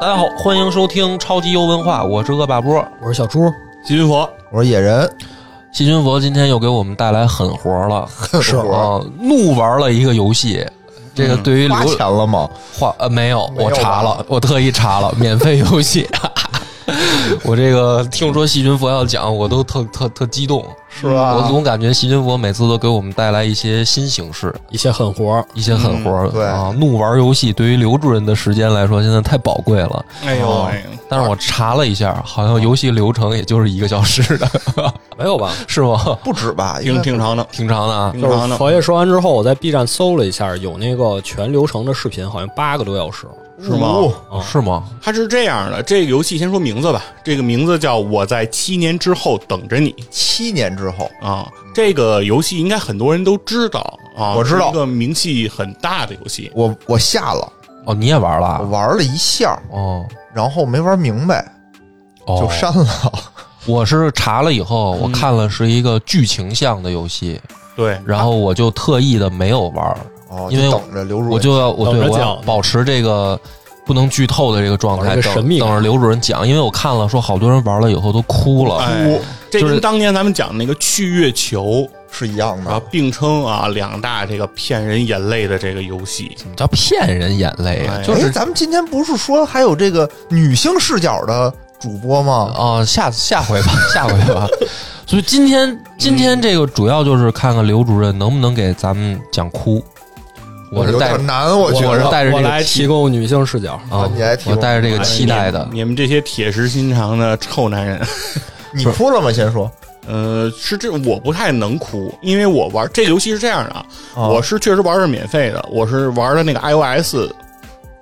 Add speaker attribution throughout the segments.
Speaker 1: 大家好，欢迎收听超级优文化，我是恶霸波。
Speaker 2: 我是小猪，
Speaker 3: 金佛，
Speaker 4: 我说野人，
Speaker 1: 细菌佛今天又给我们带来狠活 了，
Speaker 2: 是
Speaker 1: 啊，怒玩了一个游戏。这个对于
Speaker 4: 花
Speaker 1: 流
Speaker 4: 钱了吗？
Speaker 1: 花呃没有，
Speaker 4: 嗯没有
Speaker 1: 我查
Speaker 4: 吧
Speaker 1: 了，我特意查 了，免费游戏。 我这个听说细菌佛要讲，我都特特特激动，
Speaker 4: 是啊
Speaker 1: 我总感觉细菌佛每次都给我们带来一些新形式，
Speaker 2: 一些狠活儿，
Speaker 1: 一些狠活儿、
Speaker 4: 嗯对
Speaker 1: 啊！怒玩游戏对于留住人的时间来说，现在太宝贵了。
Speaker 3: 哎呦
Speaker 4: 哦
Speaker 3: 喂，
Speaker 1: 但
Speaker 2: 啊
Speaker 1: 是我查了一下，好像游戏流程也就是一个小时的，
Speaker 2: 没有吧？
Speaker 1: 是吗？
Speaker 4: 不止吧？应
Speaker 3: 挺
Speaker 4: 该
Speaker 3: 挺长的，
Speaker 1: 挺长的啊。
Speaker 4: 嗯
Speaker 3: 挺
Speaker 2: 就
Speaker 3: 长
Speaker 2: 是
Speaker 3: 的。
Speaker 2: 佛爷说完之后，我在 B 站搜了一下，有那个全流程的视频，好像八个多小时。
Speaker 3: 是吗
Speaker 4: 哦
Speaker 2: 啊
Speaker 1: 是吗？
Speaker 3: 它是这样的，这个游戏先说名字吧，这个名字叫《我在七年之后等着你
Speaker 4: 七年之后，》
Speaker 3: 啊。这个游戏应该很多人都知道啊，
Speaker 4: 嗯我知道
Speaker 3: 是一个名气很大的游戏。
Speaker 4: 我我下了，
Speaker 1: 哦，你也玩了
Speaker 4: 我
Speaker 1: 啊？
Speaker 4: 玩了一下，
Speaker 1: 哦
Speaker 4: 然后没玩明白，
Speaker 1: 哦，
Speaker 4: 就删了。
Speaker 1: 我是查了以后，
Speaker 2: 嗯
Speaker 1: 我看了是一个剧情向的游戏，
Speaker 3: 对，
Speaker 1: 然
Speaker 2: 啊
Speaker 1: 后我就特意的没有玩儿，
Speaker 4: 哦，
Speaker 1: 因为
Speaker 4: 就等着留住
Speaker 1: 我就要我
Speaker 2: 等
Speaker 1: 对
Speaker 2: 着
Speaker 1: 我
Speaker 2: 讲
Speaker 1: 要保持这个不能剧透的这个状
Speaker 2: 保持
Speaker 1: 态，等
Speaker 2: 这个神秘
Speaker 1: 等
Speaker 2: 感
Speaker 1: 着刘主任讲，因为我看了说好多人玩了以后都哭了，
Speaker 3: 哎，这
Speaker 1: 就是
Speaker 3: 跟当年咱们讲那个去月球
Speaker 4: 是一样
Speaker 3: 啊
Speaker 4: 的，哎
Speaker 3: 并称啊两大这个骗人眼泪的这个游戏。
Speaker 1: 怎么叫骗人眼泪啊？
Speaker 3: 哎
Speaker 1: 就是
Speaker 4: 哎咱们今天不是说还有这个女性视角的主播吗？
Speaker 1: 啊、下下回吧， 下回吧。所以今天今天这个主要就是看看刘主任能不能给咱们讲哭。我是
Speaker 4: 有
Speaker 1: 带
Speaker 4: 点难，我觉
Speaker 1: 我是
Speaker 4: 得。
Speaker 1: 带着
Speaker 2: 我
Speaker 1: 这
Speaker 2: 来
Speaker 1: 个
Speaker 2: 提
Speaker 1: 期
Speaker 2: 供女性视角，
Speaker 1: 啊
Speaker 4: 你来，提
Speaker 1: 我
Speaker 4: 供
Speaker 1: 带着这个
Speaker 3: 哎
Speaker 1: 期待的
Speaker 3: 你们，你们这些铁石心肠的臭男人。
Speaker 4: 你哭了吗？先说，
Speaker 3: 呃，是这我不太能哭，因为我玩这个游戏是这样的啊，
Speaker 4: 啊
Speaker 3: 我是确实玩的是免费的，我是玩的那个 iOS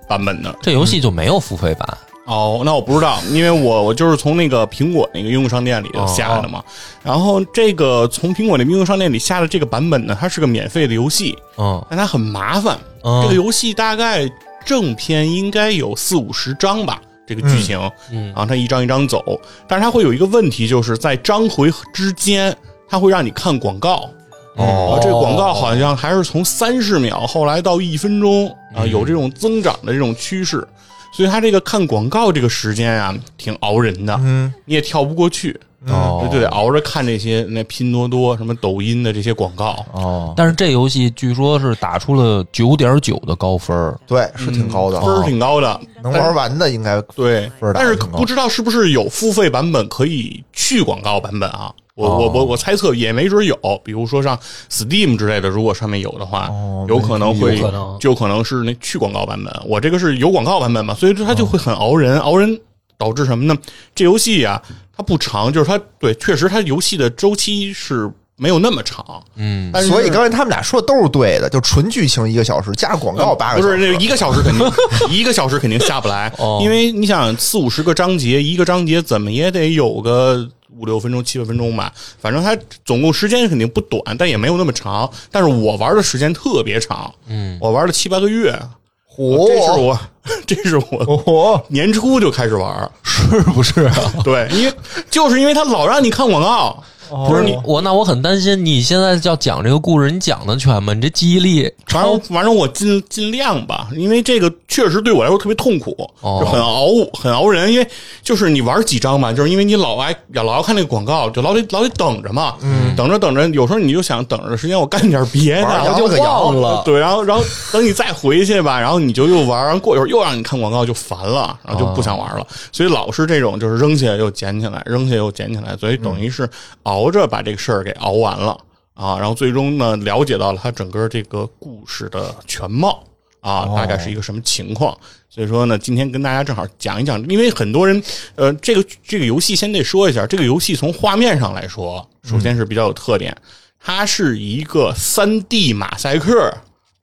Speaker 3: 版本的。
Speaker 1: 这游戏就没有付费版。
Speaker 3: 哦，那我不知道，因为我我就是从那个苹果那个应用商店里头下的嘛。然后这个从苹果那个应用商店里下的这个版本呢，它是个免费的游戏，
Speaker 4: 哦
Speaker 1: 嗯
Speaker 3: 但它很麻烦。
Speaker 1: 嗯，
Speaker 3: 这个游戏大概正片应该有四五十章吧，这个剧情。
Speaker 1: 嗯
Speaker 3: 然后它一张一张走，但是它会有一个问题，就是在章回之间，它会让你看广告。
Speaker 1: 哦
Speaker 3: 啊，这个广告好像还是从三十秒后来到一分钟
Speaker 1: 嗯
Speaker 3: 啊，有这种增长的这种趋势，所以它这个看广告这个时间啊，挺熬人的，
Speaker 4: 嗯，
Speaker 3: 你也跳不过去，
Speaker 1: 哦
Speaker 3: 就就得熬着看这些那拼多多、什么抖音的这些广告。
Speaker 4: 哦，
Speaker 1: 但是这游戏据说是打出了九点九的高分儿，
Speaker 4: 对，是挺高
Speaker 1: 哦
Speaker 2: 嗯
Speaker 4: 的，啊
Speaker 3: 分儿挺高的，
Speaker 4: 能玩完的应该
Speaker 3: 对，
Speaker 4: 分儿打
Speaker 3: 但
Speaker 4: 得
Speaker 3: 是
Speaker 4: 挺高
Speaker 3: 不知道是不是有付费版本可以去广告版本啊？我我我我猜测也没准有，比如说像 Steam 之类的，如果上面有的话，
Speaker 4: 哦
Speaker 3: 有可能会
Speaker 2: 有可能
Speaker 3: 就可能是那去广告版本。我这个是有广告版本嘛，所以它就会很熬人，熬人导致什么呢？这游戏啊，它不长，就是它对，确实它游戏的周期是没有那么长，
Speaker 1: 嗯，
Speaker 3: 但是
Speaker 4: 所以刚才他们俩说的都是对的，就纯剧情一个小时加上广告八个
Speaker 3: 不
Speaker 4: 小时，
Speaker 3: 是那一个小时肯定一个小时肯定下不来
Speaker 1: 哦，
Speaker 3: 因为你想四五十个章节，一个章节怎么也得有个五六分钟、七八分钟吧，反正它总共时间肯定不短，但也没有那么长。但是我玩的时间特别长，
Speaker 1: 嗯，
Speaker 3: 我玩了七八个月，哦
Speaker 4: 嚯，哦
Speaker 3: 这是我 这是我
Speaker 4: 嚯，
Speaker 3: 年初就开始玩，
Speaker 1: 是不是啊？
Speaker 3: 对，因为就是因为它老让你看广告，
Speaker 4: 哦
Speaker 1: 不是你我，那我很担心你现在要讲这个故事，你讲的全吗？你这记忆力
Speaker 3: 反
Speaker 1: 超
Speaker 3: 正反正我尽尽量吧，因为这个确实对我来说特别痛苦，
Speaker 1: 哦
Speaker 3: 就很熬很熬人。因为就是你玩几张吧，就是因为你老爱老要看那个广告，就老得老得等着嘛，等着等着，有时候你就想等着时间我干点别的，
Speaker 4: 玩儿
Speaker 3: 然后
Speaker 4: 羊了
Speaker 2: 忘
Speaker 4: 羊
Speaker 2: 了。
Speaker 3: 对，然后然后等你再回去吧，然后你就又玩，然后过一会儿又让你看广告，就烦了，然后就不想玩了。所以老是这种，就是扔下又捡起来，扔下又捡起来，所以等于是熬着把这个事儿给熬完了啊。然后最终呢，了解到了它整个这个故事的全貌啊，大概是一个什么情况。所以说呢，今天跟大家正好讲一讲，因为很多人，呃，这个这个游戏先得说一下，这个游戏从画面上来说，首先是比较有特点，它是一个三 D 马赛克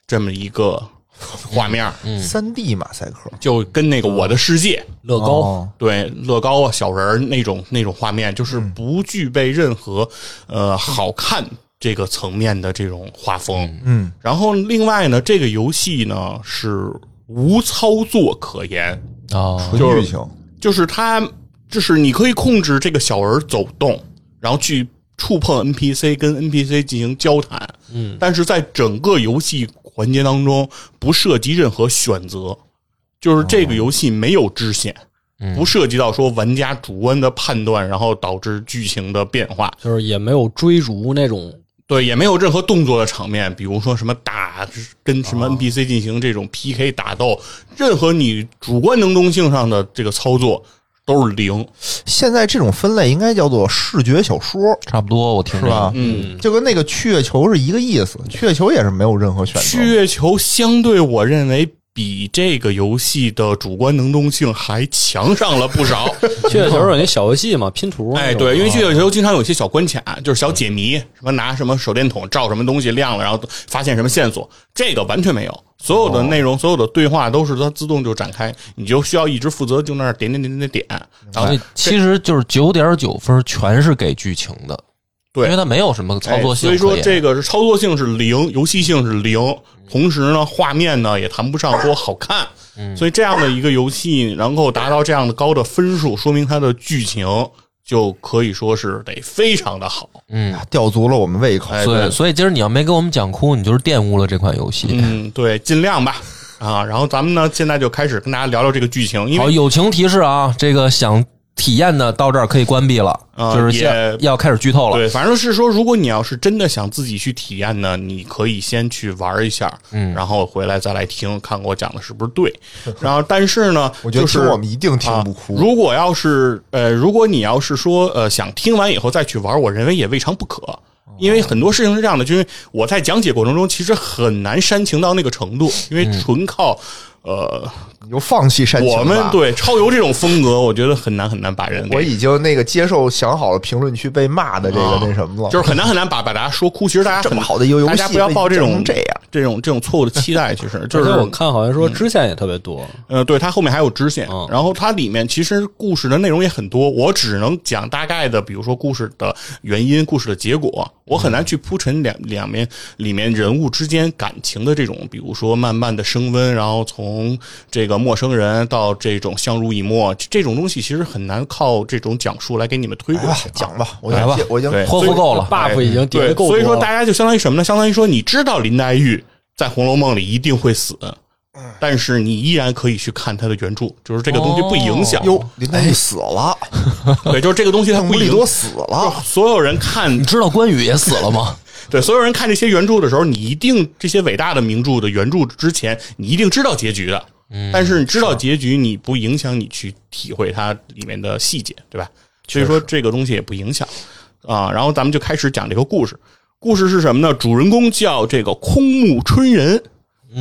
Speaker 3: 这么一个画面儿，
Speaker 4: 三 D 马赛克，
Speaker 3: 就跟那个《我的世界》
Speaker 2: 乐高，
Speaker 4: 哦
Speaker 3: 对乐高啊、小人儿那种那种画面，就是不具备任何呃好看这个层面的这种画风。
Speaker 4: 嗯，
Speaker 3: 然后另外呢，这个游戏呢是无操作可言，
Speaker 1: 哦，
Speaker 4: 纯剧情，
Speaker 3: 就是它就是你可以控制这个小人儿走动，然后去。触碰 NPC 跟 NPC 进行交谈，嗯，但是在整个游戏环节当中不涉及任何选择，就是这个游戏没有支线，
Speaker 5: 嗯
Speaker 3: 不涉及到说玩家主观的判断，然后导致剧情的变化。
Speaker 1: 就是也没有追逐那种
Speaker 3: 对，也没有任何动作的场面，比如说什么打跟什么 NPC 进行这种 PK 打斗，任何你主观能动性上的这个操作都是零。
Speaker 4: 现在这种分类应该叫做视觉小说，
Speaker 5: 差不多，我听
Speaker 4: 是
Speaker 5: 着
Speaker 4: 吧？
Speaker 3: 嗯，
Speaker 4: 就跟那个去月球是一个意思，去月球也是没有任何选
Speaker 3: 去
Speaker 4: 择。
Speaker 3: 月球相对我认为比这个游戏的主观能动性还强上了不少。
Speaker 1: 去月球有那小游戏嘛，拼图那种。
Speaker 3: 哎，对，因为去月球经常有一些小关卡，就是小解谜，什么拿什么手电筒照什么东西亮了，然后发现什么线索，这个完全没有。所有的内容，所有的对话都是它自动就展开，你就需要一直负责就那儿点点点点点，然后
Speaker 5: 所以其实就是九点九分全是给剧情的，
Speaker 3: 对
Speaker 5: 因为它没有什么操作性
Speaker 3: 哎所
Speaker 5: 可
Speaker 3: 以
Speaker 5: 言。
Speaker 3: 说这个是操作性是零，游戏性是零，同时呢，画面呢也谈不上多好看。
Speaker 5: 嗯
Speaker 3: 所以这样的一个游戏能够达到这样的高的分数，说明它的剧情就可以说是得非常的好。
Speaker 5: 嗯，
Speaker 4: 啊吊足了我们胃口，
Speaker 3: 哎，
Speaker 5: 所
Speaker 3: 对
Speaker 5: 以所以今儿你要没给我们讲哭，你就是玷污了这款游戏。
Speaker 3: 嗯，对，尽量吧。啊，然后咱们呢，现在就开始跟大家聊聊这个剧情，因
Speaker 5: 好，
Speaker 3: 为
Speaker 5: 友情提示啊，这个想体验的到这儿可以关闭了，
Speaker 3: 啊
Speaker 5: 就是
Speaker 3: 也
Speaker 5: 现要开始剧透了。
Speaker 3: 对，反正是说，如果你要是真的想自己去体验呢，你可以先去玩一下，
Speaker 5: 嗯
Speaker 3: 然后回来再来听，看我讲的是不 是对。然后，但是呢，
Speaker 4: 我觉得
Speaker 3: 就是
Speaker 4: 听我们一定听不哭。
Speaker 3: 啊。如果要是呃，如果你要是说呃想听完以后再去玩，我认为也未尝不
Speaker 4: 哦
Speaker 3: 可。因为很多事情是这样的，就是我在讲解过程中其实很难煽情到那个程度，因为纯靠、呃
Speaker 4: 你就放弃嗯煽情吧
Speaker 3: 我们，对超游这种风格，我觉得很难很难把人
Speaker 4: 我
Speaker 3: 给。
Speaker 4: 已经那个接受想好了评论区被骂的这个
Speaker 3: 啊
Speaker 4: 那什么了，
Speaker 3: 就是很难很难把把大家说哭，其实大家
Speaker 4: 这
Speaker 3: 很
Speaker 4: 么好的一个游戏
Speaker 3: 大家不要抱这
Speaker 4: 被
Speaker 3: 种
Speaker 4: 整成这样
Speaker 3: 这种这种错误的期待。其 实就
Speaker 1: 而
Speaker 3: 是
Speaker 1: 且我看好像说支线也特别多，
Speaker 3: 呃，对，它后面还有支线，
Speaker 1: 嗯
Speaker 3: 然后它里面其实故事的内容也很多，我只能讲大概的，比如说故事的原因、故事的结果，我很难去铺陈两两面里面人物之间感情的这种，比如说慢慢的升温，然后从这个陌生人到这种相濡以沫，这这种东西其实很难靠这种讲述来给你们推
Speaker 4: 来
Speaker 3: 过
Speaker 4: 吧
Speaker 3: 去啊。
Speaker 4: 哎讲吧，我
Speaker 5: 来吧
Speaker 4: 已经我已经
Speaker 3: 对
Speaker 5: 托付够了，
Speaker 1: ，buff 已经叠
Speaker 3: 对
Speaker 1: 的，够多
Speaker 3: 所以说大
Speaker 1: 家
Speaker 3: 家就相当于什么呢？相当于说你知道林黛玉在《红楼梦》里一定会死，但是你依然可以去看她的原著，就是这个东西不影响。
Speaker 4: 哟，林
Speaker 3: 哎
Speaker 4: 黛玉死了，
Speaker 3: 对，就是这个东西它
Speaker 4: 邓
Speaker 3: 不
Speaker 4: 布利
Speaker 3: 影
Speaker 4: 多
Speaker 3: 响。
Speaker 4: 死了，
Speaker 3: 所有人看
Speaker 5: 你知道关羽也死了吗？
Speaker 3: 对所有人看这些原著的时候，你一定这些伟大的名著的原著之前，你一定知道结局的。但是你知道结局，你不影响你去体会它里面的细节，对吧？所以说这个东西也不影响啊。然后咱们就开始讲这个故事。故事是什么呢？主人公叫这个空木春人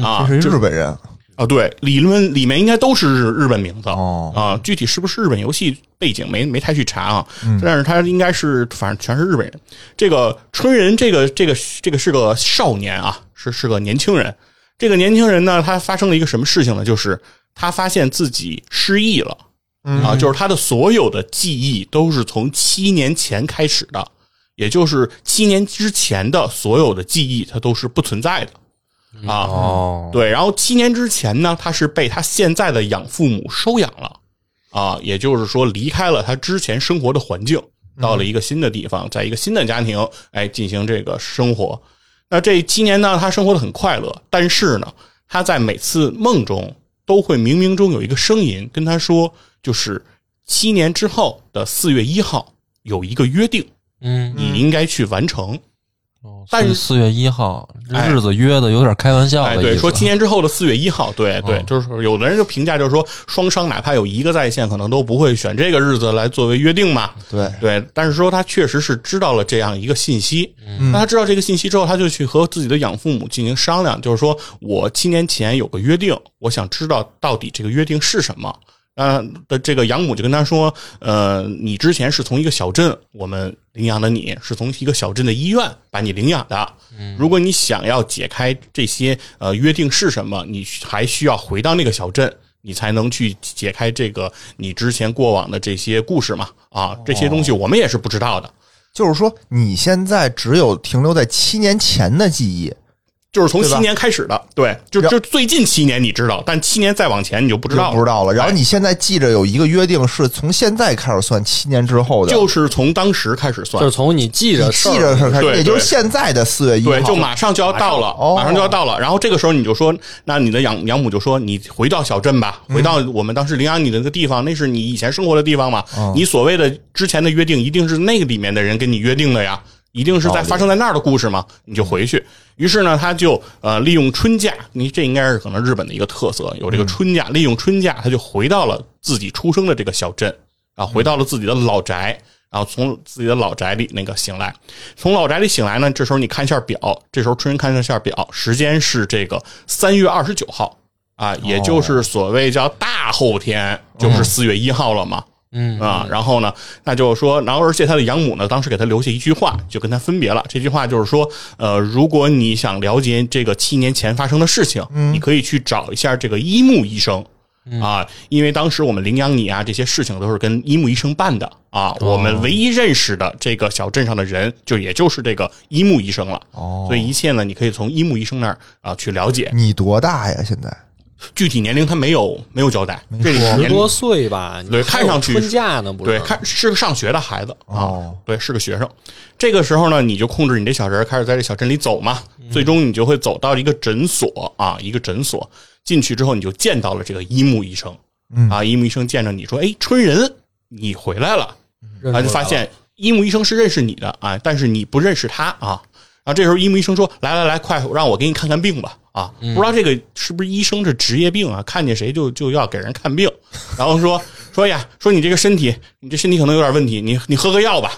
Speaker 3: 啊，
Speaker 4: 这是日本人，
Speaker 3: 啊，对，理论里面应该都是日日本名字
Speaker 4: 哦
Speaker 3: 啊，具体是不是日本游戏背景没没太去查啊，
Speaker 4: 嗯
Speaker 3: 但是他应该是反正全是日本人。这个春人，这个这个这个是个少年啊，是是个年轻人。这个年轻人呢，他发生了一个什么事情呢？就是他发现自己失忆了。
Speaker 4: 嗯
Speaker 3: 啊，就是他的所有的记忆都是从七年前开始的，也就是七年之前的所有的记忆，它都是不存在的啊。
Speaker 5: 哦，
Speaker 3: 对，然后七年之前呢，他是被他现在的养父母收养了，啊，也就是说离开了他之前生活的环境，到
Speaker 5: 嗯
Speaker 3: 了一个新的地方，在一个新的家庭，哎，进行这个生活。那这七年呢，他生活的很快乐，但是呢，他在每次梦中都会冥冥中有一个声音跟他说，就是七年之后的四月一号有一个约定，
Speaker 5: 嗯，
Speaker 3: 你应该去完成。
Speaker 5: 哦
Speaker 3: 但是
Speaker 5: 四月一号这
Speaker 3: 哎
Speaker 5: 日子约的有点开玩笑
Speaker 3: 哎，
Speaker 5: 的
Speaker 3: 对，
Speaker 5: 意思
Speaker 3: 说七年之后的四月一号，对对
Speaker 5: 嗯，
Speaker 3: 就是有的人就评价就是说，双商哪怕有一个在线，可能都不会选这个日子来作为约定嘛。
Speaker 4: 对，
Speaker 3: 对，但是说他确实是知道了这样一个信息，
Speaker 5: 嗯
Speaker 3: 那他知道这个信息之后，他就去和自己的养父母进行商量，就是说我七年前有个约定，我想知道到底这个约定是什么。呃，的这个养母就跟他说，呃，你之前是从一个小镇，我们领养的你是从一个小镇的医院把你领养的。
Speaker 4: 嗯
Speaker 3: 如果你想要解开这些呃约定是什么，你还需要回到那个小镇，你才能去解开这个你之前过往的这些故事嘛。啊，
Speaker 4: 哦
Speaker 3: 这些东西我们也是不知道的。
Speaker 4: 就是说你现在只有停留在七年前的记忆，
Speaker 3: 就是从
Speaker 4: 对吧
Speaker 3: 七年开始的，对，就
Speaker 4: 然
Speaker 3: 就最近七年你知道，但七年再往前你就不知
Speaker 4: 就
Speaker 3: 道
Speaker 4: 不知道了。然后
Speaker 3: 哎
Speaker 4: 你现在记着有一个约定，是从现在开始算七年之后的，
Speaker 3: 就是从当时开始
Speaker 1: 就是
Speaker 3: 算，
Speaker 1: 从你记着
Speaker 4: 你
Speaker 1: 事
Speaker 4: 记着
Speaker 1: 儿，
Speaker 4: 是开始，
Speaker 3: 对
Speaker 4: 也就是
Speaker 3: 对
Speaker 4: 现在的四月一号，
Speaker 3: 对，就马上就要到了，
Speaker 4: 哦
Speaker 3: 马上就要到了。然后这个时候你就说，那你的养养母就说，你回到小镇吧，回到
Speaker 4: 嗯
Speaker 3: 我们当时领养你的那个地方，那是你以前生活的地方嘛。你所谓的之前的约定，一定是那个里面的人跟你约定的呀。一定是在发生在那儿的故事嘛，你就回去。于是呢，他就呃利用春假，你这应该是可能日本的一个特色，有这
Speaker 4: 嗯
Speaker 3: 个春假，利用春假，他就回到了自己出生的这个小镇，啊，回到了自己的老宅，然后从自己的老宅里那个醒来，从老宅里醒来呢，这时候你看一下表，这时候春人看一下表，时间是这个三月二十九号啊，也就是所谓叫大后天，就是四月一号了嘛。
Speaker 5: 嗯
Speaker 3: 啊，然后呢，那就是说，然后而且他的养母呢，当时给他留下一句话，就跟他分别了。这句话就是说，呃，如果你想了解这个七年前发生的事情，你可以去找一下这个一木医生。啊，因为当时我们领养你啊，这些事情都是跟一木医生办的啊。我们唯一认识的这个小镇上的人，就也就是这个一木医生了。
Speaker 4: 哦
Speaker 3: 所以一切呢，你可以从一木医生那儿啊去了解。
Speaker 4: 你多大呀？现在
Speaker 3: 具体年龄他没有没有交代，这里
Speaker 4: 说
Speaker 3: 年
Speaker 1: 十
Speaker 3: 龄
Speaker 1: 多岁吧，你
Speaker 3: 对
Speaker 1: 还
Speaker 3: 看上
Speaker 1: 有
Speaker 3: 去
Speaker 1: 春
Speaker 3: 是
Speaker 1: 假呢，不是？
Speaker 3: 对，看是个上学的孩子啊，
Speaker 4: 哦
Speaker 3: 对，是个学生。这个时候呢，你就控制你这小人儿开始在这小镇里走嘛，
Speaker 1: 嗯
Speaker 3: 最终你就会走到一个诊所啊，一个诊所进去之后，你就见到了这个一木医生，
Speaker 4: 嗯
Speaker 3: 啊，一木医生见着你说：“哎，春人，你回来了。”
Speaker 1: 认出
Speaker 3: 啊，
Speaker 1: 来
Speaker 3: 就
Speaker 1: 了
Speaker 3: 发现一木医生是认识你的啊，但是你不认识他啊。然后这时候一木医生说：“来来来，快让我给你看看病吧。”啊，不知道这个是不是医生这职业病啊？看见谁就就要给人看病，然后说说呀，说你这个身体，你这身体可能有点问题，你你喝个药吧。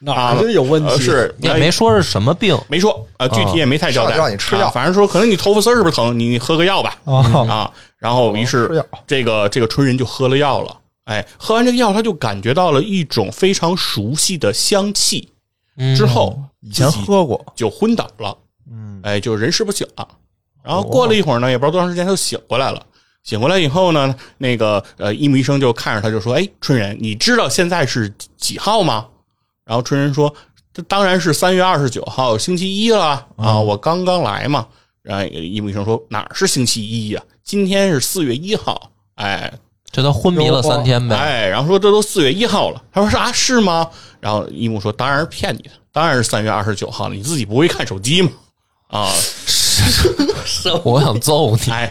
Speaker 1: 哪儿就有问题？
Speaker 3: 呃是
Speaker 5: 你也没说是什么病，
Speaker 3: 没说啊，具体也没太交代，
Speaker 4: 上来让你吃药
Speaker 3: 啊反正说可能你头发丝儿是不是疼，你你喝个药吧。
Speaker 4: 啊，
Speaker 3: 啊，然后于
Speaker 4: 哦吃
Speaker 3: 是
Speaker 4: 药
Speaker 3: 这个这个春人就喝了药了。哎，喝完这个药，他就感觉到了一种非常熟悉的香气，
Speaker 5: 嗯
Speaker 3: 之后
Speaker 4: 以前
Speaker 3: 自己
Speaker 4: 喝过，
Speaker 3: 就昏倒了，
Speaker 4: 嗯，
Speaker 3: 哎，就人事不醒了。然后过了一会儿呢，也不知道多长时间，他就醒过来了。醒过来以后呢，那个呃，一木医生就看着他就说：“哎，春人，你知道现在是几号吗？”然后春人说：“这当然是三月二十九号星期一了啊，我刚刚来嘛。”然后一木医生说：“哪儿是星期一呀、今天是四月一号。”哎，
Speaker 5: 这都昏迷了三天呗。
Speaker 3: 哎，然后说这都四月一号了，他说啥、啊、是吗？然后一木说当然是骗你的，当然是三月二十九号了，你自己不会看手机吗？啊，
Speaker 5: 我想揍 你，
Speaker 3: 哎，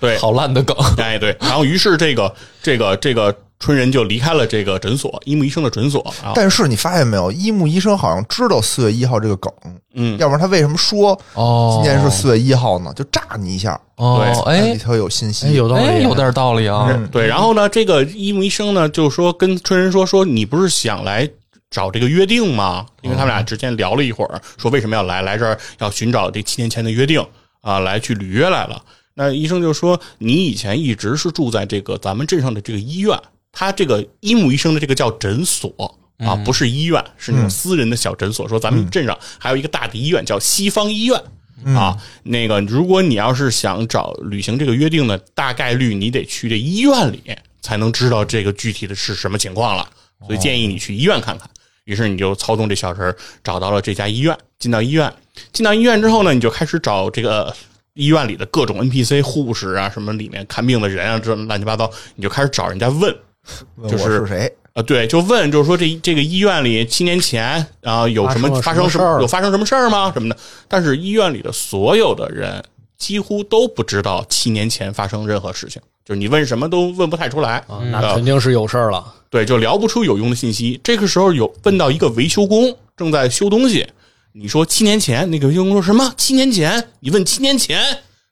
Speaker 3: 对，
Speaker 5: 好烂的梗。
Speaker 3: 哎对，然后于是这个这个这个春人就离开了这个诊所，一木医生的诊所啊，
Speaker 4: 但是你发现没有，一木医生好像知道四月一号这个梗，
Speaker 3: 嗯，
Speaker 4: 要不然他为什么说
Speaker 5: 哦，
Speaker 4: 今年是四月一号呢？就炸你一下，
Speaker 5: 哦，
Speaker 4: 让你
Speaker 5: 哎
Speaker 4: 特有信
Speaker 1: 哎
Speaker 4: 息。
Speaker 1: 有道
Speaker 5: 哎，
Speaker 1: 理，嗯
Speaker 5: 有点道理啊。
Speaker 3: 对，然后呢，这个一木医生呢就说跟春人说说你不是想来找这个约定吗？因为他们俩之前聊了一会儿，说为什么要来来这儿要寻找这七年前的约定啊，来去履约来了。那医生就说你以前一直是住在这个咱们镇上的这个医院，他这个一木医生的这个叫诊所。啊，不是医院，是那种私人的小诊所。说咱们镇上还有一个大的医院叫西方医院，啊，那个如果你要是想找履行这个约定呢，大概率你得去这医院里才能知道这个具体的是什么情况了，所以建议你去医院看看。于是你就操纵这小人儿找到了这家医院，进到医院，进到医院之后呢，你就开始找这个呃医院里的各种 NPC 护士啊，什么里面看病的人啊，这乱七八糟，你就开始找人家问，
Speaker 4: 问
Speaker 3: 就
Speaker 4: 我
Speaker 3: 是
Speaker 4: 是谁？
Speaker 3: 啊，对，就问，就是说这这个医院里七年前啊有什么发
Speaker 1: 发
Speaker 3: 生
Speaker 1: 生了什
Speaker 3: 什
Speaker 1: 么事儿
Speaker 3: 么有发生什么事儿吗？什么的？但是医院里的所有的人几乎都不知道七年前发生任何事情，就是你问什么都问不太出来，
Speaker 1: 啊，那肯定是有事儿了。
Speaker 3: 对，就聊不出有用的信息。这个时候有问到一个维修工正在修东西，你说七年前，那个维修工说什么？七年前？你问七年前？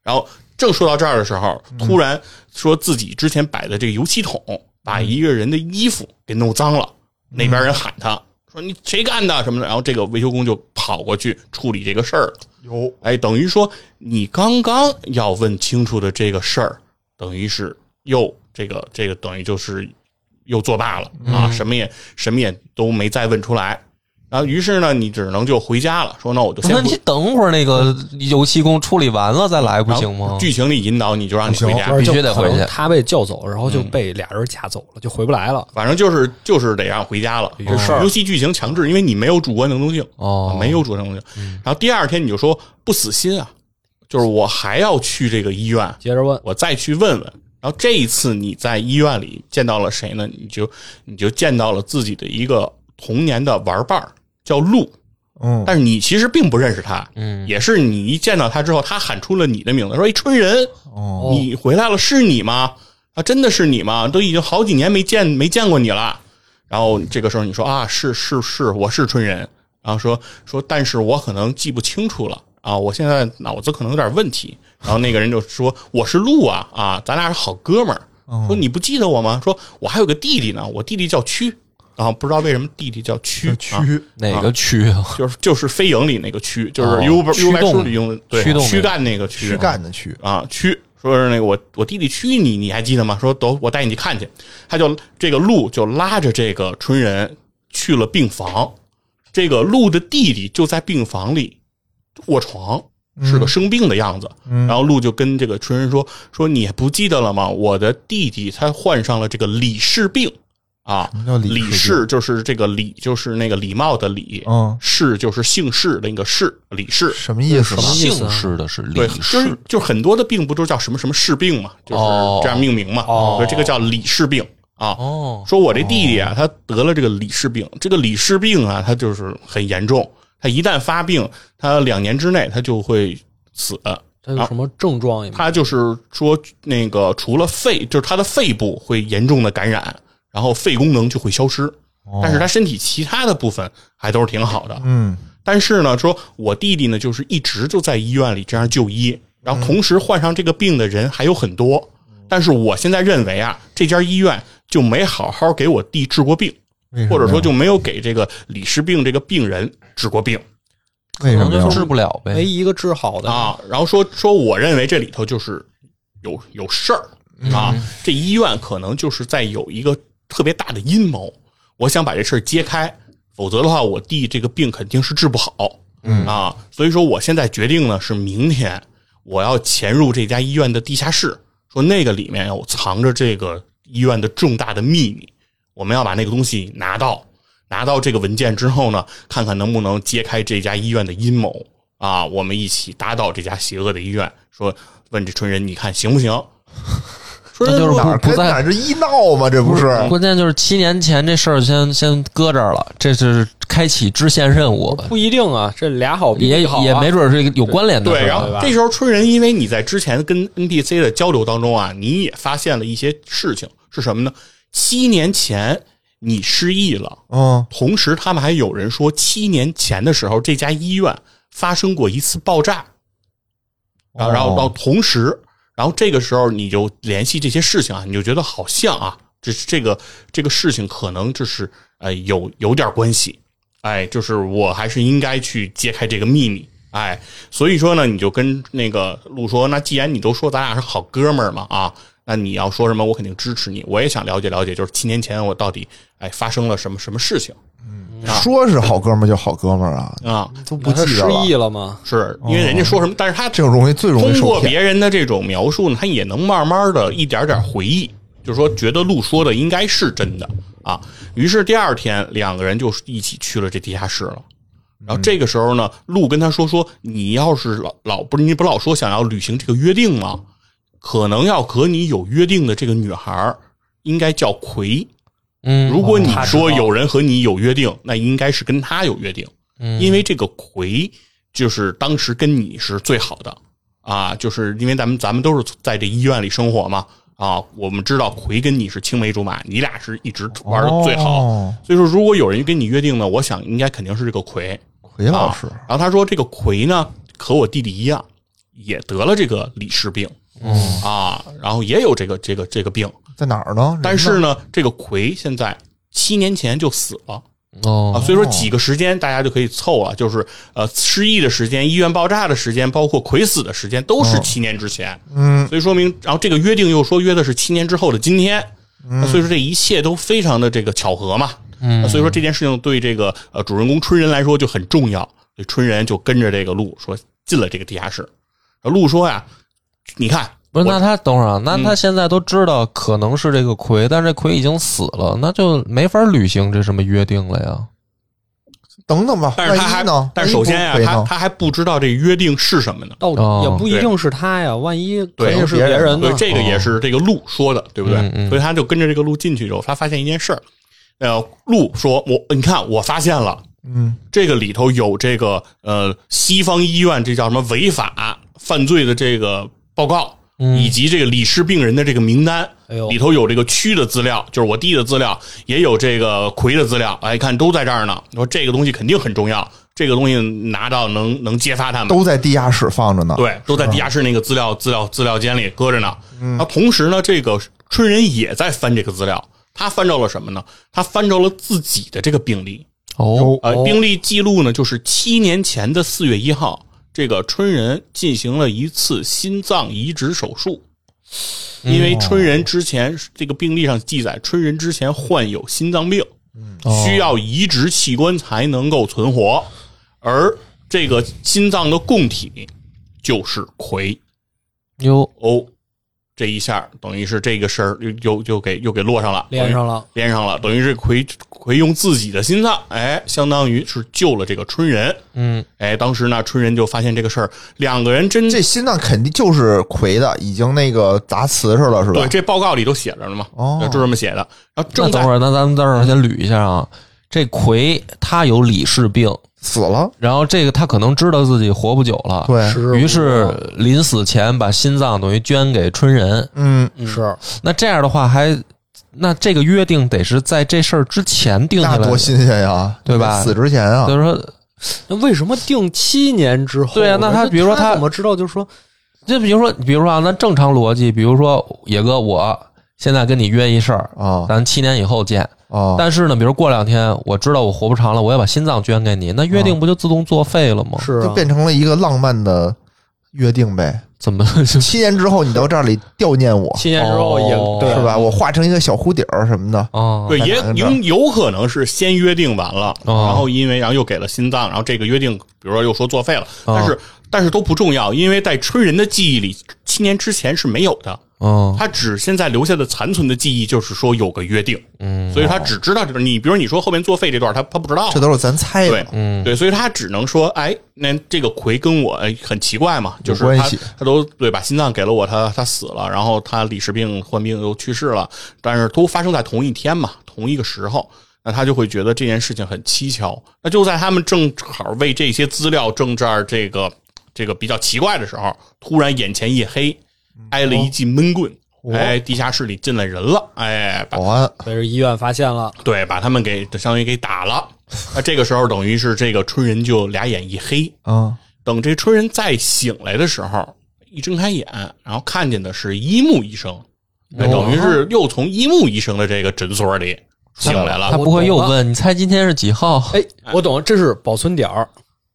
Speaker 3: 然后正说到这儿的时候，突然说自己之前摆的这个油漆桶把一个人的衣服给弄脏了，那边人喊他说你谁干的什么的，然后这个维修工就跑过去处理这个事儿了。
Speaker 4: 有
Speaker 3: 哎，等于说你刚刚要问清楚的这个事儿，等于是又这个这个等于就是又作罢了啊，
Speaker 1: 嗯
Speaker 3: 什么也什么也都没再问出来。然后于是呢，你只能就回家了，说那我就先
Speaker 5: 那
Speaker 3: 回
Speaker 5: 你等会儿那个油漆工处理完了再来不行
Speaker 3: 然后
Speaker 5: 吗？
Speaker 3: 剧情里引导你就让你回家
Speaker 1: 不，是
Speaker 5: 必须得
Speaker 1: 就可能
Speaker 5: 回去
Speaker 1: 他被叫走，然后就被俩人架走了，就回不来了。
Speaker 3: 反正就是就是得让回家了。
Speaker 1: 有事儿
Speaker 3: 游戏剧情强制，因为你没有主观能动性
Speaker 5: 哦
Speaker 3: 啊没有主观能动性。然后第二天你就说不死心啊，就是我还要去这个医院，
Speaker 1: 接着问，
Speaker 3: 我再去问问。然后这一次你在医院里见到了谁呢？你就你就见到了自己的一个童年的玩伴儿，叫鹿，
Speaker 4: 嗯，
Speaker 3: 但是你其实并不认识他，
Speaker 5: 嗯，
Speaker 3: 也是你一见到他之后，他喊出了你的名字，说：“哎，春人，
Speaker 4: 哦，
Speaker 3: 你回来了，是你吗？啊，真的是你吗？都已经好几年没见没见过你了。”然后这个时候你说：“啊，是是是，我是春人。”然后说说，但是我可能记不清楚了啊，我现在脑子可能有点问题。然后那个人就说：“我是鹿啊啊，咱俩是好哥们儿。”说你不记得我吗？说我还有个弟弟呢，我弟弟叫屈。然后不知道为什么弟弟叫屈，
Speaker 4: 嗯区
Speaker 3: 啊
Speaker 5: 哪个区啊？
Speaker 3: 就是就是飞影里那个蛆，就是
Speaker 5: 哦
Speaker 3: Uber
Speaker 5: 驱
Speaker 3: Uber
Speaker 5: 动
Speaker 3: 书里用的对
Speaker 5: 驱动那个
Speaker 3: 驱干那个蛆
Speaker 4: 区干的区，
Speaker 3: 啊蛆，说是那个我我弟弟蛆你你还记得吗？说走，我带你去看去。他就这个鹿就拉着这个春人去了病房，这个鹿的弟弟就在病房里卧床，是个生病的样子。
Speaker 4: 嗯
Speaker 3: 然后鹿就跟这个春人说说你不记得了吗？我的弟弟他患上了这个李氏病啊
Speaker 4: 什么叫，李氏病
Speaker 3: 李氏就是这个李就是那个礼貌的礼，
Speaker 4: 嗯，
Speaker 3: 氏就是姓氏的那个氏，李氏。
Speaker 4: 什么意思
Speaker 1: 什
Speaker 4: 呢
Speaker 1: 么？意思
Speaker 5: 姓
Speaker 1: 啊
Speaker 5: 氏的是李
Speaker 3: 对，就是
Speaker 5: 氏，
Speaker 3: 就是很多的病不都叫什么什么氏病嘛，就是
Speaker 5: 哦
Speaker 3: 这样命名嘛。
Speaker 1: 哦
Speaker 3: 所以这个叫李氏病啊。
Speaker 5: 哦，
Speaker 3: 说我这弟弟啊，他得了这个李氏病，这个李氏病啊，他就是很严重，他一旦发病，他两年之内他就会死。
Speaker 1: 他有什么症状也没？
Speaker 3: 他就是说那个除了肺，就是他的肺部会严重的感染，然后肺功能就会消失，
Speaker 5: 哦
Speaker 3: 但是他身体其他的部分还都是挺好的。
Speaker 4: 嗯，
Speaker 3: 但是呢，说我弟弟呢，就是一直就在医院里这样就医，然后同时患上这个病的人还有很多。但是我现在认为啊，这家医院就没好好给我弟治过病，
Speaker 4: 为什么
Speaker 3: 或
Speaker 4: 呀
Speaker 3: 者说就没有给这个李氏病这个病人治过病
Speaker 4: 为什
Speaker 5: 可
Speaker 4: 么
Speaker 5: 能
Speaker 4: 呀
Speaker 5: 就治不了
Speaker 1: 没
Speaker 5: 呗。
Speaker 1: 一个治好的！
Speaker 3: 啊。然后说说，我认为这里头就是有有事儿啊，这医院可能就是在有一个特别大的阴谋，我想把这事儿揭开，否则的话，我弟这个病肯定是治不好。
Speaker 4: 嗯
Speaker 3: 啊，所以说我现在决定呢是明天我要潜入这家医院的地下室，说那个里面有藏着这个医院的重大的秘密，我们要把那个东西拿到，拿到这个文件之后呢，看看能不能揭开这家医院的阴谋啊，我们一起打倒这家邪恶的医院。说问这春人，你看行不行？
Speaker 5: 那就是
Speaker 4: 哪儿
Speaker 5: 不
Speaker 4: 跟
Speaker 5: 不
Speaker 4: 哪
Speaker 5: 在，
Speaker 4: 儿这医闹嘛，这不是？
Speaker 5: 关键就是七年前这事儿先先搁这儿了，这是开启支线任务，
Speaker 1: 不一定啊，这俩好比
Speaker 5: 也
Speaker 1: 一好啊
Speaker 5: 也没准是有关联的
Speaker 3: 对，
Speaker 5: 事
Speaker 3: 然
Speaker 5: 儿。
Speaker 3: 后
Speaker 1: 吧
Speaker 3: 这时候春人，因为你在之前跟 NPC 的交流当中啊，你也发现了一些事情，是什么呢？七年前你失忆了，
Speaker 4: 嗯，
Speaker 3: 同时他们还有人说，七年前的时候这家医院发生过一次爆炸，啊，然后到同时，然后这个时候你就联系这些事情啊，你就觉得好像啊，这是这个这个事情可能就是呃有有点关系，哎，就是我还是应该去揭开这个秘密，哎，所以说呢，你就跟那个陆说，那既然你都说咱俩是好哥们儿嘛啊，那你要说什么，我肯定支持你，我也想了解了解，就是七年前我到底哎发生了什么什么事情
Speaker 4: 说是好哥们儿就好哥们儿啊，
Speaker 3: 啊？
Speaker 4: 都不
Speaker 1: 那他
Speaker 4: 记
Speaker 1: 失
Speaker 4: 得了，
Speaker 1: 忆了吗？
Speaker 3: 是因为人家说什么，但是他
Speaker 4: 这种容易最容易
Speaker 3: 通
Speaker 4: 受
Speaker 3: 过
Speaker 4: 骗。
Speaker 3: 别人的这种描述呢，他也能慢慢的一点点回忆，就是说觉得路说的应该是真的啊。于是第二天，两个人就一起去了这地下室了。然后这个时候呢，路跟他说说，你要是老老不是你不老说想要履行这个约定吗？可能要和你有约定的这个女孩儿应该叫葵。
Speaker 5: 嗯，
Speaker 3: 如果你
Speaker 1: 他知道
Speaker 3: 说有人和你有约定，那应该是跟他有约定，因为这个魁就是当时跟你是最好的啊，就是因为咱们咱们都是在这医院里生活嘛啊，我们知道魁跟你是青梅竹马，你俩是一直玩的最好，
Speaker 4: 哦
Speaker 3: 所以说如果有人跟你约定呢，我想应该肯定是这个魁啊
Speaker 4: 奎老师，
Speaker 3: 然后他说这个魁呢和我弟弟一样，也得了这个李氏病。啊，然后也有这个这个这个病，
Speaker 4: 在哪儿呢？
Speaker 3: 但是呢，这个魁现在七年前就死了啊，
Speaker 5: 哦，
Speaker 3: 所以说几个时间大家就可以凑了，就是呃失忆的时间、医院爆炸的时间，包括魁死的时间，都
Speaker 5: 哦
Speaker 3: 是七年之前，
Speaker 4: 嗯，
Speaker 3: 所以说明，然后这个约定又说约的是七年之后的今天，那所以说这一切都非常的这个巧合嘛，
Speaker 5: 嗯
Speaker 3: 那所以说这件事情对这个呃主人公春人来说就很重要，所以春人就跟着这个路说进了这个地下室，然后路说呀，你看
Speaker 5: 不是，
Speaker 3: 我
Speaker 5: 那他等会儿啊，那
Speaker 3: 嗯
Speaker 5: 他现在都知道可能是这个魁，但是这魁已经死了，那就没法履行这什么约定了呀。
Speaker 4: 等等吧，
Speaker 3: 但是他
Speaker 4: 万
Speaker 3: 还
Speaker 4: 一呢？，
Speaker 3: 但是首先呀、啊
Speaker 4: 万一不
Speaker 3: 他
Speaker 4: 回呢
Speaker 3: 他还不知道这约定是什么呢，
Speaker 1: 倒
Speaker 5: 哦
Speaker 1: 也不一定是他呀，万一肯
Speaker 3: 对
Speaker 1: 定是别人
Speaker 3: 所
Speaker 1: 呢哦
Speaker 3: 以。这个也是这个路说的，对不对？
Speaker 5: 嗯嗯
Speaker 3: 所以他就跟着这个路进去之后，他发现一件事儿，呃，路说我你看我发现了，
Speaker 4: 嗯，
Speaker 3: 这个里头有这个呃西方医院这叫什么违法犯罪的这个报告，以及这个李氏病人的这个名单。
Speaker 1: 嗯哎呦
Speaker 3: 里头有这个区的资料，就是我弟的资料，也有这个奎的资料，哎，看都在这儿呢。说这个东西肯定很重要，这个东西拿到能能揭发他们。
Speaker 4: 都在地下室放着呢。，
Speaker 3: 对，都在地下室那个资料资料资料间里搁着呢。嗯，那同时呢，这个春人也在翻这个资料，他翻着了什么呢？他翻着了自己的这个病历，
Speaker 5: 哦，
Speaker 3: 呃，病历记录呢，就是七年前的四月一号，这个春人进行了一次心脏移植手术。因为春人之前这个病历上记载，春人之前患有心脏病，需要移植器官才能够存活，而这个心脏的供体就是葵
Speaker 5: 哟，
Speaker 3: 欧，这一下等于是这个事儿又又又给又给落上了，
Speaker 1: 连上了，
Speaker 3: 连上了，等于是葵葵用自己的心脏，哎，相当于是救了这个春人。
Speaker 5: 嗯，
Speaker 3: 哎，当时呢，春人就发现这个事儿，两个人真
Speaker 4: 这心脏肯定就是奎的，已经那个砸瓷实了，是吧
Speaker 3: 对？这报告里都写着了嘛，
Speaker 4: 哦
Speaker 3: 就这么写的。然后
Speaker 5: 那
Speaker 3: 正在
Speaker 5: 等会儿，那咱们在这儿先捋一下啊。这奎他有李氏病，
Speaker 4: 死了，
Speaker 5: 然后这个他可能知道自己活不久了，
Speaker 4: 对，
Speaker 1: 是
Speaker 5: 于是临死前把心脏等于捐给春人。
Speaker 4: 嗯，
Speaker 1: 是
Speaker 5: 那这样的话还，那这个约定得是在这事儿之前定下
Speaker 4: 那
Speaker 5: 来
Speaker 4: 多
Speaker 5: 的，
Speaker 4: 新鲜呀，
Speaker 5: 对吧
Speaker 4: 死之前啊，
Speaker 5: 就是说
Speaker 1: 那为什么定七年之后呢？
Speaker 5: 对呀那他比如说他
Speaker 1: 他怎么知道？就是说
Speaker 5: 就比如说，比如说啊，咱正常逻辑，比如说野哥，我现在跟你约一事儿，
Speaker 4: 啊
Speaker 5: 咱七年以后见。
Speaker 4: 啊，
Speaker 5: 但是呢，比如过两天我知道我活不长了，我要把心脏捐给你，那
Speaker 4: 哦
Speaker 5: 约定不就自动作废了吗？
Speaker 1: 是
Speaker 4: 就
Speaker 1: 啊，
Speaker 4: 变成了一个浪漫的约定呗。
Speaker 5: 怎么 就
Speaker 4: 七年之后你到这里悼念我，
Speaker 1: 七年之后也
Speaker 5: 哦
Speaker 1: 对
Speaker 4: 是吧？？我化成一个小蝴蝶儿什么的，
Speaker 5: 啊？
Speaker 3: 对，
Speaker 4: 在
Speaker 3: 也
Speaker 4: 哪个地
Speaker 3: 有
Speaker 4: 方
Speaker 3: 有可能是先约定完了，
Speaker 5: 哦
Speaker 3: 然后因为然后又给了心脏，然后这个约定，比如说又说作废了，
Speaker 5: 哦
Speaker 3: 但是但是都不重要，因为在春人的记忆里，七年之前是没有的，
Speaker 5: 嗯
Speaker 3: 他只现在留下的残存的记忆就是说有个约定，
Speaker 5: 嗯
Speaker 3: 所以他只知道这段。你比如你说后面作废这段，他他不知道
Speaker 4: 这，都是咱猜
Speaker 3: 对
Speaker 4: 的。
Speaker 5: 嗯
Speaker 3: 对，所以他只能说，哎，那这个葵跟我哎很奇怪嘛，就是
Speaker 4: 有关
Speaker 3: 他
Speaker 4: 系
Speaker 3: 他都对把心脏给了我，他他死了，然后他李氏病患病又去世了，但是都发生在同一天嘛，同一个时候。那他就会觉得这件事情很蹊跷。那就在他们正好为这些资料正这儿这个这个比较奇怪的时候，突然眼前一黑，
Speaker 4: 嗯
Speaker 3: 挨
Speaker 4: 哦
Speaker 3: 了一记闷棍，哎，地下室里进来人了，哎，把
Speaker 4: 保安
Speaker 1: 被人医院发现了，
Speaker 3: 对，把他们给相当于给打了。那这个时候等于是这个春人就俩眼一黑，
Speaker 4: 啊，
Speaker 3: 等这春人再醒来的时候，一睁开眼，然后看见的是一木医生，哎
Speaker 1: 哦
Speaker 3: 等于是又从一木医生的这个诊所里醒来
Speaker 5: 他
Speaker 3: 了。
Speaker 5: 不会又问你猜今天是几号？
Speaker 1: 哎，我懂了，这是保存点儿。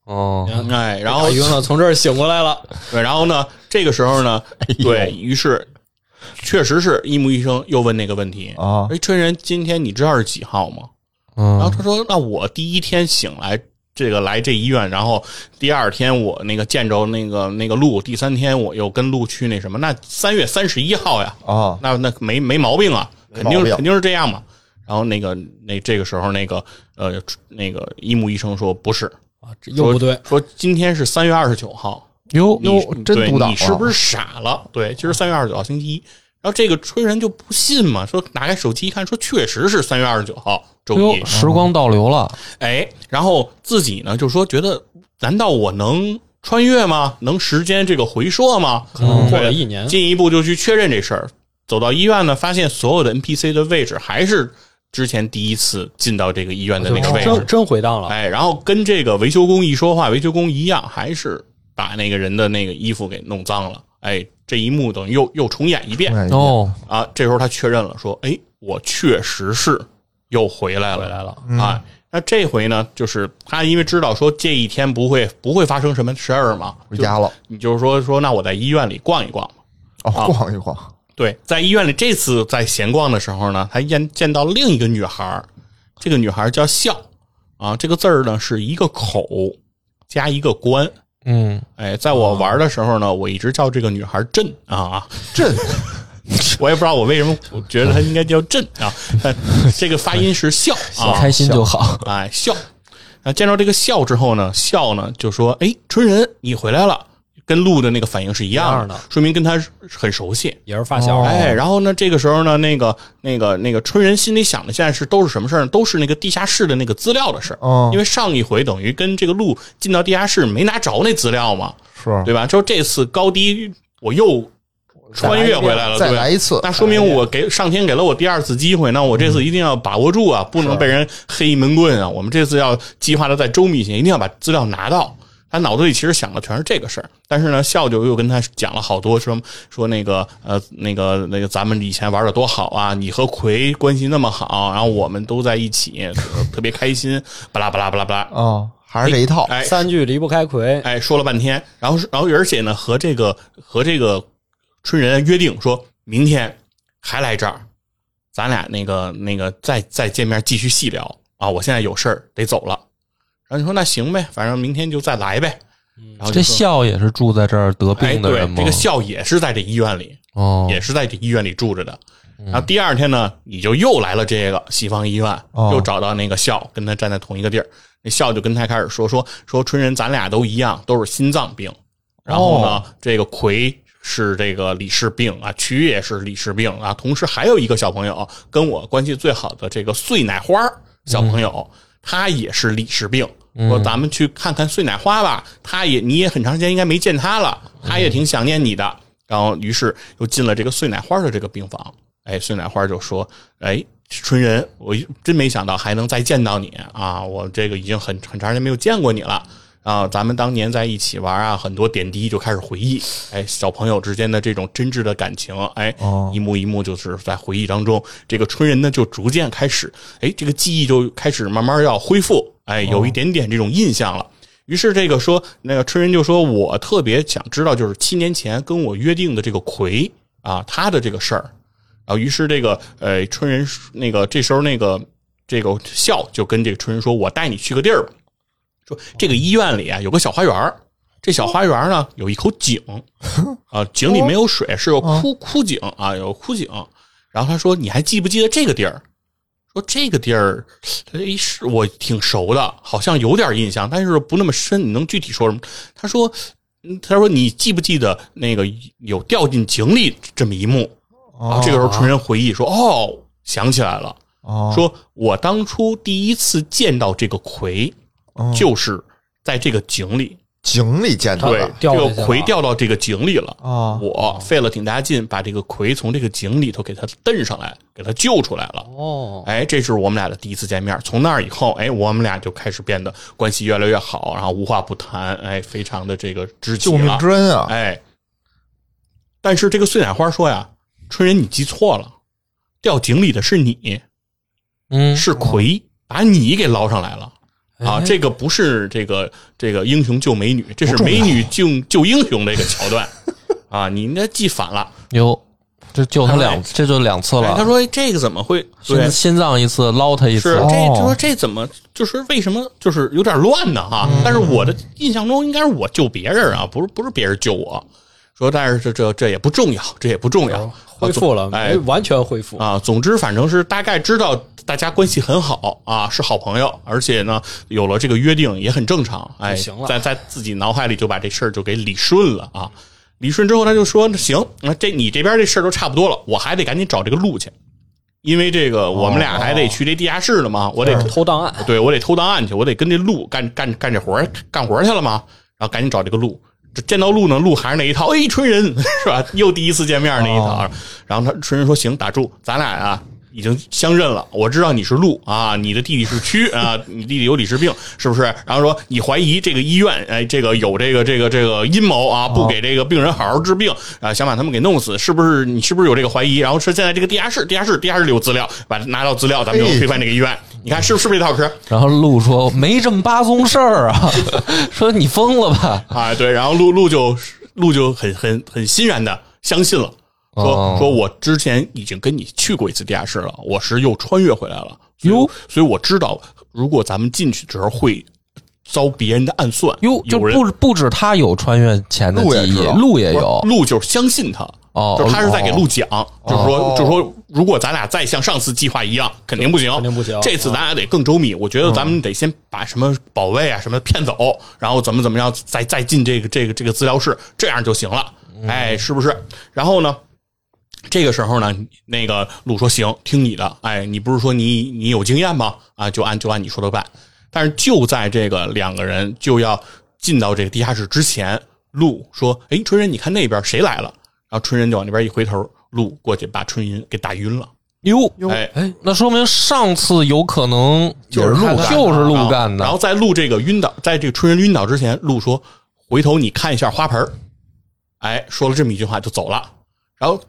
Speaker 5: 哦，
Speaker 3: 哎，然后
Speaker 1: 打晕了，从这儿醒过来了，哎
Speaker 3: 对，然后呢，这个时候呢，对于是，确实是一木医生又问那个问题
Speaker 1: 哦
Speaker 4: 啊
Speaker 3: 哎，春人，今天你知道是几号吗？然后
Speaker 5: 嗯
Speaker 3: 他说：“那我第一天醒来，这个来这医院，然后第二天我那个见着那个那个路，第三天我又跟路去那什么，那三月三十一号呀，
Speaker 4: 啊，
Speaker 3: 那那没没毛病啊，肯定
Speaker 4: 毛病
Speaker 3: 肯定是这样嘛。”然后那个那这个时候那个呃那个一木医生说：“不是，
Speaker 1: 啊这又不对，
Speaker 3: 说今天是三月二十九号，
Speaker 4: 哟
Speaker 3: 你
Speaker 4: 哟，真
Speaker 3: 对
Speaker 4: 独挡
Speaker 3: 你是不是傻了？对，今儿三月二十九号星期一。”然后这个春人就不信嘛，说拿开手机一看，说确实是三月二十九号周一
Speaker 5: 哟，，时光倒流了，
Speaker 3: 哎，然后自己呢就说觉得，难道我能穿越吗？能时间这个回溯吗？可
Speaker 1: 能过了一年
Speaker 3: 进一步就去确认这事儿。走到医院呢，发现所有的 NPC 的位置还是之前第一次进到这个医院
Speaker 1: 啊
Speaker 3: 的那个位置。
Speaker 1: 真真回荡了，
Speaker 3: 哎，然后跟这个维修工一说话，维修工一样，还是把那个人的那个衣服给弄脏了。哎，这一幕等于又又重演一遍。
Speaker 4: 哎
Speaker 5: 哦，
Speaker 3: 啊，这时候他确认了，说：“哎，我确实是又回来了，回来了、
Speaker 4: 嗯
Speaker 3: 啊。”那这回呢，就是他因为知道说这一天不会不会发生什么事儿嘛，
Speaker 4: 回家了，
Speaker 3: 你就是说说那我在医院里逛一逛嘛。
Speaker 4: 哦，逛一逛，
Speaker 3: 对，在医院里这次在闲逛的时候呢，他见见到另一个女孩儿，这个女孩儿叫笑啊，这个字儿呢是一个口加一个关。
Speaker 5: 嗯，
Speaker 3: 哎，在我玩的时候呢，我一直叫这个女孩儿朕啊，
Speaker 4: 这
Speaker 3: 我也不知道我为什么，我觉得它应 该叫震啊，但这个发音是笑啊，
Speaker 5: 开心就好。
Speaker 3: 哎笑。啊，见到这个笑之后呢，笑呢就说：“哎，春人，你回来了。”跟鹿的那个反应是一样
Speaker 1: 一样的
Speaker 3: 说明跟他很熟悉。
Speaker 1: 也是发小，
Speaker 5: 哦
Speaker 3: 哎，然后呢，这个时候呢，那个、那个、那个春人心里想的现在是都是什么事儿呢？都是那个地下室的那个资料的事儿。
Speaker 4: 嗯
Speaker 3: 因为上一回等于跟这个鹿进到地下室没拿着那资料嘛，
Speaker 4: 是
Speaker 3: 对吧？之后这次高低我又穿越回来了，
Speaker 4: 再
Speaker 3: 对吧
Speaker 4: 来？一次，
Speaker 3: 那说明我给上天给了我第二次机会，那我这
Speaker 4: 嗯
Speaker 3: 次一定要把握住啊，不能被人黑一门棍啊！我们这次要计划的再周密一些，一定要把资料拿到。他脑子里其实想的全是这个事儿，但是呢，笑就又跟他讲了好多说说那个呃那个那个咱们以前玩的多好啊，你和葵关系那么好，然后我们都在一起，呃特别开心，巴拉巴拉巴拉巴 拉。
Speaker 4: 啊，还是这一套，
Speaker 3: 哎，
Speaker 1: 三句离不开葵，
Speaker 3: 哎，说了半天，然后是然后而且呢，和这个和这个春人约定说，明天还来这儿，咱俩那个那个再再见面继续细聊啊，我现在有事儿得走了。然后你说那行呗，反正明天就再来呗。然后
Speaker 5: 这
Speaker 3: 笑
Speaker 5: 笑也是住在这儿得
Speaker 3: 哎，
Speaker 5: 病的人
Speaker 3: 对，
Speaker 5: 吗？
Speaker 3: 这个笑也是在这医院里，
Speaker 5: 哦，嗯
Speaker 3: 也是在这医院里住着的。然后第二天呢，你就又来了这个西方医院，
Speaker 4: 哦
Speaker 3: 又找到那个笑，跟他站在同一个地儿。那笑就跟他开始说说说春人，咱俩都一样，都是心脏病。然后呢，这个葵是这个李氏病啊，曲也是李氏病啊。同时还有一个小朋友跟我关系最好的这个碎奶花儿小朋友，他也是李氏病。说咱们去看看碎奶花吧，他也你也很长时间应该没见他了，他也挺想念你的。然后于是又进了这个碎奶花的这个病房。哎，碎奶花就说：“哎，春人，我真没想到还能再见到你啊！我这个已经很很长时间没有见过你了。”啊，咱们当年在一起玩啊，很多点滴就开始回忆，哎，小朋友之间的这种真挚的感情，哎，
Speaker 4: 哦
Speaker 3: 一幕一幕就是在回忆当中，这个春人呢就逐渐开始，哎，这个记忆就开始慢慢要恢复，哎，有一点点这种印象了。于是这个说，那个春人就说，我特别想知道，就是七年前跟我约定的这个葵啊，他的这个事儿。然后于是这个呃，春人那个这时候那个这个笑就跟这个春人说，我带你去个地儿吧。说这个医院里啊有个小花园儿这小花园儿呢有一口井，啊，井里没有水，是有枯枯井啊，有枯井。然后他说：“你还记不记得这个地儿？”说这个地儿，哎，是我挺熟的，好像有点印象，但是不那么深。你能具体说什么？他说：“嗯他说你记不记得那个有掉进井里这么一幕？”啊，这个时候纯人回忆说：“哦，想起来了。”
Speaker 4: 哦
Speaker 3: 说我当初第一次见到这个葵，
Speaker 4: 哦
Speaker 3: 就是在这个井里，
Speaker 4: 井里见到
Speaker 3: 对
Speaker 4: 的，
Speaker 1: 掉
Speaker 3: 这
Speaker 1: 下啊去
Speaker 3: 个
Speaker 1: 了
Speaker 3: 葵掉到这个井里了。
Speaker 4: 啊，
Speaker 3: 我费了挺大劲，把这个葵从这个井里头给它蹬上来，给它救出来了。
Speaker 1: 哦，
Speaker 3: 哎，这是我们俩的第一次见面。从那儿以后，哎，我们俩就开始变得关系越来越好，然后无话不谈，哎，非常的这个知己
Speaker 4: 救命
Speaker 3: 了。
Speaker 4: 之恩啊！
Speaker 3: 哎，但是这个碎奶花说呀，春人你记错了，掉井里的是你。
Speaker 5: 嗯，
Speaker 3: 是葵把你给捞上来了。啊，这个不是这个这个英雄救美女，这是美女救救英雄这个桥段啊！你应该记反了。
Speaker 5: 哟，这救他两，
Speaker 3: 哎
Speaker 5: 这就两次
Speaker 3: 哎
Speaker 5: 了。
Speaker 3: 他说哎这个怎么会？对
Speaker 5: 心，心脏一次，捞他一
Speaker 3: 是
Speaker 5: 次。
Speaker 3: 这
Speaker 4: 哦
Speaker 3: 就说这怎么就是为什么就是有点乱呢哈、但是我的印象中应该是我救别人啊，不是不是别人救我。说但是这这这也不重要，这也不重要，
Speaker 1: 恢复了，
Speaker 3: 哎
Speaker 1: 没完全恢复，
Speaker 3: 啊，总之反正是大概知道大家关系很好啊，是好朋友，而且呢有了这个约定也很正常，哎，
Speaker 1: 就行了
Speaker 3: 在在自己脑海里就把这事儿就给理顺了啊。理顺之后，他就说：“那行，那这你这边这事儿都差不多了，我还得赶紧找这个路去，因为这个我们
Speaker 1: 哦
Speaker 3: 俩还得去这地下室呢嘛，我得
Speaker 1: 偷档案，
Speaker 3: 对我得偷档案去，我得跟这鹿干干干这活儿干活儿去了嘛，然后赶紧找这个鹿。这见到鹿呢，鹿还是那一套，哎，春人 是吧？又第一次见面那一套。然后他春人说：“行，打住，咱俩啊已经相认了。我知道你是鹿啊，你的弟弟是蛆啊，你弟弟有李氏病，是不是？然后说你怀疑这个医院，哎，这个有这个这个这个阴谋啊，不给这个病人好好治病啊，想把他们给弄死，是不是？你是不是有这个怀疑？然后说现在这个地下室，地下室，地下室里有资料，把拿到资料，咱们就
Speaker 4: 哎
Speaker 3: 推翻这个医院。你看是不是是不是这套嗑？”
Speaker 5: 然后陆说没这么八宗事儿啊， 说你疯了 吧？
Speaker 3: 啊，对，然后陆陆就陆就很很很欣然的相信了，说、
Speaker 5: 哦
Speaker 3: 说我之前已经跟你去过一次地下室了，我是又穿越回来了，所以我所以我知道，如果咱们进去之后会遭别人的暗算，
Speaker 5: 哟，就
Speaker 3: 有人
Speaker 5: 不不止他有穿越前的
Speaker 4: 鹿也
Speaker 5: 记忆
Speaker 4: 知，道
Speaker 5: 鹿也有。
Speaker 3: 陆就相信他，啊
Speaker 5: 哦，
Speaker 3: 就是他是在给录讲，就是说
Speaker 4: 哦，
Speaker 3: 就是说，如果咱俩再像上次计划一样，肯定不行，
Speaker 1: 肯定不行
Speaker 3: 哦
Speaker 1: 嗯
Speaker 3: 这次咱俩得更周密。我觉得咱们得先把什么保卫啊什么骗走，然后怎么怎么样，再再进这个这个这个资料室，这样就行了。
Speaker 1: 嗯
Speaker 3: 哎，是不是？然后呢？这个时候呢，那个鲁说行，听你的。哎，你不是说你你有经验吗？啊，就按就按你说的办。但是就在这个两个人就要进到这个地下室之前，陆说：“哎，春人，你看那边谁来了？”然后春人就往那边一回头，陆过去把春云给打晕了。
Speaker 5: 哟，
Speaker 4: 哟
Speaker 3: 哎，
Speaker 5: 哎，那说明上次有可能
Speaker 4: 就是鹿干的
Speaker 5: 就是鹿干
Speaker 3: 啊然后
Speaker 5: 的。
Speaker 3: 在陆这个晕倒，在这个春人晕倒之前，陆说：“回头你看一下花盆儿。”哎，说了这么一句话就走了。然后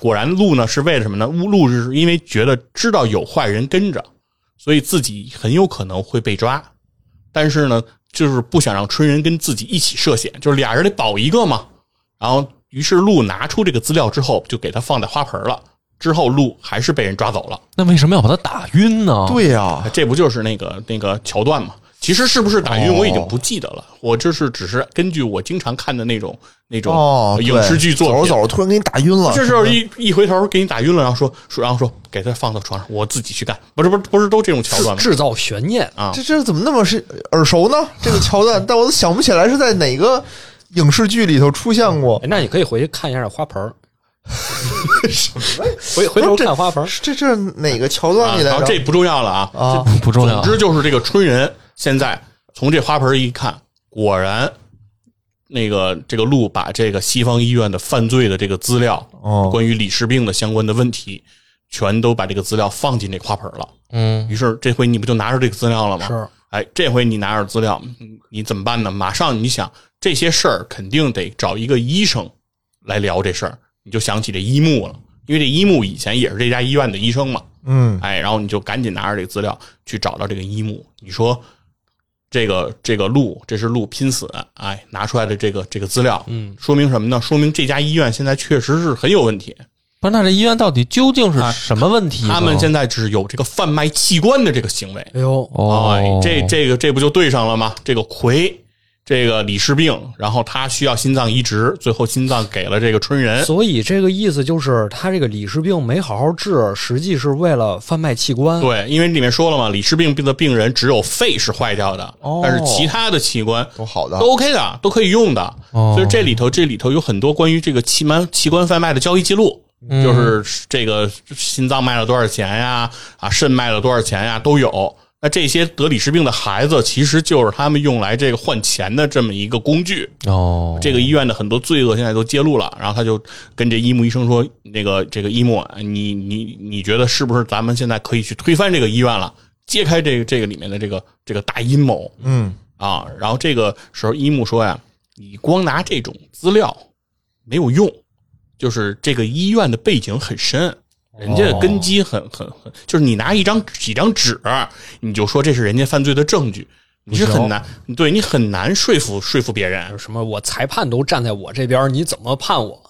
Speaker 3: 果然陆呢是为了什么呢？陆是因为觉得知道有坏人跟着，所以自己很有可能会被抓。但是呢，就是不想让春人跟自己一起涉险，就是俩人得保一个嘛。然后，于是陆拿出这个资料之后，就给他放在花盆儿了。之后，陆还是被人抓走了。
Speaker 5: 那为什么要把他打晕呢？，
Speaker 4: 对呀、
Speaker 3: 这不就是那个那个桥段嘛？其实是不是打晕
Speaker 4: 哦
Speaker 3: 我已经不记得了，我就是只是根据我经常看的那种那种呃
Speaker 4: 哦，对
Speaker 3: 影视剧作
Speaker 4: 走着
Speaker 3: 品，
Speaker 4: 走着突然给你打晕了，
Speaker 3: 这时候一一回头给你打晕了，然后说说然后说给他放到床上，我自己去干，不是不是不是都这种桥段吗？
Speaker 1: 制造悬念，
Speaker 3: 啊
Speaker 4: 这这怎么那么是耳熟呢？这个桥 段，但我都想不起来是在哪个影视剧里头出现过
Speaker 1: 哎。那你可以回去看一下花 盆儿，回回头看花盆儿，
Speaker 4: 这这哪个桥
Speaker 3: 啊
Speaker 4: 段里
Speaker 3: 然
Speaker 4: 来
Speaker 3: 后
Speaker 4: 着？
Speaker 3: 这不重要了啊，
Speaker 4: 啊，
Speaker 5: 不重要
Speaker 3: 总。之就是这个春人现在从这花盆一看，果然那个这个鹿把这个西方医院的犯罪的这个资料，
Speaker 4: 哦
Speaker 3: 关于李世病的相关的问题，全都把这个资料放进这花盆了。
Speaker 5: 嗯，
Speaker 3: 于是这回你不就拿着这个资料了吗？
Speaker 1: 是。
Speaker 3: 哎，这回你拿着资料，嗯你怎么办呢？马上你想这些事儿，肯定得找一个医生来聊这事儿。你就想起这一木了，因为这一木以前也是这家医院的医生嘛。
Speaker 4: 嗯，
Speaker 3: 哎，然后你就赶紧拿着这个资料去找到这个一木。你说这个这个鹿，这是鹿拼死，哎，拿出来的这个这个资料，嗯，说明什么呢？说明这家医院现在确实是很有问题。
Speaker 5: 不是，那这医院到底究竟是什么问
Speaker 1: 嗯
Speaker 5: 题呢？
Speaker 3: 啊他们现在是有这个贩卖器官的这个行为。
Speaker 1: 哎呦，
Speaker 5: 哦
Speaker 3: 哎，，这这个这不就对上了吗？这个葵，这个李世病，然后他需要心脏移植，最后心脏给了这个春人。
Speaker 1: 所以这个意思就是他这个李氏病没好好治，实际是为了贩卖器官。
Speaker 3: 对，因为里面说了嘛，李氏病的病人只有肺是坏掉的，
Speaker 1: 哦
Speaker 3: 但是其他的器官
Speaker 4: 都好的，
Speaker 3: 都 OK 的，都可以用的。
Speaker 5: 哦
Speaker 3: 所以这里头这里头有很多关于这个器官器官贩卖的交易记录，
Speaker 5: 嗯
Speaker 3: 就是这个心脏卖了多少钱呀，啊，肾卖了多少钱呀，都有。那这些得李氏病的孩子，其实就是他们用来这个换钱的这么一个工具。
Speaker 5: 哦，
Speaker 3: 这个医院的很多罪恶现在都揭露了，然后他就跟这一木医生说：“那个这个一木，你你你觉得是不是咱们现在可以去推翻这个医院了，揭开这个这个里面的这个这个大阴谋
Speaker 4: 嗯，
Speaker 3: 啊？”然后这个时候一木说呀：“你光拿这种资料没有用，就是这个医院的背景很深。”人家的根基很很很，就是你拿一张几张纸，啊你就说这是人家犯罪的证据，你是很难，对你很难说服说服别人。
Speaker 1: 什么？我裁判都站在我这边，你怎么判我？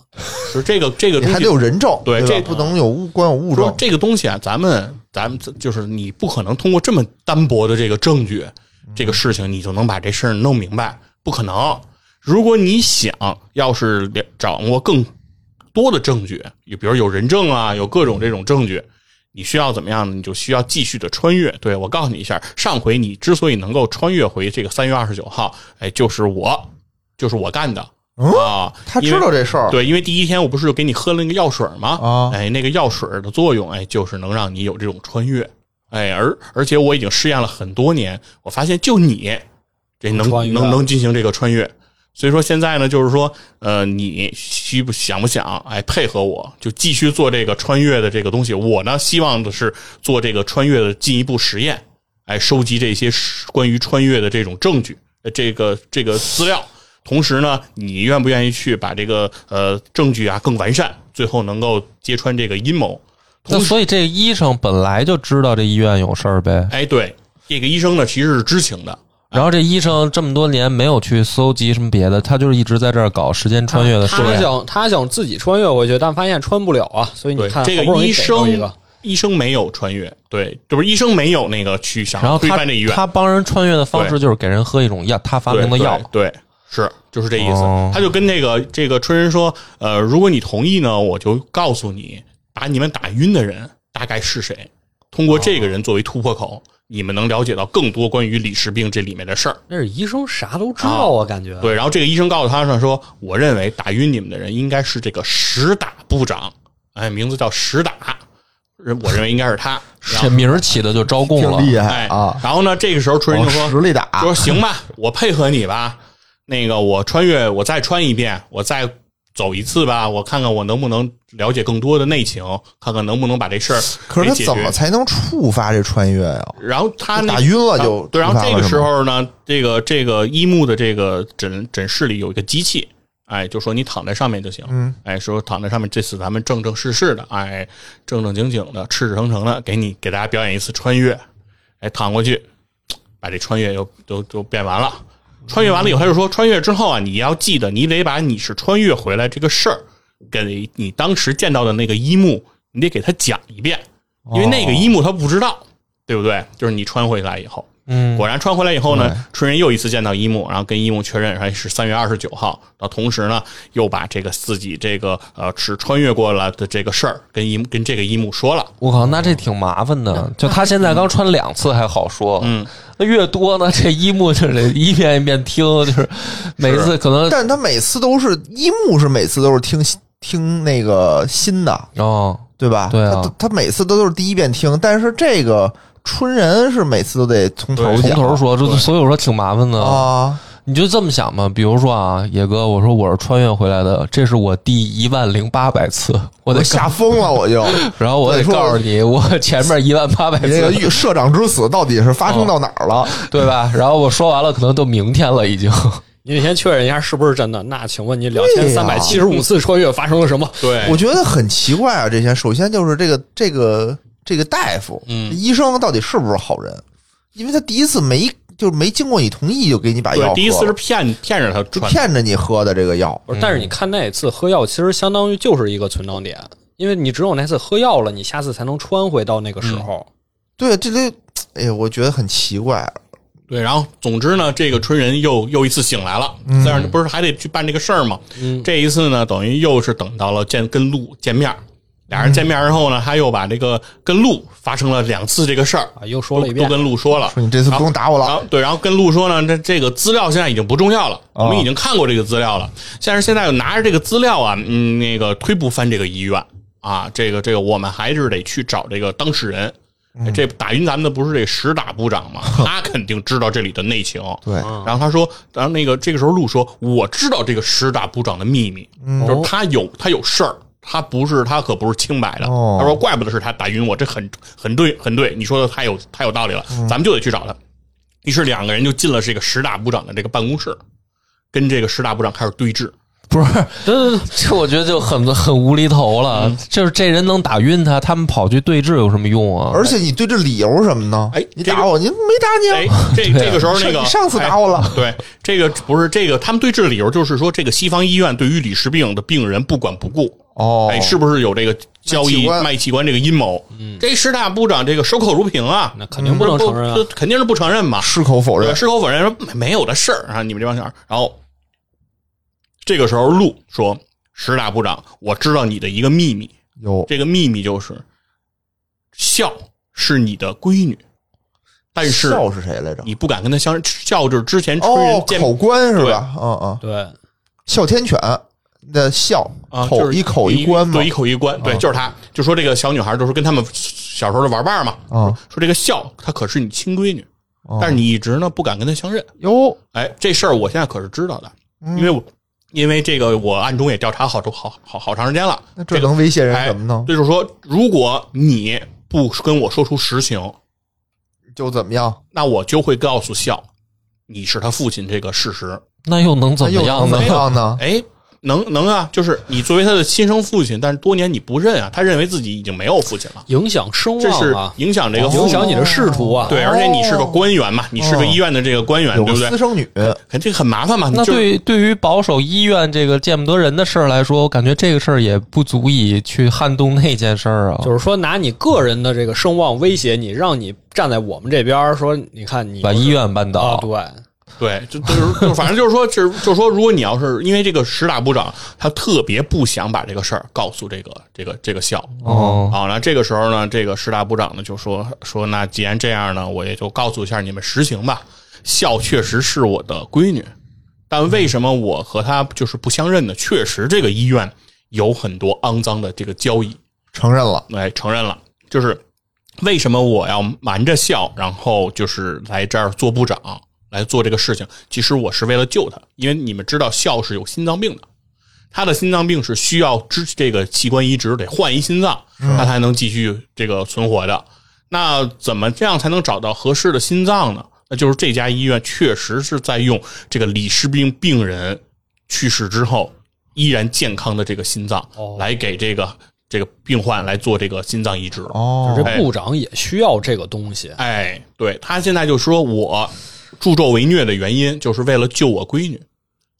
Speaker 3: 就是这个这个
Speaker 4: 你
Speaker 3: 东
Speaker 4: 还
Speaker 3: 西
Speaker 4: 得有人证，
Speaker 3: 对
Speaker 4: 吧
Speaker 3: 这
Speaker 4: 不能有物光有物
Speaker 3: 说
Speaker 4: 证。
Speaker 3: 这个东西啊，咱们咱们就是你不可能通过这么单薄的这个证据，
Speaker 4: 嗯
Speaker 3: 这个事情你就能把这事儿弄明白，不可能。如果你想要是了掌握更多的证据，也比如有人证啊，有各种这种证据，你需要怎么样呢？你就需要继续的穿越。对我告诉你一下，上回你之所以能够穿越回这个三月二十九号，哎，就是我，就是我干的。啊，
Speaker 4: 嗯他
Speaker 3: 因为
Speaker 4: 知道这事儿，
Speaker 3: 对，因为第一天我不是就给你喝了那个药水吗？
Speaker 4: 啊
Speaker 3: 哎，那个药水的作用，哎，就是能让你有这种穿越。哎，而而且我已经试验了很多年，我发现就你这能
Speaker 1: 穿越
Speaker 3: 能能进行这个穿越。所以说现在呢，就是说，呃，你需不想不想哎配合我，就继续做这个穿越的这个东西。我呢，希望的是做这个穿越的进一步实验，哎，收集这些实关于穿越的这种证据，呃这个这个资料。同时呢，你愿不愿意去把这个呃证据啊更完善，最后能够揭穿这个阴谋？
Speaker 5: 那所以这医生本来就知道这医院有事儿呗，
Speaker 3: 哎，对，这个医生呢其实是知情的，
Speaker 5: 然后这医生这么多年没有去搜集什么别的，他就是一直在这儿搞时间穿越
Speaker 3: 啊
Speaker 5: 的实
Speaker 1: 他
Speaker 5: 验。
Speaker 1: 想他想自己穿越回去，但发现穿不了啊，所以你
Speaker 3: 对
Speaker 1: 看，
Speaker 3: 这
Speaker 1: 好不容易
Speaker 3: 医
Speaker 1: 逮着
Speaker 3: 生
Speaker 1: 一个
Speaker 3: 医生没有穿越，对，就是医生没有那个去想
Speaker 5: 然后
Speaker 3: 推
Speaker 5: 他
Speaker 3: 翻这医院，
Speaker 5: 他帮人穿越的方式就是给人喝一种药，他发
Speaker 3: 对
Speaker 5: 明的药。
Speaker 3: 对，对是，就是这意思。
Speaker 5: 哦
Speaker 3: 他就跟那个这个春人说，呃，如果你同意呢，我就告诉你，把你们打晕的人大概是谁，通过这个人作为突破口，你们能了解到更多关于李氏病这里面的事儿。
Speaker 1: 那是医生啥都知道啊，感
Speaker 5: 嗯
Speaker 1: 觉
Speaker 3: 对，然后这个医生告诉他呢，说我认为打晕你们的人应该是这个石打部长，哎，名字叫石打，人我认为应该是他。然
Speaker 5: 这
Speaker 3: 后
Speaker 5: 名儿起的就招供
Speaker 4: 挺
Speaker 5: 了，
Speaker 4: 厉害
Speaker 3: 哎
Speaker 4: 啊，，
Speaker 3: 然后呢，这个时候春人
Speaker 4: 往
Speaker 3: 就
Speaker 5: 哦
Speaker 3: 说
Speaker 4: 实力打，
Speaker 3: 说行吧，我配合你吧。那个我穿越，我再穿一遍，我再走一次吧，我看看我能不能了解更多的内情，看看能不能把这事儿
Speaker 4: 可是
Speaker 3: 给
Speaker 4: 他
Speaker 3: 解
Speaker 4: 怎么
Speaker 3: 决。
Speaker 4: 才能触发这穿越呀？
Speaker 3: 然后他那
Speaker 4: 打晕了就
Speaker 3: 啊对，然后
Speaker 4: 触发
Speaker 3: 这
Speaker 4: 了
Speaker 3: 个
Speaker 4: 是
Speaker 3: 时
Speaker 4: 吗
Speaker 3: 候呢，这个这个一木的这个诊诊室里有一个机器，哎，就说你躺在上面就行，
Speaker 4: 嗯，
Speaker 3: 哎，说躺在上面，这次咱们正正式式的，哎，正正经经的，赤赤诚诚的，给你给大家表演一次穿越，哎，躺过去，把这穿越又都都变完了。穿越完了以后，他就说穿越之后啊，你要记得，你得把你是穿越回来这个事儿，给你当时见到的那个一幕，你得给他讲一遍，因为那
Speaker 4: 哦
Speaker 3: 个一幕他不知道，对不对？就是你穿回来以后，
Speaker 5: 嗯，
Speaker 3: 果然穿回来以后呢，春人又一次见到一木，然后跟一木确认，哎，是三月二十九号。然后同时呢，又把这个自己这个呃是穿越过来的这个事儿跟一木跟这个一木说了。
Speaker 5: 我靠，那这挺麻烦
Speaker 4: 嗯
Speaker 5: 的。就他现在刚穿两次还好说，
Speaker 3: 嗯，
Speaker 5: 那越多呢，这一幕就得一遍一遍听，就是每次可能
Speaker 4: 但他每次都是一幕是每次都是听听那个新的，
Speaker 5: 哦，
Speaker 4: 对吧？
Speaker 5: 对啊
Speaker 4: 他他每次都都是第一遍听，但是这个春人是每次都得从头
Speaker 5: 从
Speaker 4: 讲
Speaker 5: 头说，这所以我说挺麻烦的。
Speaker 4: 啊，
Speaker 5: 你就这么想吧，比如说啊，野哥，我说我是穿越回来的，这是我第一万零八百次，我得
Speaker 4: 我吓疯了，我就
Speaker 5: 然后我得
Speaker 4: 对说
Speaker 5: 告诉你，我前面一万八百
Speaker 4: 你这个
Speaker 5: 次，
Speaker 4: 御社长之死到底是发生到哪儿了？
Speaker 5: 对吧？然后我说完了，可能都明天了已经。
Speaker 1: 你得先确认一下是不是真的。那请问你两
Speaker 4: 对
Speaker 1: 千
Speaker 4: 呀
Speaker 1: 三百七十五次穿越发生了什么？
Speaker 3: 对
Speaker 4: 我觉得很奇怪啊，这些首先就是这个这个这个大夫，
Speaker 3: 嗯
Speaker 4: 医生到底是不是好人？因为他第一次没就是没经过你同意就给你把药喝了，
Speaker 3: 对，第一次是骗骗着他
Speaker 4: 就
Speaker 3: 穿的，
Speaker 4: 骗着你喝的这个药，
Speaker 1: 不是，但是你看那一次喝药，其实相当于就是一个存档点，因为你只有那次喝药了，你下次才能穿回到那个时候。
Speaker 4: 对，这这，哎呀，我觉得很奇怪，
Speaker 3: 对，然后总之呢，这个春人又又一次醒来了，但是不是还得去办这个事儿吗？
Speaker 1: 嗯
Speaker 3: 这一次呢，等于又是等到了见跟鹿见面儿，俩人见面之
Speaker 1: 嗯
Speaker 3: 后呢，他又把这个跟鹿发生了两次这个事儿，
Speaker 1: 啊，又说了一
Speaker 3: 都
Speaker 1: 遍，
Speaker 3: 跟鹿说了，
Speaker 4: 说你这次不用打我
Speaker 3: 然
Speaker 4: 了，
Speaker 3: 后对，然后跟陆说呢，这这个资料现在已经不重要了，
Speaker 4: 哦
Speaker 3: 我们已经看过这个资料了。但是现在拿着这个资料啊，嗯，那个推不翻这个医院啊，这个这个我们还是得去找这个当事人。
Speaker 4: 嗯
Speaker 3: 这打晕咱们的不是这石打部长 吗？他肯定知道这里的内情。
Speaker 4: 对，
Speaker 3: 然后他说，然后那个这个时候陆说，我知道这个石打部长的秘密，
Speaker 4: 嗯
Speaker 3: 就是他有他有事儿，他不是他可不是清白的。
Speaker 4: 哦
Speaker 3: 他说，怪不得是他打晕我，这很很对，很对，你说的太有太有道理了，
Speaker 4: 嗯
Speaker 3: 咱们就得去找他。于是两个人就进了这个石大部长的这个办公室，跟这个石大部长开始对峙。
Speaker 5: 不是， 这我觉得就很很无厘头了。就是这人能打晕他，他们跑去对峙有什么用啊？
Speaker 4: 而且你对这理由是什么呢？
Speaker 3: 哎
Speaker 4: 你
Speaker 3: 这个
Speaker 4: 打我，你没打
Speaker 3: 哎
Speaker 4: 你啊，，
Speaker 3: 这这个时候那个
Speaker 4: 你上次打我了
Speaker 3: 哎对，这个不是这个，他们对峙的理由就是说，这个西方医院对于李氏病的病人不管不顾。
Speaker 4: 哦
Speaker 3: 哎，是不是有这个交
Speaker 4: 卖器
Speaker 3: 易
Speaker 4: 官
Speaker 3: 卖器官这个阴谋？这石大部长这个守口如瓶啊，
Speaker 1: 嗯那肯定不能承认啊
Speaker 3: 不，不肯定是不承认嘛，
Speaker 4: 矢口否
Speaker 3: 对，
Speaker 4: 认，
Speaker 3: 呃矢口否认说没没有的事儿啊，你们这帮小孩儿。然后这个时候，陆说：“石大部长，我知道你的一个秘密，
Speaker 4: 有
Speaker 3: 这个秘密就是孝是你的闺女，但是
Speaker 4: 笑是谁来着？
Speaker 3: 你不敢跟她相认。孝就是之前春
Speaker 4: 哦
Speaker 3: 人，见
Speaker 4: 口官是吧？嗯嗯，
Speaker 1: 对，
Speaker 4: 哮天犬的哮
Speaker 3: 啊，，就
Speaker 4: 口
Speaker 3: 是
Speaker 4: 一口一关啊嘛
Speaker 3: 对，一，口一关，对，就是他，就说这个小女孩，就说跟他们小时候的玩伴嘛，
Speaker 4: 啊
Speaker 3: 说这个孝，她可是你亲闺女，
Speaker 4: 哦
Speaker 3: 但是你一直呢不敢跟她相认，
Speaker 4: 哟，
Speaker 3: 哎，这事儿我现在可是知道的，
Speaker 4: 嗯
Speaker 3: 因为我因为这个我暗中也调查好多好好好长时间了，
Speaker 4: 那这能威胁
Speaker 3: 哎
Speaker 4: 人什么呢？
Speaker 3: 这就是说，如果你不跟我说出实情，
Speaker 4: 就怎么样？
Speaker 3: 那我就会告诉孝，你是他父亲这个事实，
Speaker 5: 那又能
Speaker 4: 那
Speaker 5: 怎么
Speaker 4: 又
Speaker 5: 样
Speaker 4: 能
Speaker 5: 呢
Speaker 4: 哎怎么？样呢？
Speaker 3: 哎。能能啊，就是你作为他的亲生父亲，但是多年你不认啊，他认为自己已经没有父亲了。
Speaker 1: 影响声
Speaker 3: 这是
Speaker 1: 望啊，
Speaker 3: 影响这
Speaker 4: 哦
Speaker 3: 个父
Speaker 1: 影
Speaker 3: 母
Speaker 1: 响你的仕途啊。
Speaker 3: 哦对，而且你是个官员嘛，你是个医院的这个官员，
Speaker 4: 有个
Speaker 3: 对不对
Speaker 4: 私？生女，
Speaker 3: 哎这个很麻烦嘛。你
Speaker 5: 那
Speaker 3: 就
Speaker 5: 对于对于保守医院这个见不得人的事儿来说，我感觉这个事儿也不足以去撼动那件事儿啊。
Speaker 1: 就是说，拿你个人的这个声望威胁你，让你站在我们这边儿，说你看你
Speaker 5: 把医院扳倒，
Speaker 1: 啊，对，
Speaker 3: 对， 就就是就反正就是说，就是就是说，如果你要是因为这个十大部长，他特别不想把这个事儿告诉这个这个这个校
Speaker 5: 哦
Speaker 3: 啊，那这个时候呢，这个十大部长呢就说说，那既然这样呢，我也就告诉一下你们实情吧。校确实是我的闺女，但为什么我和她就是不相认呢？确实，这个医院有很多肮脏的这个交易，
Speaker 4: 承认了，
Speaker 3: 哎，承认了，就是为什么我要瞒着笑，然后就是来这儿做部长，来做这个事情。其实我是为了救他，因为你们知道笑是有心脏病的，他的心脏病是需要支这个器官移植，得换一心脏，他才能继续这个存活的。那怎么这样才能找到合适的心脏呢？那就是这家医院确实是在用这个李士兵病人去世之后依然健康的这个心脏
Speaker 1: 哦
Speaker 3: 来给这个这个病患来做这个心脏移植。
Speaker 4: 哦
Speaker 1: 这部长也需要这个东西，
Speaker 3: 哎，对他现在就说我助纣为虐的原因就是为了救我闺女，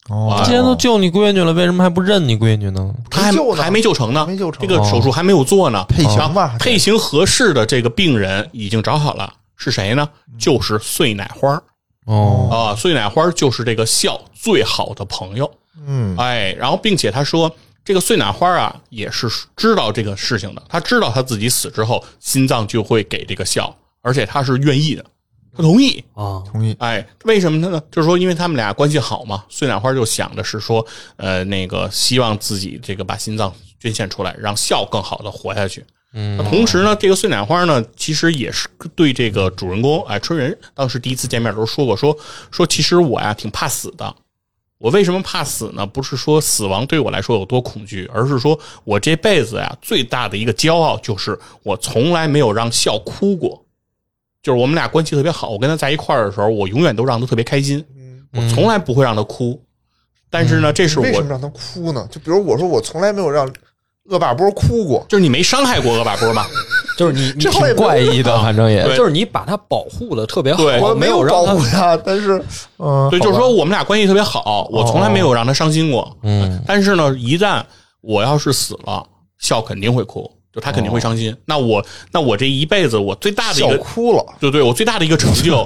Speaker 4: 哦，
Speaker 5: 既然都救你闺女了，为什么还不认你闺女呢？
Speaker 3: 他还
Speaker 4: 没救呢
Speaker 3: 还没救成呢，
Speaker 4: 还没救成啊
Speaker 3: 这个手术还没有做呢。
Speaker 4: 配型吧
Speaker 3: 然后啊配型合适的这个病人已经找好了，是谁呢？
Speaker 4: 嗯
Speaker 3: 就是碎奶花儿
Speaker 5: 哦，
Speaker 3: 啊，碎奶花儿就是这个笑最好的朋友。
Speaker 4: 嗯，
Speaker 3: 哎，然后并且他说，这个碎奶花啊也是知道这个事情的，他知道他自己死之后心脏就会给这个笑，而且他是愿意的，他同意。
Speaker 1: 啊，
Speaker 4: 同意，
Speaker 3: 哎，为什么呢？就是说，因为他们俩关系好嘛，碎奶花就想的是说，呃，那个希望自己这个把心脏捐献出来，让笑更好的活下去。
Speaker 5: 嗯，
Speaker 3: 同时呢，这个碎奶花呢，其实也是对这个主人公哎春人当时第一次见面的时候说过，说说其实我呀挺怕死的。我为什么怕死呢？不是说死亡对我来说有多恐惧，而是说我这辈子呀最大的一个骄傲就是我从来没有让笑哭过。就是我们俩关系特别好，我跟他在一块儿的时候，我永远都让他特别开心，我从来不会让他哭。但是呢，这是
Speaker 4: 为什
Speaker 3: 我
Speaker 4: 么让他哭呢？就比如我说，我从来没有让恶霸波哭过，
Speaker 3: 就是你没伤害过恶霸波嘛？
Speaker 1: 就是你你
Speaker 4: 这后来
Speaker 5: 挺怪异的，反正也
Speaker 3: 对
Speaker 1: 啊就是你把它保护的特别好，
Speaker 3: 对
Speaker 4: 我
Speaker 1: 没
Speaker 4: 有
Speaker 1: 让
Speaker 4: 保护
Speaker 1: 它
Speaker 4: 他， 但是，嗯，
Speaker 3: 对，就是说我们俩关系特别好，我从来没有让他伤心过。呃
Speaker 5: 嗯，
Speaker 3: 但是呢，一旦我要是死了，笑肯定会哭，就他肯定会伤心。那我那我这一辈子，我最大的一
Speaker 4: 笑
Speaker 3: 个，
Speaker 4: 哭了，
Speaker 3: 对对，我最大的一个成就，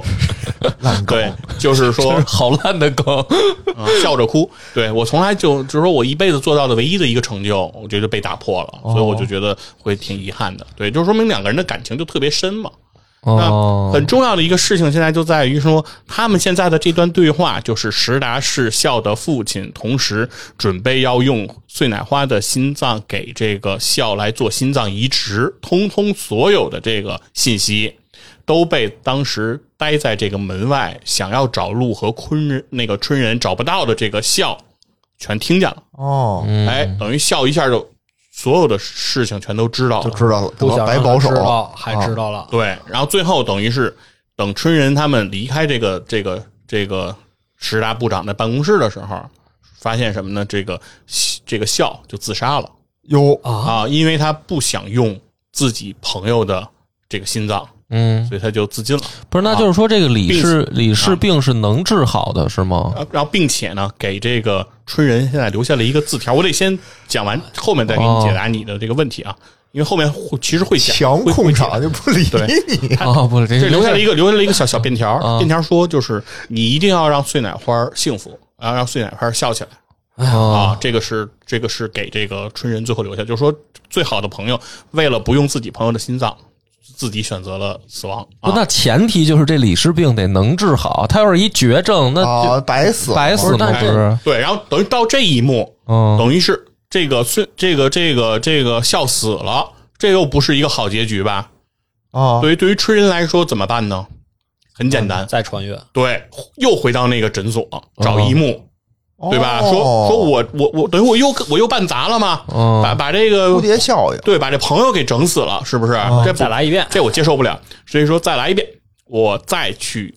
Speaker 3: 对，就是说
Speaker 5: 真是好烂的梗。
Speaker 3: 啊，笑着哭。对我从来就就是说我一辈子做到的唯一的一个成就，我觉得被打破了，所以我就觉得会挺遗憾的。对，就说明两个人的感情就特别深嘛。嗯那
Speaker 5: 哦，
Speaker 3: 很重要的一个事情，现在就在于说，他们现在的这段对话，就是石达是孝的父亲，同时准备要用碎奶花的心脏给这个孝来做心脏移植，通通所有的这个信息都被当时待在这个门外想要找路和昆人那个春人找不到的这个孝全听见了，
Speaker 4: 哦，
Speaker 5: 嗯
Speaker 3: 哎，等于孝一下就所有的事情全都知道
Speaker 4: 就
Speaker 3: 了，
Speaker 4: 知道了，
Speaker 1: 不想让
Speaker 4: 白
Speaker 1: 它
Speaker 4: 保守啊
Speaker 1: 知道
Speaker 4: 了，
Speaker 1: 还知道
Speaker 4: 啊
Speaker 1: 了，
Speaker 3: 对，然后最后等于是等春人他们离开这个这个这个石达部长的办公室的时候，发现什么呢？这个这个笑就自杀了
Speaker 4: 有
Speaker 1: 啊，
Speaker 3: 啊，因为他不想用自己朋友的这个心脏，
Speaker 5: 嗯，
Speaker 3: 所以他就自尽了。
Speaker 5: 不是，那就是说这个李
Speaker 3: 病
Speaker 5: 氏李氏病是能治好的，是吗？
Speaker 3: 啊然后并且呢，给这个春人现在留下了一个字条。我得先讲完，后面再给你解答你的这个问题啊，因为后面会其实会讲
Speaker 4: 强
Speaker 3: 会
Speaker 4: 控
Speaker 3: 会讲
Speaker 4: 场就不理你，
Speaker 5: 哦，不是，这
Speaker 3: 这留下了
Speaker 5: 一
Speaker 3: 一个留下了一个小小便条
Speaker 5: 啊，
Speaker 3: 便条说就是你一定要让碎奶花儿幸福，啊，让碎奶花儿笑起来啊
Speaker 5: 啊，，
Speaker 3: 这个是这个是给这个春人最后留下，就是说最好的朋友为了不用自己朋友的心脏，自己选择了死亡
Speaker 5: 不，
Speaker 3: 啊。
Speaker 5: 那前提就是这李氏病得能治好，他要是一绝症，那
Speaker 4: 啊，白死
Speaker 5: 就
Speaker 4: 了
Speaker 5: 白死
Speaker 1: 不
Speaker 5: 嘛，
Speaker 1: 是但
Speaker 5: 不
Speaker 1: 是
Speaker 5: 是？
Speaker 3: 对，然后等于到这一幕，
Speaker 5: 嗯，
Speaker 3: 等于是这个碎这个这个这个笑死了，这又不是一个好结局吧？
Speaker 4: 啊，
Speaker 3: 对于对于春人来说怎么办呢？很简
Speaker 5: 嗯
Speaker 3: 单，
Speaker 1: 再穿越，
Speaker 3: 对，又回到那个诊所找
Speaker 5: 嗯
Speaker 3: 一木。对吧？
Speaker 4: 哦
Speaker 3: 说说我我我等于我又我又办砸了嘛，
Speaker 5: 嗯
Speaker 3: 把把这个
Speaker 4: 蝴蝶嗯效应，
Speaker 3: 对把这朋友给整死了，是不是？这不
Speaker 1: 再来一遍，
Speaker 3: 这我接受不了，所以说再来一遍，我再去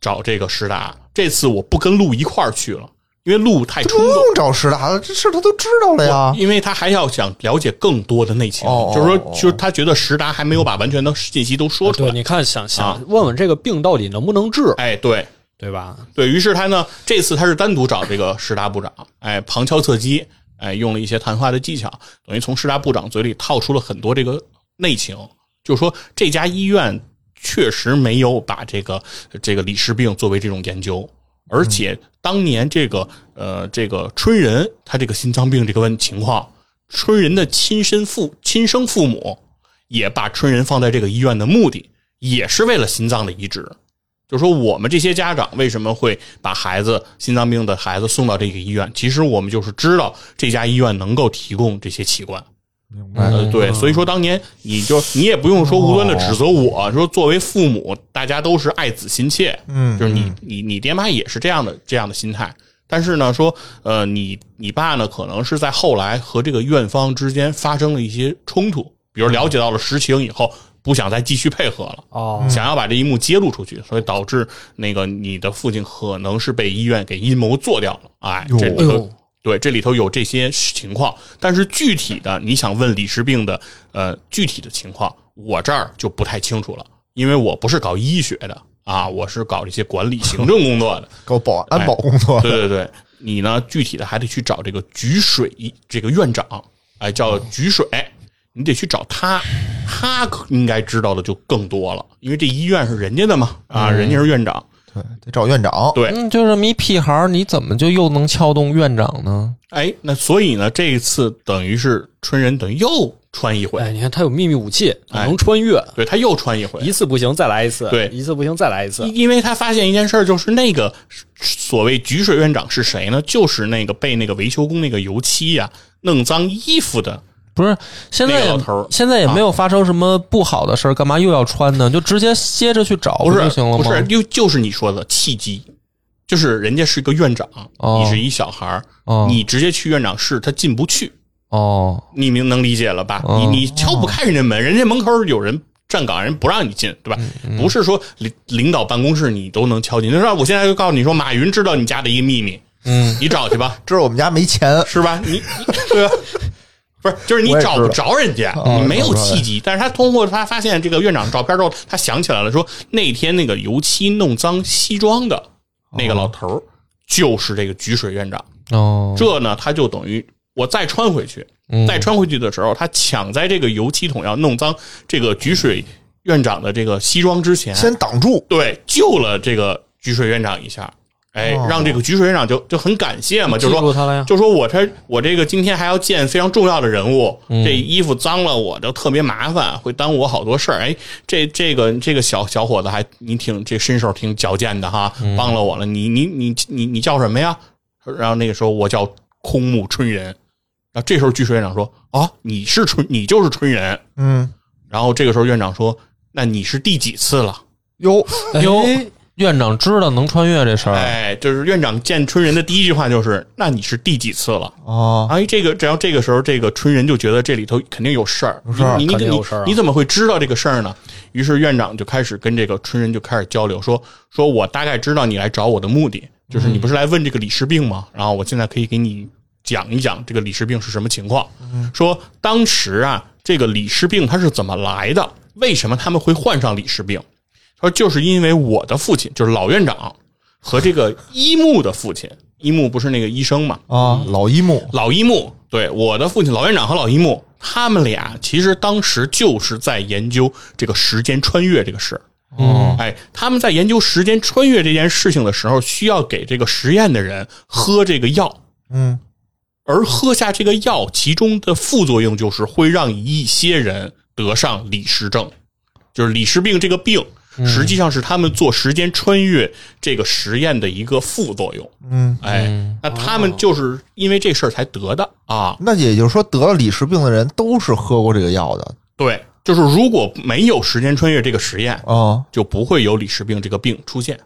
Speaker 3: 找这个石达。这次我不跟路一块儿去了，因为路太
Speaker 4: 这
Speaker 3: 冲
Speaker 4: 不
Speaker 3: 动。
Speaker 4: 用找石达了，这事他都知道了呀。
Speaker 3: 因为他还要想了解更多的内情，
Speaker 4: 哦哦
Speaker 3: 就是说，
Speaker 4: 哦
Speaker 3: 就是他觉得石达还没有把完全的信息都说出
Speaker 1: 对，
Speaker 3: 来。
Speaker 1: 你看想
Speaker 3: 啊
Speaker 1: 想问问这个病到底能不能治，
Speaker 3: 哎，对，
Speaker 1: 对吧？
Speaker 3: 对于是他呢，这次他是单独找这个石达部长，哎，旁敲侧击，哎，用了一些谈话的技巧，等于从石达部长嘴里套出了很多这个内情，就是说这家医院确实没有把这个这个李氏病作为这种研究。而且当年这个呃这个春人他这个心脏病这个问情况，春人的亲生父亲生父母也把春人放在这个医院的目的也是为了心脏的移植。就说我们这些家长为什么会把孩子心脏病的孩子送到这个医院？其实我们就是知道这家医院能够提供这些器官，
Speaker 4: 明
Speaker 5: 白
Speaker 3: 呃，对，所以说当年你就你也不用说无端的指责我，说作为父母，大家都是爱子心切，
Speaker 4: 嗯
Speaker 3: 就是你你你爹妈也是这样的这样的心态。但是呢，说呃，你你爸呢，可能是在后来和这个院方之间发生了一些冲突，比如了解到了实情以后，不想再继续配合了，
Speaker 1: 哦，
Speaker 3: 想要把这一幕揭露出去，所以导致那个你的父亲可能是被医院给阴谋做掉了。哎，这里
Speaker 1: 哎
Speaker 3: 头
Speaker 1: 呦，
Speaker 3: 对，这里头有这些情况，但是具体的你想问李氏病的呃具体的情况，我这儿就不太清楚了，因为我不是搞医学的啊，我是搞这些管理行政工作的。
Speaker 4: 搞保安保工作，
Speaker 3: 哎对对对，你呢具体的还得去找这个菊水这个院长，哎，叫菊水，你得去找他，他可应该知道的就更多了，因为这医院是人家的嘛，啊，
Speaker 1: 嗯
Speaker 3: 人家是院长，
Speaker 4: 对，得找院长。
Speaker 3: 对，
Speaker 5: 嗯，就这么一屁孩儿，你怎么就又能撬动院长呢？
Speaker 3: 哎，那所以呢，这一次等于是春人等于又穿一回，
Speaker 1: 哎，你看他有秘密武器，
Speaker 3: 哎
Speaker 1: 能穿越，
Speaker 3: 对他又穿一回，
Speaker 1: 一次不行再来一次，
Speaker 3: 对
Speaker 1: 一次不行再来一次。
Speaker 3: 因因为他发现一件事儿，就是那个所谓菊水院长是谁呢？就是那个被那个维修工那个油漆呀、弄脏衣服的。
Speaker 5: 不是，现在
Speaker 3: 那
Speaker 5: 也、
Speaker 3: 个老头儿啊
Speaker 5: 现在也没有发生什么不好的事儿，干嘛又要穿呢？就直接接着去找
Speaker 3: 不是
Speaker 5: 就行了吗？
Speaker 3: 不是，就就是你说的契机，就是人家是个院长，
Speaker 5: 哦
Speaker 3: 你是一小孩儿，
Speaker 5: 哦
Speaker 3: 你直接去院长室，他进不去，
Speaker 5: 哦，
Speaker 3: 你明能理解了吧？
Speaker 5: 哦
Speaker 3: 你你敲不开人家门，人家门口有人。站岗人不让你进，对吧？
Speaker 5: 嗯
Speaker 3: 不是说领领导办公室你都能敲进，就是我现在就告诉你说，马云知道你家的一个秘密，
Speaker 5: 嗯，
Speaker 3: 你找去吧。
Speaker 4: 知道我们家没钱，
Speaker 3: 是吧？你你对吧？啊不是，就是你
Speaker 4: 我也知
Speaker 3: 找
Speaker 4: 道
Speaker 3: 不着人家，
Speaker 4: 嗯
Speaker 3: 你没有契机。但是他通过他发现这个院长照片之后，他想起来了，说那天那个油漆弄脏西装的那个老头儿，就是这个菊水院长。
Speaker 5: 哦，
Speaker 3: 这呢，他就等于我再穿回去，
Speaker 5: 嗯
Speaker 3: 再穿回去的时候，他抢在这个油漆桶要弄脏这个菊水院长的这个西装之前，
Speaker 4: 先挡住。
Speaker 3: 对，救了这个菊水院长一下，哎，
Speaker 4: 哦
Speaker 3: 让这个菊水院长就就很感谢嘛，就
Speaker 1: 记住
Speaker 3: 说
Speaker 1: 他了呀
Speaker 5: 嗯
Speaker 3: 就说我这我这个今天还要见非常重要的人物，这衣服脏了我就特别麻烦，会耽误我好多事儿。哎，这这个这个小小伙子还你挺这身手挺矫健的哈，帮了我了。你你你你你叫什么呀？然后那个时候我叫空木春人，然后这时候菊水院长说啊，你是春，你就是春人。
Speaker 4: 嗯，
Speaker 3: 然后这个时候院长说，那你是第几次了？
Speaker 4: 哟，
Speaker 5: 哟
Speaker 1: 哎，
Speaker 5: 院长知道能穿越这事儿，
Speaker 3: 哎，就是院长见春人的第一句话就是：“那你是第几次了
Speaker 4: 哦？”，
Speaker 3: 哎，这个只要这个时候，这个春人就觉得这里头肯定有事儿，
Speaker 4: 事儿
Speaker 3: 你你
Speaker 1: 肯
Speaker 3: 你
Speaker 1: 定
Speaker 3: 你
Speaker 1: 有事儿啊
Speaker 3: 你怎么会知道这个事儿呢？于是院长就开始跟这个春人就开始交流，说说我大概知道你来找我的目的，
Speaker 1: 嗯
Speaker 3: 就是你不是来问这个李氏病吗？然后我现在可以给你讲一讲这个李氏病是什么情况。
Speaker 1: 嗯
Speaker 3: 说当时啊，这个李氏病它是怎么来的？为什么他们会患上李氏病？说就是因为我的父亲就是老院长和这个一木的父亲，一木不是那个医生嘛？
Speaker 4: 啊，老一木
Speaker 3: 老一木，对，我的父亲老院长和老一木，他们俩其实当时就是在研究这个时间穿越这个事儿。
Speaker 5: 嗯，
Speaker 3: 哎，他们在研究时间穿越这件事情的时候，需要给这个实验的人喝这个药，
Speaker 4: 嗯，
Speaker 3: 而喝下这个药，其中的副作用就是会让一些人得上李氏症，就是李氏病这个病，实际上是他们做时间穿越这个实验的一个副作用。
Speaker 4: 嗯，
Speaker 3: 哎，那他们就是因为这事儿才得的啊。
Speaker 4: 那也就是说，得了李氏病的人都是喝过这个药的
Speaker 3: 对，就是如果没有时间穿越这个实验，
Speaker 4: 啊。
Speaker 3: 就不会有李氏病这个病出现，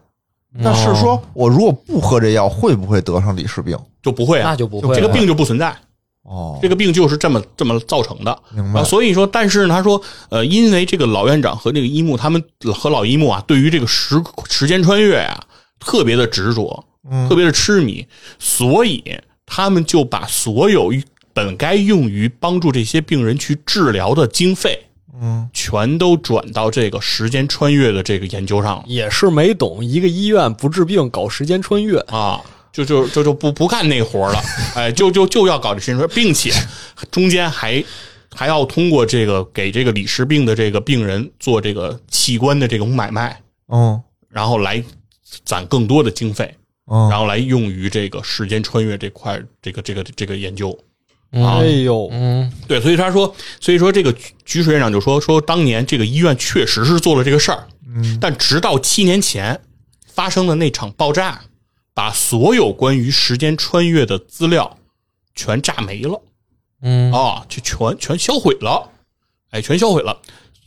Speaker 4: 那是
Speaker 3: 哦
Speaker 4: 说我如果不喝这药，会不会得上李氏病？
Speaker 3: 就不会啊
Speaker 1: 那，就不会
Speaker 3: 这个
Speaker 1: 了
Speaker 3: 病就不存在。
Speaker 4: 哦，
Speaker 3: 这个病就是这么这么造成的。
Speaker 4: 明白
Speaker 3: 啊所以说，但是呢，他说，呃，因为这个老院长和这个一木，他们和老一木啊，对于这个时时间穿越啊，特别的执着，
Speaker 1: 嗯
Speaker 3: 特别的痴迷，所以他们就把所有本该用于帮助这些病人去治疗的经费，
Speaker 4: 嗯，
Speaker 3: 全都转到这个时间穿越的这个研究上了。
Speaker 1: 也是没懂，一个医院不治病搞时间穿越，
Speaker 3: 啊，就就就就不不干那活儿了，哎，就就就要搞这事情，并且中间还还要通过这个给这个李氏病的这个病人做这个器官的这种买卖，
Speaker 4: 嗯
Speaker 3: 然后来攒更多的经费。
Speaker 4: 嗯
Speaker 3: 然后来用于这个时间穿越这块这个这个这个研究。啊
Speaker 1: 哎呦，
Speaker 5: 嗯
Speaker 3: 对，所以他说，所以说这个菊菊水院长就说说当年这个医院确实是做了这个事儿，但直到七年前发生的那场爆炸，把所有关于时间穿越的资料全炸没了
Speaker 5: 嗯
Speaker 3: 啊，就全全销毁了，哎，全销毁了。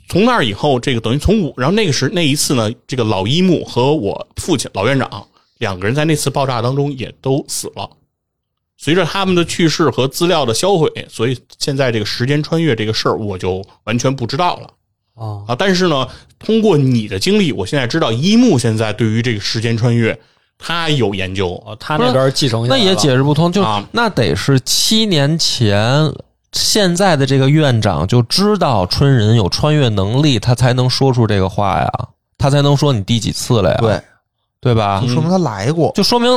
Speaker 3: 从那儿以后，这个等于从五，然后那个时那一次呢，这个老一木和我父亲老院长两个人在那次爆炸当中也都死了。随着他们的去世和资料的销毁，所以现在这个时间穿越这个事儿，我就完全不知道了
Speaker 5: 哦
Speaker 1: 啊，
Speaker 3: 啊。但是呢，通过你的经历，我现在知道一木现在对于这个时间穿越，他有研究
Speaker 1: 哦他那边继承下
Speaker 5: 那
Speaker 1: 来了
Speaker 5: 也解释不通，就、
Speaker 3: 啊
Speaker 5: 那得是七年前。现在的这个院长就知道春人有穿越能力，他才能说出这个话呀，他才能说你第几次了呀，
Speaker 4: 对，
Speaker 5: 对吧？
Speaker 3: 嗯
Speaker 4: 就说明他来过。
Speaker 5: 就说明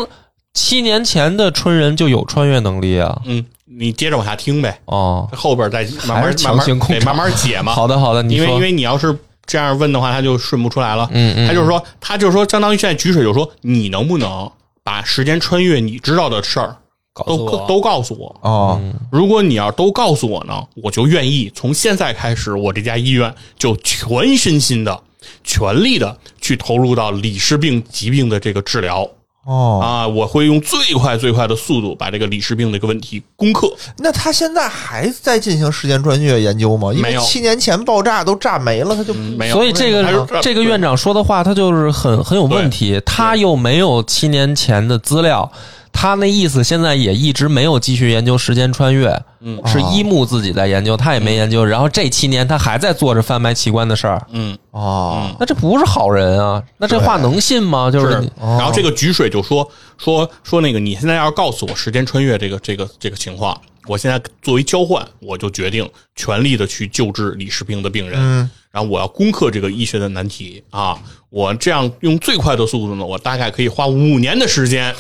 Speaker 5: 七年前的春人就有穿越能力啊。
Speaker 3: 嗯，你接着往下听呗，
Speaker 5: 哦，
Speaker 3: 后边再慢
Speaker 5: 还是
Speaker 3: 慢慢
Speaker 5: 强行
Speaker 3: 慢
Speaker 5: 控
Speaker 3: 得
Speaker 5: 制
Speaker 3: 慢慢解 嘛。
Speaker 5: 好的好的，你
Speaker 3: 因为
Speaker 5: 说
Speaker 3: 因，为你要是这样问的话，他就顺不出来了。
Speaker 5: 嗯嗯，
Speaker 3: 他就是说，他就是说，相当于现在举水就说，你能不能把时间穿越你知道的事儿
Speaker 1: 告诉
Speaker 3: 都
Speaker 1: 我
Speaker 3: 都告诉我？
Speaker 4: 哦，
Speaker 3: 如果你要都告诉我呢，我就愿意从现在开始，我这家医院就全身心的、全力的去投入到李氏病疾病的这个治疗
Speaker 4: 哦，
Speaker 3: 啊！我会用最快最快的速度把这个李氏病这个问题攻克。
Speaker 4: 那他现在还在进行时间穿越研究吗？因
Speaker 3: 没
Speaker 4: 为
Speaker 3: 有嗯
Speaker 4: 七年前爆炸都炸没了，他就
Speaker 3: 没有，
Speaker 5: 所以这
Speaker 3: 还是
Speaker 5: 个这个院长说的话，他就是很很有问题。他又没有七年前的资料，他那意思现在也一直没有继续研究时间穿越，
Speaker 3: 嗯哦
Speaker 5: 是一木自己在研究，他也没研究。然后这七年他还在做着贩卖器官的事儿，
Speaker 3: 嗯，
Speaker 4: 哦，
Speaker 5: 那这不是好人啊！那这话能信吗？就是
Speaker 3: 是
Speaker 5: 你。
Speaker 4: 哦
Speaker 3: 然后这个菊水就说说说那个，你现在要告诉我时间穿越这个这个这个情况，我现在作为交换，我就决定全力的去救治李氏病的病人。
Speaker 4: 嗯，
Speaker 3: 然后我要攻克这个医学的难题啊！我这样用最快的速度呢，我大概可以花五年的时间，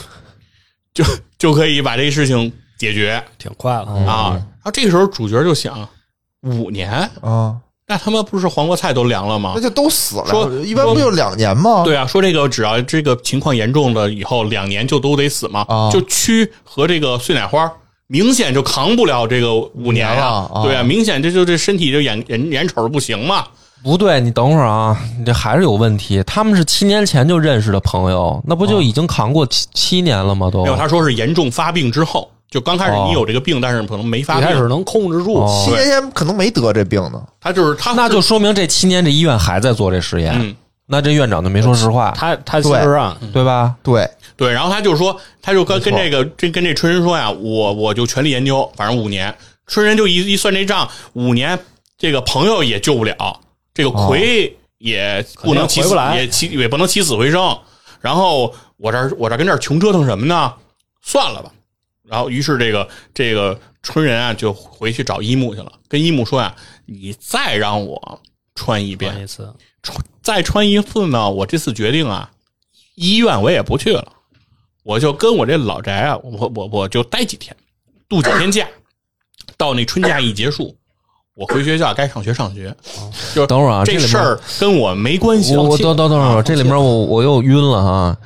Speaker 3: 就就可以把这个事情解决
Speaker 1: 挺快
Speaker 5: 嗯
Speaker 1: 了，
Speaker 3: 啊！然后这个时候主角就想，五年，
Speaker 5: 嗯
Speaker 4: 啊，
Speaker 3: 那他妈不是黄瓜菜都凉了吗
Speaker 4: 那？就都死了
Speaker 3: 说。
Speaker 4: 一般不就两年吗？
Speaker 3: 对啊，说这个只要这个情况严重了以后，两年就都得死嘛。
Speaker 4: 啊
Speaker 3: 就蛆和这个碎奶花明显就扛不了这个五年呀、
Speaker 4: 啊啊
Speaker 3: 对啊，明显这就这身体就眼眼眼瞅着不行嘛。
Speaker 5: 不对，你等会儿啊，你这还是有问题。他们是七年前就认识的朋友，那不就已经扛过七七年了吗？都
Speaker 3: 哦没有，他说是严重发病之后，就刚开始
Speaker 5: 哦
Speaker 3: 你有这个病，但是可能没发
Speaker 1: 一开始
Speaker 3: 病。
Speaker 1: 能控制住，
Speaker 5: 哦
Speaker 4: 七年前可能没得这病呢。
Speaker 3: 他就是他，
Speaker 5: 那就说明这七年这医院还在做这实验，
Speaker 3: 嗯，
Speaker 5: 那这院长就没说实话，
Speaker 1: 他他其实啊，
Speaker 5: 对吧？
Speaker 4: 对，
Speaker 3: 对。然后他就说，他就跟跟这个这跟这春人说呀，我我就全力研究，反正五年。春人就一一算这账，五年这个朋友也救不了，这个魁也不能起
Speaker 1: 哦肯定回不
Speaker 3: 死，
Speaker 1: 来
Speaker 3: 也起也不能起死回生。然后我这儿我这儿跟这儿穷折腾什么呢？算了吧。然后于是这个这个春人啊就回去找一木去了，跟一木说呀、你再让我穿一遍
Speaker 1: 换，一次
Speaker 3: 穿再穿一次呢，我这次决定啊，医院我也不去了，我就跟我这老宅啊，我我我就待几天，度几天 假，到那春假一结束，我回学校该上学上学，就是
Speaker 5: 等会儿啊，
Speaker 3: 这
Speaker 5: 里面
Speaker 3: 事儿跟我没关系。
Speaker 5: 我我
Speaker 3: 放弃
Speaker 5: 等等等会
Speaker 3: 啊
Speaker 5: 儿，
Speaker 3: 放
Speaker 5: 这里
Speaker 3: 弃
Speaker 5: 面
Speaker 3: 了
Speaker 5: 我我又晕了哈。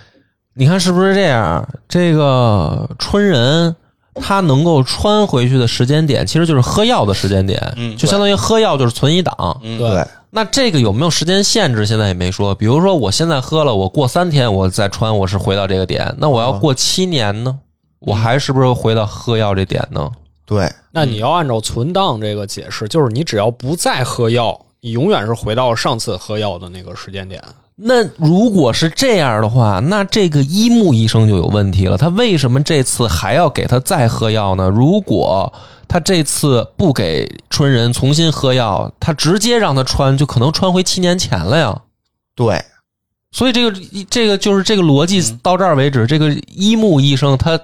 Speaker 5: 你看是不是这样？这个春人他能够穿回去的时间点，其实就是喝药的时间点，
Speaker 3: 嗯
Speaker 5: 就相当于喝药就是存一档。
Speaker 3: 嗯
Speaker 1: 对
Speaker 4: 对，
Speaker 5: 那这个有没有时间限制？现在也没说。比如说我现在喝了，我过三天我再穿，我是回到这个点。那我要过七年呢？我还是不是回到喝药这点呢？
Speaker 4: 对，
Speaker 1: 那你要按照存档这个解释，就是你只要不再喝药，你永远是回到上次喝药的那个时间点。
Speaker 5: 那如果是这样的话，那这个一木医生就有问题了。他为什么这次还要给他再喝药呢？如果他这次不给春人重新喝药，他直接让他穿，就可能穿回七年前了呀。
Speaker 4: 对，
Speaker 5: 所以这个这个就是这个逻辑到这儿为止，这个一木医生他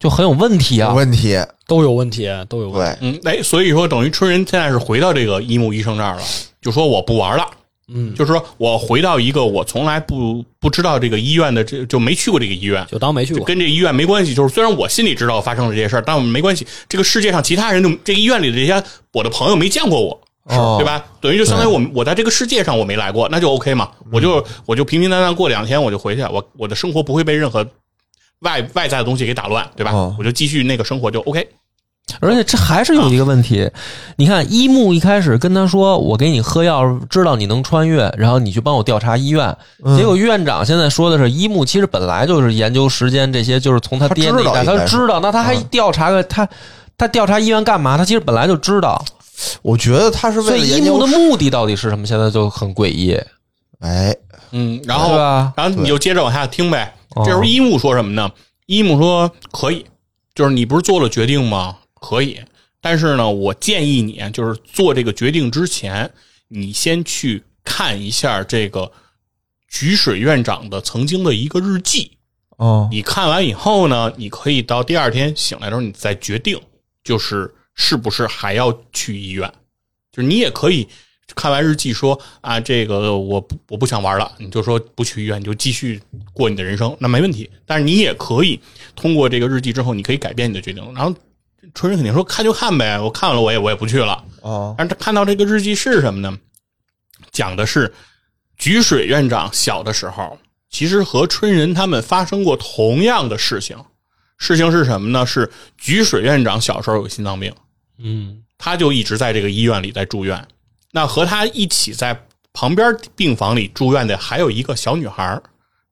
Speaker 5: 就很有问题
Speaker 4: 有
Speaker 5: 啊。
Speaker 4: 问题。
Speaker 1: 都有问题，都有问题。
Speaker 4: 对，
Speaker 3: 嗯，哎，所以说等于春人现在是回到这个一木医生这儿了，就说我不玩了。
Speaker 1: 嗯，
Speaker 3: 就是说我回到一个我从来不不知道这个医院的，这就没去过这个医院，
Speaker 1: 就当没去过。
Speaker 3: 跟这医院没关系。就是虽然我心里知道发生了这些事儿，但我们没关系。这个世界上其他人就这个医院里的这些我的朋友没见过我，是
Speaker 5: 哦
Speaker 3: 对吧？等于就相当于我我在这个世界上我没来
Speaker 5: 嗯
Speaker 3: 过，那就 OK 嘛。我就我就平平淡淡过两天，我就回去，我我的生活不会被任何外外在的东西给打乱，对吧？
Speaker 5: 哦
Speaker 3: 我就继续那个生活就 OK。
Speaker 5: 而且这还是有一个问
Speaker 4: 啊
Speaker 5: 题，你看一木一开始跟他说：“我给你喝药，知道你能穿越，然后你去帮我调查医院。”
Speaker 4: 嗯
Speaker 5: 结果院长现在说的是，一木其实本来就是研究时间这些，就是从他爹那一
Speaker 4: 他知道
Speaker 5: 代，
Speaker 4: 应该
Speaker 5: 他
Speaker 4: 是嗯
Speaker 5: 知道，那他还调查个他。他调查医院干嘛？他其实本来就知道，
Speaker 4: 我觉得他是
Speaker 5: 所
Speaker 4: 为了
Speaker 5: 以一
Speaker 4: 研
Speaker 5: 木
Speaker 4: 究
Speaker 5: 的目的到底是什么？现在就很诡异，
Speaker 4: 哎，
Speaker 3: 嗯，然
Speaker 5: 对
Speaker 3: 后
Speaker 5: 吧？
Speaker 3: 然后你就接着往下听呗。
Speaker 5: 哦
Speaker 3: 这时候一木说什么呢？一木说可以，就是你不是做了决定吗？可以，但是呢，我建议你啊就是做这个决定之前，你先去看一下这个菊水院长的曾经的一个日记。
Speaker 5: 哦，
Speaker 3: 你看完以后呢，你可以到第二天醒来的时候，你再决定，就是是不是还要去医院。就是你也可以看完日记说啊，这个我不我不想玩了，你就说不去医院，你就继续过你的人生，那没问题。但是你也可以通过这个日记之后，你可以改变你的决定。然后春人肯定说看就看呗，我看了我也我也不去了。
Speaker 4: 哦，
Speaker 3: 但是他看到这个日记是什么呢？讲的是菊水院长小的时候，其实和春人他们发生过同样的事情。事情是什么呢？是菊水院长小时候有心脏病，
Speaker 1: 嗯，
Speaker 3: 他就一直在这个医院里在住院。那和他一起在旁边病房里住院的还有一个小女孩儿，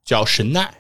Speaker 3: 叫神奈。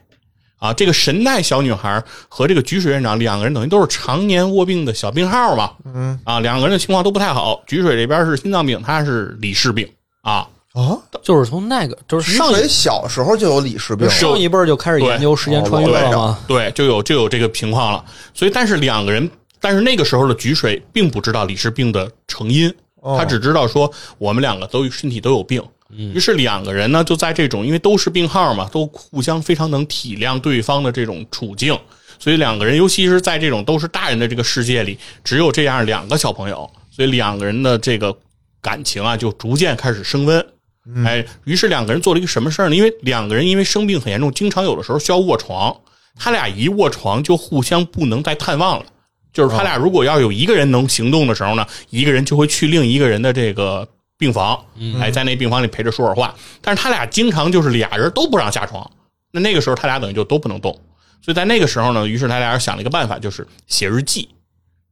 Speaker 3: 啊，这个神奈小女孩儿和这个菊水院长两个人等于都是常年卧病的小病号嘛。
Speaker 4: 嗯
Speaker 3: 啊，两个人的情况都不太好。菊水这边是心脏病，他是李氏病啊。
Speaker 4: 啊，
Speaker 1: 就是从那个就是上
Speaker 4: 上
Speaker 1: 一
Speaker 4: 学小时候就有李氏病，
Speaker 3: 是
Speaker 1: 上一辈儿就开始研究时间穿越了吗？
Speaker 3: 哦对，就有就有这个情况了。所以，但是两个人，但是那个时候的菊水并不知道李氏病的成因，
Speaker 4: 哦
Speaker 3: 他只知道说我们两个都身体都有病。于是两个人呢，就在这种因为都是病号嘛，都互相非常能体谅对方的这种处境，所以两个人，尤其是在这种都是大人的这个世界里，只有这样两个小朋友，所以两个人的这个感情啊，就逐渐开始升温。哎，于是两个人做了一个什么事儿呢？因为两个人因为生病很严重，经常有的时候需要卧床，他俩一卧床就互相不能再探望了。就是他俩如果要有一个人能行动的时候呢，一个人就会去另一个人的这个病房，哎，在那病房里陪着说会儿话。但是他俩经常就是俩人都不让下床，那那个时候他俩等于就都不能动。所以在那个时候呢，于是他俩想了一个办法，就是写日记，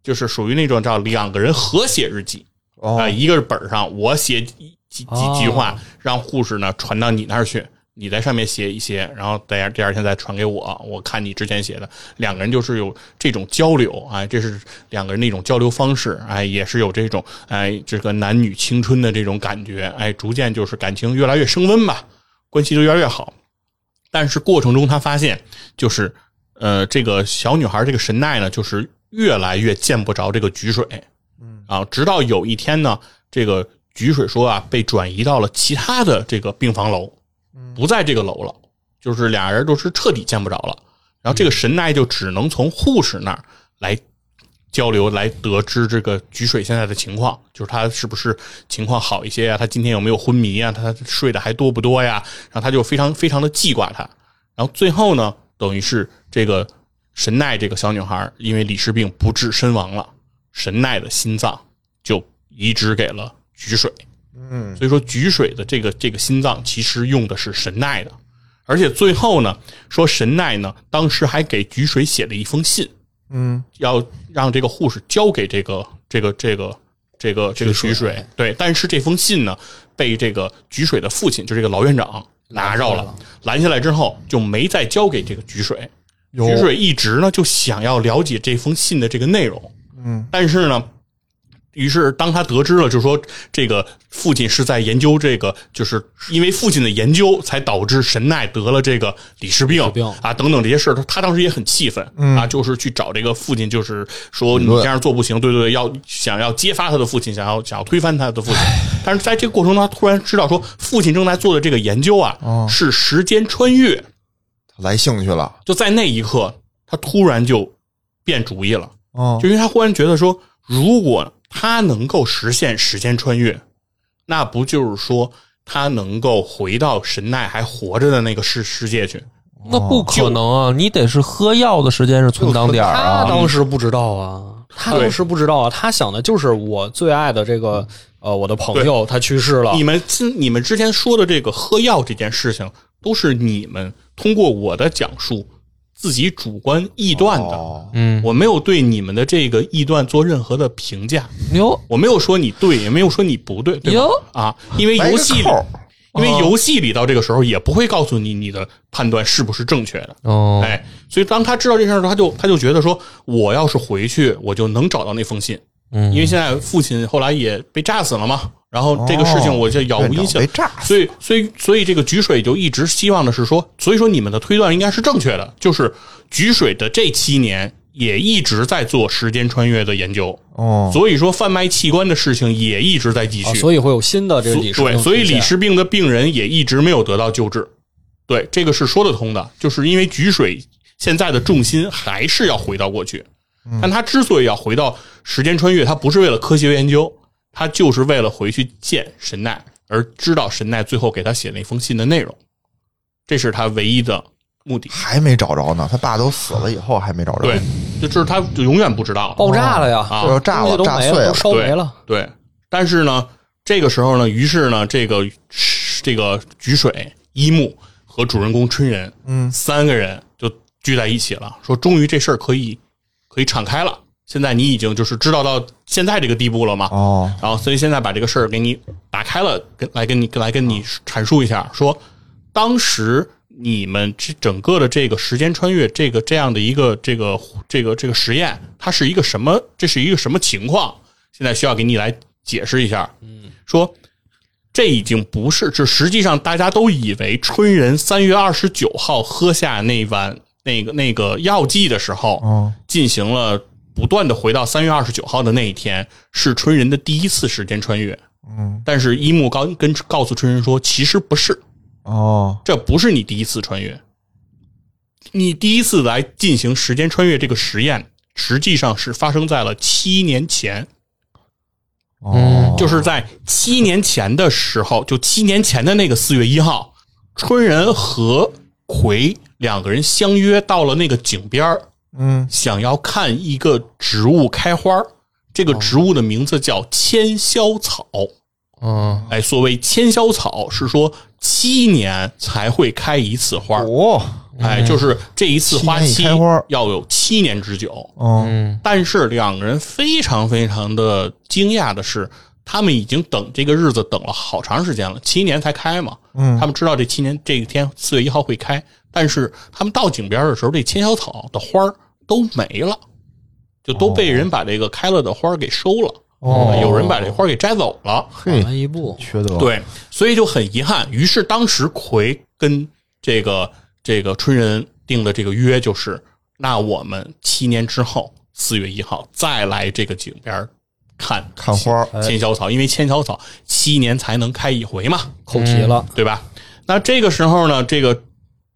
Speaker 3: 就是属于那种叫两个人合写日记。啊、
Speaker 4: 哦，
Speaker 3: 一个是本儿上我写几几几句话，让护士呢传到你那儿去，你在上面写一些，然后大家第二天再传给我，我看你之前写的，两个人就是有这种交流，哎，这是两个人的一种交流方式，哎，也是有这种哎这个男女青春的这种感觉，哎，逐渐就是感情越来越升温吧，关系就越来越好。但是过程中他发现，就是呃，这个小女孩这个神奈呢，就是越来越见不着这个菊水，啊，直到有一天呢，这个菊水说啊，被转移到了其他的这个病房楼，不在这个楼了，就是俩人都是彻底见不着了。然后这个神奈就只能从护士那儿来交流，来得知这个菊水现在的情况，就是他是不是情况好一些呀、他今天有没有昏迷啊？他睡得还多不多呀？然后他就非常非常的记挂他。然后最后呢，等于是这个神奈这个小女孩因为李氏病不治身亡了，神奈的心脏就移植给了菊水。
Speaker 4: 嗯，
Speaker 3: 所以说菊水的这个这个心脏其实用的是神奈的，而且最后呢，说神奈呢当时还给菊水写了一封信，
Speaker 4: 嗯，
Speaker 3: 要让这个护士交给这个这个这个这个这个菊水，对，但是这封信呢被这个菊水的父亲，就这个老院长拿着了，拦下来之后就没再交给这个菊水。
Speaker 4: 有
Speaker 3: 菊水一直呢就想要了解这封信的这个内容，
Speaker 4: 嗯，
Speaker 3: 但是呢，于是当他得知了，就是说这个父亲是在研究这个，就是因为父亲的研究才导致神奈得了这个李氏病
Speaker 1: 病
Speaker 3: 啊等等这些事儿，他他当时也很气愤、
Speaker 4: 嗯
Speaker 3: 啊，就是去找这个父亲，就是说你
Speaker 4: 论
Speaker 3: 这样做不行，对对对，要想要揭发他的父亲，想要想要推翻他的父亲，但是在这个过程中，他突然知道说父亲正在做的这个研究啊、
Speaker 4: 哦
Speaker 3: 是时间穿越，
Speaker 4: 他来兴趣了，
Speaker 3: 就在那一刻，他突然就变主意了，
Speaker 4: 哦，
Speaker 3: 就因为他忽然觉得说，如果他能够实现时间穿越，那不就是说他能够回到神奈还活着的那个世世界去？
Speaker 5: 那不
Speaker 4: 哦
Speaker 5: 可能啊！你得是喝药的时间是存档点儿
Speaker 3: 嗯
Speaker 1: 他
Speaker 5: 啊。
Speaker 1: 当时不知道啊，他当时不知道啊，他想的就是我最爱的这个
Speaker 3: 嗯
Speaker 1: 呃，我的朋友他去世
Speaker 4: 啊
Speaker 1: 了
Speaker 3: 你，们之你们之前说的这个喝药这件事情，都是你们通过我的讲述自己主观臆断的。
Speaker 4: 哦
Speaker 5: 嗯，
Speaker 3: 我没有对你们的这个臆断做任何的评价，
Speaker 5: 哟，
Speaker 3: 我没有说你对，也没有说你不对，对吧
Speaker 5: 哟？
Speaker 3: 啊，因为游戏
Speaker 4: 白
Speaker 3: 里
Speaker 4: 个扣儿，
Speaker 3: 因为
Speaker 4: 哦
Speaker 3: 游戏里到这个时候也不会告诉你你的判断是不是正确的。
Speaker 5: 哦，
Speaker 3: 哎，所以当他知道这事儿的时候，他就他就觉得说，我要是回去，我就能找到那封信，
Speaker 5: 嗯
Speaker 3: 因为现在父亲后来也被炸死了嘛，然后这个事情我就杳无音
Speaker 4: 哦
Speaker 3: 信
Speaker 4: 被。炸死，
Speaker 3: 所以，所以，所以这个菊水就一直希望的是说，所以说你们的推断应该是正确的，就是菊水的这七年也一直在做时间穿越的研究，
Speaker 4: 哦，
Speaker 3: 所以说贩卖器官的事情也一直在继续。
Speaker 1: 啊，所以会有新的这个李氏
Speaker 3: 对，
Speaker 1: 病
Speaker 3: 所以
Speaker 1: 出现
Speaker 3: 李氏病的病人也一直没有得到救治。对，这个是说得通的，就是因为菊水现在的重心还是要回到过去，
Speaker 1: 嗯
Speaker 3: 但他之所以要回到时间穿越，他不是为了科学研究，他就是为了回去见神奈，而知道神奈最后给他写那封信的内容，这是他唯一的目的。
Speaker 4: 还没找着呢，他爸都死了以后还没找着，
Speaker 3: 对，就就是他就永远不知道了。
Speaker 1: 爆炸了呀，
Speaker 3: 啊
Speaker 4: 要炸
Speaker 1: 东西
Speaker 4: 了，
Speaker 1: 都
Speaker 4: 炸
Speaker 1: 没
Speaker 4: 碎
Speaker 1: 了，
Speaker 4: 了
Speaker 1: 都，烧
Speaker 3: 对
Speaker 1: 没了。
Speaker 3: 对，但是呢，这个时候呢，于是呢，这个这个菊水一木和主人公春人，
Speaker 4: 嗯
Speaker 3: 三个人就聚在一起了，说终于这事儿可以可以敞开了。现在你已经就是知道到现在这个地步了嘛，
Speaker 4: 哦，
Speaker 3: 然后所以现在把这个事儿给你打开了，跟来跟你来跟你阐述一下，说当时你们这整个的这个时间穿越这个这样的一个这个这个这个实验，它是一个什么？这是一个什么情况？现在需要给你来解释一下。嗯，说这已经不是，这实际上大家都以为春人三月二十九号喝下那碗那个那个药剂的时候，
Speaker 4: 哦，
Speaker 3: 进行了不断的回到三月二十九号的那一天，是春人的第一次时间穿越。
Speaker 4: 嗯，
Speaker 3: 但是一木告跟告诉春人说，其实不是，
Speaker 4: 哦，
Speaker 3: 这不是你第一次穿越。你第一次来进行时间穿越这个实验，实际上是发生在了七年前，
Speaker 4: 哦，
Speaker 3: 就是在七年前的时候，就七年前的那个四月一号，春人和葵两个人相约到了那个井边儿，
Speaker 4: 嗯，
Speaker 3: 想要看一个植物开花儿，这个植物的名字叫千霄草。
Speaker 5: 嗯，
Speaker 3: 哎，所谓千霄草是说七年才会开一次花儿，
Speaker 4: 哦，
Speaker 3: 哎，就是这一次花
Speaker 4: 七
Speaker 3: 期
Speaker 4: 年一开花儿
Speaker 3: 要有七年之久。
Speaker 4: 哦，
Speaker 5: 嗯，
Speaker 3: 但是两个人非常非常的惊讶的是，他们已经等这个日子等了好长时间了，七年才开嘛。
Speaker 4: 嗯
Speaker 3: 他们知道这七年这一天四月一号会开，但是他们到井边的时候，这千小草的花儿都没了，就都被人把这个开了的花儿给收了。
Speaker 4: 哦
Speaker 3: 有人把这花儿给摘走了。
Speaker 4: 嘿
Speaker 1: 晚，了一步，
Speaker 3: 嗯
Speaker 4: 缺德，，
Speaker 3: 对，所以就很遗憾。于是当时葵跟这个这个春人定的这个约就是，那我们七年之后四月一号再来这个井边儿看
Speaker 4: 看花儿
Speaker 3: 千小草，因为千小草七年才能开一回嘛，
Speaker 1: 扣题了。
Speaker 3: 对吧？那这个时候呢，这个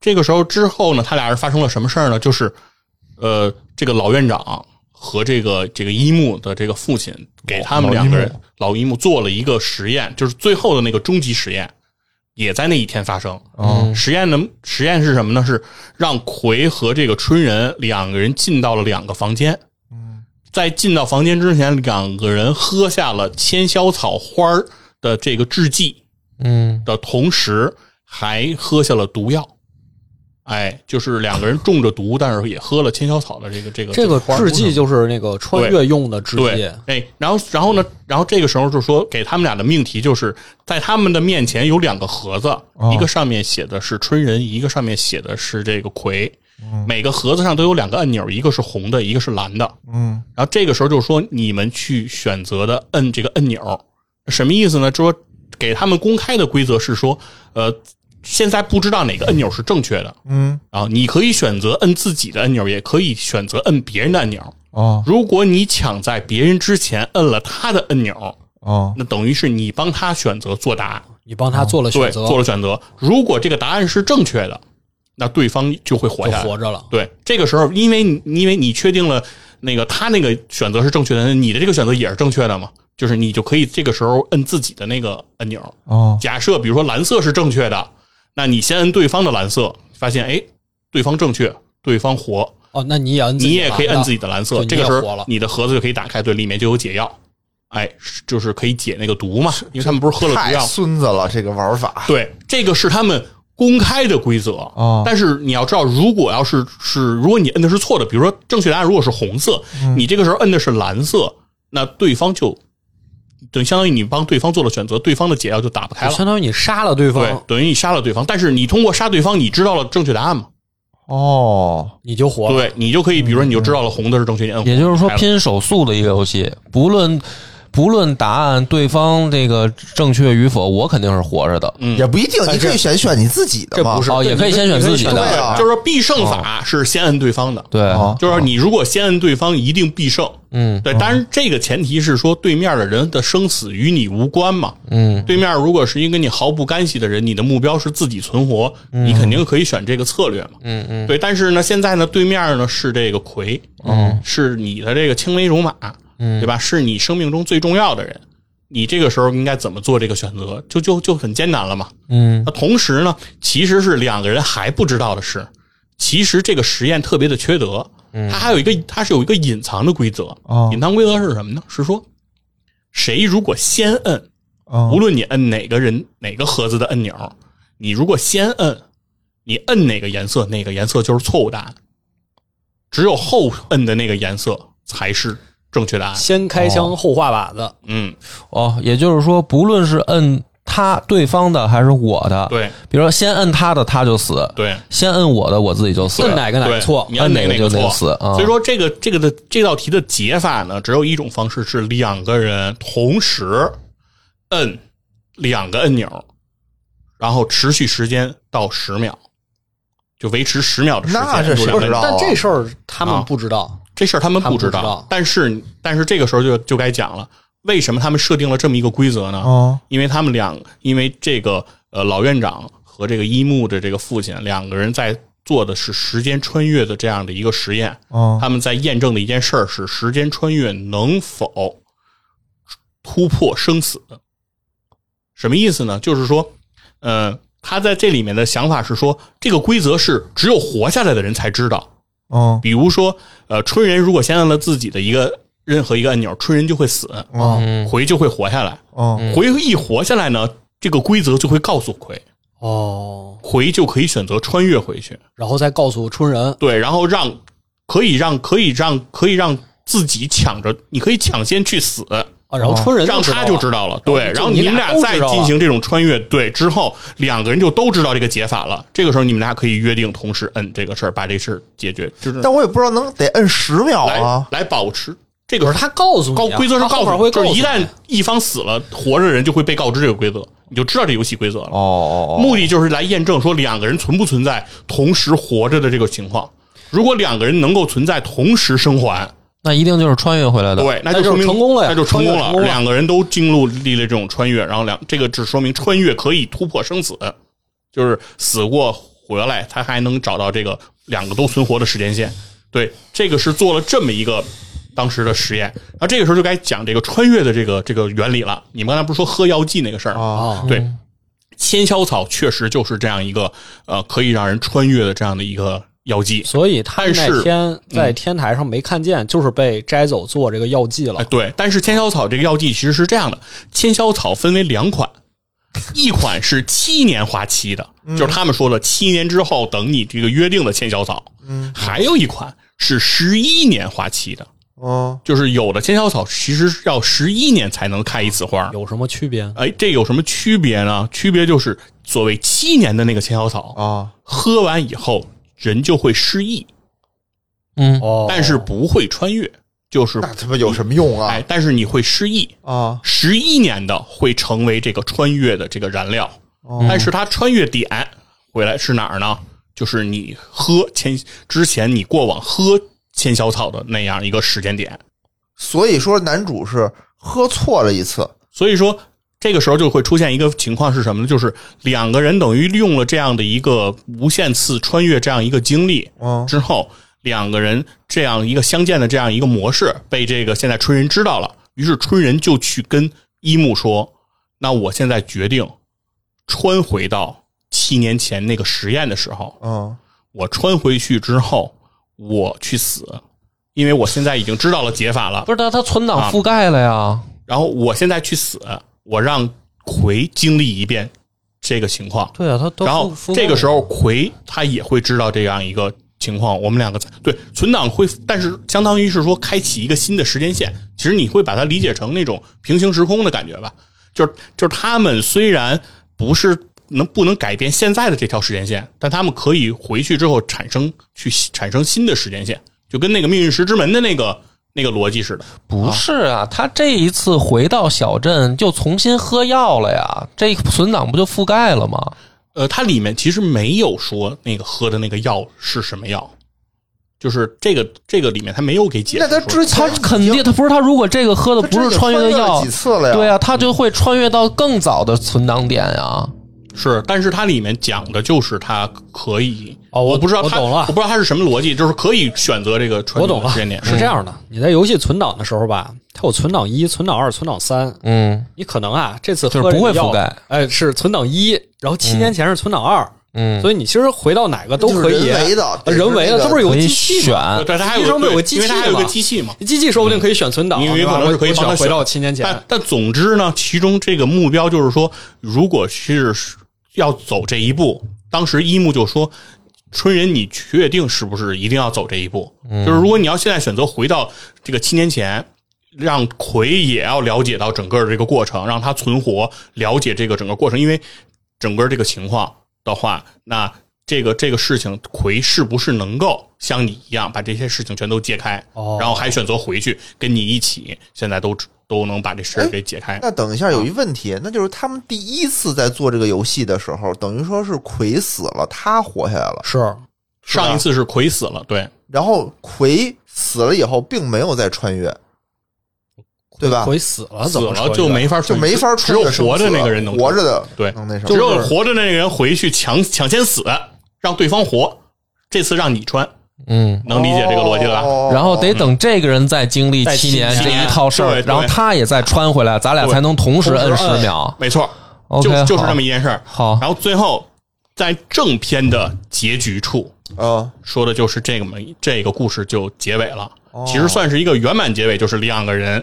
Speaker 3: 这个时候之后呢，他俩人发生了什么事儿呢？就是呃，这个老院长和这个这个一木的这个父亲给他们两个人老一木做了一个实验，就是最后的那个终极实验，也在那一天发生。
Speaker 4: 哦
Speaker 3: 实验呢，实验是什么呢？是让葵和这个春人两个人进到了两个房间。在进到房间之前，两个人喝下了千霄草花儿的这个制剂，
Speaker 5: 嗯，
Speaker 3: 的同时还喝下了毒药。哎，就是两个人中着毒，但是也喝了千小草的这个这个
Speaker 1: 这个
Speaker 3: 花儿
Speaker 1: 制剂就是那个穿越用的制
Speaker 3: 对
Speaker 1: 剂，，
Speaker 3: 哎，然后然后呢，然后这个时候就说给他们俩的命题就是在他们的面前有两个盒子，一个上面写的是春人，一个上面写的是这个葵，每个盒子上都有两个按钮，一个是红的，一个是蓝的。
Speaker 4: 嗯，
Speaker 3: 然后这个时候就说你们去选择的摁这个按钮，什么意思呢？就说呃给他们公开的规则是说，呃，现在不知道哪个按钮是正确的，
Speaker 4: 嗯，
Speaker 3: 然后你可以选择摁自己的按钮，也可以选择摁别人的按钮。
Speaker 4: 哦，
Speaker 3: 如果你抢在别人之前摁了他的按钮，
Speaker 4: 哦，
Speaker 3: 那等于是你帮他选择作答，
Speaker 1: 你帮他做了
Speaker 3: 对，
Speaker 1: 选择，
Speaker 3: 做了选择。如果这个答案是正确的，那对方就会活
Speaker 1: 就
Speaker 3: 下来，
Speaker 1: 活着了。
Speaker 3: 对，这个时候，因为你因为你确定了那个他那个选择是正确的，你的这个选择也是正确的嘛？就是你就可以这个时候摁自己的那个按钮。
Speaker 4: 哦，
Speaker 3: 假设比如说蓝色是正确的，那你先摁对方的蓝色，发现哎，对方正确，对方活，
Speaker 1: 哦，那你也摁，
Speaker 3: 你也可以摁
Speaker 1: 啊
Speaker 3: 自己的蓝色。
Speaker 1: 对
Speaker 3: 这个时
Speaker 1: 你也活
Speaker 3: 候
Speaker 1: 了
Speaker 3: 你的盒子就可以打开，对，里面就有解药，哎，是就是可以解那个毒嘛，因为他们不是喝了毒
Speaker 4: 太
Speaker 3: 药吗
Speaker 4: 孙子了，这个玩法，
Speaker 3: 对，这个是他们公开的规则
Speaker 4: 哦
Speaker 3: 但是你要知道，如果要是是如果你摁的是错的，比如说正确答案如果是红色，你这个时候摁的是蓝色，那对方就等于相当于你帮对方做了选择，对方的解药就打不开
Speaker 1: 就
Speaker 3: 了。
Speaker 1: 相当于你杀了对
Speaker 3: 对
Speaker 1: 方，，
Speaker 3: 等于你杀了对方，但是你通过杀对方，你知道了正确答案嘛？
Speaker 4: 哦，
Speaker 1: 你就活了。
Speaker 3: 对，你就可以，比如说你就知道了红的是正确，你摁红。
Speaker 5: 也就是说
Speaker 3: 开了
Speaker 5: 拼手速的一个游戏，不论不论答案对方这个正确与否，我肯定是活着的。
Speaker 3: 嗯
Speaker 4: 也不一定，你可以选选你自己的
Speaker 1: 这
Speaker 4: 嘛
Speaker 1: 不。是
Speaker 5: 哦也可以先选自己的
Speaker 1: 对
Speaker 4: 对啊
Speaker 3: 就是说必胜法是先摁对方的，
Speaker 5: 对，
Speaker 4: 哦
Speaker 3: 就是说你如果先摁对方，一定必胜。
Speaker 5: 嗯
Speaker 3: 对，当然这个前提是说对面的人的生死与你无关嘛。
Speaker 5: 嗯，
Speaker 3: 对面如果是一个跟你毫不干系的人，你的目标是自己存活，你肯定可以选这个策略嘛。嗯嗯。对，但是呢，现在呢，对面呢是这个魁，嗯，是你的这个青梅竹马，嗯，对吧？是你生命中最重要的人。你这个时候应该怎么做这个选择，就就就很艰难了嘛。
Speaker 5: 嗯，
Speaker 3: 那同时呢，其实是两个人还不知道的是，其实这个实验特别的缺德，它还有一个它是有一个隐藏的规则，
Speaker 4: 哦
Speaker 3: 隐藏规则是什么呢？是说谁如果先摁，
Speaker 4: 嗯
Speaker 3: 无论你摁哪个人哪个盒子的按钮，你如果先摁，你摁哪个颜色，哪个颜色就是错误答案，只有后摁的那个颜色才是正确答案。
Speaker 1: 先开枪后画靶子，
Speaker 3: 嗯，
Speaker 5: 哦，也就是说，不论是摁他对方的还是我的，，
Speaker 3: 对
Speaker 5: 比如说先摁他的他就死，
Speaker 3: 对。
Speaker 5: 先摁我的我自己就死，
Speaker 1: 摁哪个哪
Speaker 3: 对，
Speaker 1: 个错
Speaker 3: 你，按哪
Speaker 5: 按哪个就
Speaker 3: 错
Speaker 5: 得死啊
Speaker 3: 所以说这个这个的这道题的解法呢，只有一种方式是两个人同时摁两个按钮，然后持续时间到十秒，就维持十秒的时间。
Speaker 4: 那是谁不知道啊
Speaker 1: 但这事儿他们不知道。
Speaker 3: 这事儿他们不
Speaker 1: 他
Speaker 3: 知
Speaker 1: 们不知道
Speaker 3: 但是但是这个时候就就该讲了，为什么他们设定了这么一个规则呢？
Speaker 4: 哦
Speaker 3: 因为他们两，因为这个呃老院长和这个一木的这个父亲两个人在做的是时间穿越的这样的一个实验，
Speaker 4: 哦
Speaker 3: 他们在验证的一件事儿是时间穿越能否突破生死。什么意思呢？就是说，呃，他在这里面的想法是说，这个规则是只有活下来的人才知道。
Speaker 4: 哦
Speaker 3: 比如说，呃，春人如果先按了自己的一个任何一个按钮，春人就会死，啊
Speaker 4: 哦
Speaker 3: 回就会活下来。
Speaker 4: 哦
Speaker 3: 回一活下来呢，这个规则就会告诉回，
Speaker 1: 哦，
Speaker 3: 回就可以选择穿越回去。
Speaker 1: 然后再告诉春人，
Speaker 3: 对，然后让可以让可以让可以让自己抢着，你可以抢先去死，
Speaker 1: 啊，然后春人
Speaker 3: 哦让他就知
Speaker 1: 道
Speaker 3: 道了。对，然后
Speaker 1: 你
Speaker 3: 你们
Speaker 1: 俩
Speaker 3: 俩
Speaker 1: 都
Speaker 3: 再
Speaker 1: 知道
Speaker 3: 进
Speaker 1: 了
Speaker 3: 行这种穿越，对之后两个人就都知道这个解法了。这个时候你们俩可以约定同时摁这个事儿，把这事儿解决，就是
Speaker 4: 但我也不知道能得摁十秒
Speaker 3: 来、
Speaker 4: 啊。
Speaker 3: 来保持。这
Speaker 1: 了，可
Speaker 3: 个时
Speaker 1: 是
Speaker 3: 候
Speaker 1: 他告诉你
Speaker 3: 告
Speaker 1: 啊，
Speaker 3: 规则是
Speaker 1: 他后
Speaker 3: 告诉
Speaker 1: 面
Speaker 3: 你，
Speaker 1: 会
Speaker 3: 就
Speaker 1: 告
Speaker 3: 是
Speaker 1: 诉
Speaker 3: 一旦
Speaker 1: 你
Speaker 3: 一方死了，活着的人就会被告知这个规则，你就知道这游戏规则了。
Speaker 4: 哦哦
Speaker 3: 目的就是来验证说两个人存不存在同时活着的这个情况。如果两个人能够存在同时生还，
Speaker 5: 那一定就是穿越回来的。
Speaker 3: 对，那
Speaker 1: 那就
Speaker 3: 说明
Speaker 1: 成功了呀
Speaker 3: 那就成功
Speaker 1: 穿越
Speaker 3: 了。
Speaker 1: 成功了
Speaker 3: 两个人都经历了这种穿越，然后两这个只说明穿越可以突破生死，就是死过回来，他还能找到这个两个都存活的时间线。对，这个是做了这么一个当时的实验。然后这个时候就该讲这个穿越的这个这个原理了。你们刚才不是说喝药剂那个事儿
Speaker 1: 哦
Speaker 3: 吗？
Speaker 4: 啊
Speaker 3: 对，千霄草确实就是这样一个呃，可以让人穿越的这样的一个药剂。
Speaker 1: 所以他
Speaker 3: 但
Speaker 1: 那
Speaker 3: 是嗯
Speaker 1: 天在天台上没看见，就是被摘走做这个药剂了
Speaker 3: 哎，。对，但是千霄草这个药剂其实是这样的，千霄草分为两款，一款是七年花期的，就是他们说了七年之后等你这个约定的千霄草，嗯，还有一款是十一年花期的，
Speaker 4: 哦
Speaker 3: 就是有的千霄草其实是要十一年才能开一次花，
Speaker 1: 有什么区别？
Speaker 3: 哎，这有什么区别呢？区别就是所谓七年的那个千霄草，
Speaker 4: 啊
Speaker 3: 喝完以后人就会失忆，
Speaker 5: 嗯，
Speaker 1: 哦，
Speaker 3: 但是不会穿越，就是
Speaker 4: 那他妈有什么用啊
Speaker 3: 哎，但是你会失忆。
Speaker 4: 啊
Speaker 3: 十一年的会成为这个穿越的这个燃料，但是它穿越点回来是哪儿呢？就是你喝千之前你过往喝千小草的那样一个时间点。
Speaker 4: 所以说男主是喝错了一次，
Speaker 3: 所以说，这个时候就会出现一个情况是什么呢？就是两个人等于利用了这样的一个无限次穿越这样一个经历
Speaker 4: 嗯
Speaker 3: 之后，两个人这样一个相见的这样一个模式被这个现在春人知道了，于是春人就去跟一木说：“那我现在决定穿回到七年前那个实验的时候，
Speaker 4: 嗯
Speaker 3: 我穿回去之后，我去死。”因为我现在已经知道了解法了
Speaker 5: 不，是，但他存档覆盖了呀。
Speaker 3: 然后我现在去死，我让葵经历一遍这个情况。
Speaker 1: 对啊，他都
Speaker 3: 然后
Speaker 1: 覆覆盖
Speaker 3: 这个
Speaker 1: 了
Speaker 3: 时候葵他也会知道这样一个情况，我们两个在对存档恢复，但是相当于是说开启一个新的时间线。其实你会把它理解成那种平行时空的感觉吧，就是就是他们虽然不是能不能改变现在的这条时间线，但他们可以回去之后产生去产生新的时间线，就跟那个命运石之门的那个那个逻辑似的。
Speaker 5: 不是啊，他这一次回到小镇就重新喝药了呀，这存档不就覆盖了吗？
Speaker 3: 呃，它里面其实没有说那个喝的那个药是什么药，就是这个这个里面它没有给解释
Speaker 4: 那
Speaker 3: 出
Speaker 4: 他之
Speaker 3: 来。
Speaker 5: 他
Speaker 4: 前
Speaker 5: 肯定，他不是他如果这个喝的
Speaker 4: 他之
Speaker 5: 不是
Speaker 4: 前
Speaker 5: 穿越
Speaker 4: 了
Speaker 5: 的药
Speaker 4: 几，次了呀？
Speaker 5: 对啊，他就会穿越到更早的存档点啊。
Speaker 3: 是，但是它里面讲的就是它可以
Speaker 1: 哦我
Speaker 3: 我不知道
Speaker 1: 我
Speaker 3: 它
Speaker 1: 懂了
Speaker 3: 我不知道它是什么逻辑，就是可以选择这个穿
Speaker 1: 我
Speaker 3: 越
Speaker 1: 懂了，
Speaker 3: 时间点。
Speaker 5: 嗯
Speaker 1: 是这样的，你在游戏存档的时候吧，它有存档一、存档二、存档三。
Speaker 5: 嗯
Speaker 1: 你可能啊，这次
Speaker 5: 就是
Speaker 1: 喝这
Speaker 5: 不会
Speaker 1: 个药
Speaker 5: 覆盖，
Speaker 1: 哎，是存档一，然后七年前是存档二，
Speaker 5: 嗯，
Speaker 1: 所以你其实回到哪个都可以，
Speaker 4: 人为的
Speaker 1: 呃人为的，它不
Speaker 4: 这
Speaker 1: 是有
Speaker 5: 可
Speaker 1: 个
Speaker 5: 以
Speaker 1: 机器
Speaker 5: 选
Speaker 1: 吗？
Speaker 3: 对，但它还有
Speaker 1: 医生不
Speaker 3: 对
Speaker 1: 有个机
Speaker 3: 因为它
Speaker 1: 器
Speaker 3: 还有
Speaker 1: 吗
Speaker 3: 个机器嘛。
Speaker 1: 机器说不定可以选存档，
Speaker 3: 你有
Speaker 1: 对吧
Speaker 3: 嗯可能是可以
Speaker 1: 我
Speaker 3: 帮
Speaker 1: 我
Speaker 3: 他
Speaker 1: 选回
Speaker 3: 选
Speaker 1: 到七年前
Speaker 3: 但。但总之呢，其中这个目标就是说，如果是要走这一步，当时一木就说：“春人，你确定是不是一定要走这一步？
Speaker 1: 嗯
Speaker 3: 就是如果你要现在选择回到这个七年前。”让葵也要了解到整个这个过程，让他存活，了解这个整个过程，因为整个这个情况的话，那这个这个事情，葵是不是能够像你一样把这些事情全都揭开，
Speaker 1: 哦
Speaker 3: 然后还选择回去跟你一起，现在都都能把这事儿给解开。
Speaker 4: 哎那等一下，有一问题，那就是他们第一次在做这个游戏的时候，等于说是葵死了，他活下来了。
Speaker 1: 是
Speaker 3: 啊上一次是葵死了，对，
Speaker 4: 然后葵死了以后，并没有再穿越，对吧？
Speaker 1: 回死了，
Speaker 3: 死
Speaker 1: 怎么
Speaker 3: 了
Speaker 1: 说
Speaker 3: 就
Speaker 1: 呀
Speaker 3: 没法
Speaker 4: 就
Speaker 3: 穿越
Speaker 4: 没法
Speaker 3: 只
Speaker 4: 穿越
Speaker 3: 有
Speaker 4: 生死了，
Speaker 3: 活着那个人能
Speaker 4: 活着的
Speaker 3: 对
Speaker 4: 能那什
Speaker 3: 只
Speaker 4: 么。
Speaker 3: 有活着那个人回去抢抢先死，让对方活，这次让你穿，
Speaker 5: 嗯，
Speaker 3: 能理解这个逻辑了吧？
Speaker 4: 哦
Speaker 5: 然后得等这个人再经历
Speaker 1: 再
Speaker 5: 七
Speaker 1: 七
Speaker 5: 年
Speaker 1: 年
Speaker 5: 这一套事儿
Speaker 3: 对，对
Speaker 5: 然后他也再穿回来，咱俩
Speaker 3: 对
Speaker 5: 才能同时
Speaker 1: 同时
Speaker 5: 摁十
Speaker 1: 摁
Speaker 5: 秒。
Speaker 3: 没错，
Speaker 5: OK，
Speaker 3: 就就是
Speaker 5: 好
Speaker 3: 这么一件事儿。
Speaker 5: 好，
Speaker 3: 然后最后在正片的结局处
Speaker 4: 啊，
Speaker 3: 说的就是这个么这个故事就结尾了，
Speaker 5: 哦
Speaker 3: 其实算是一个圆满结尾，就是两个人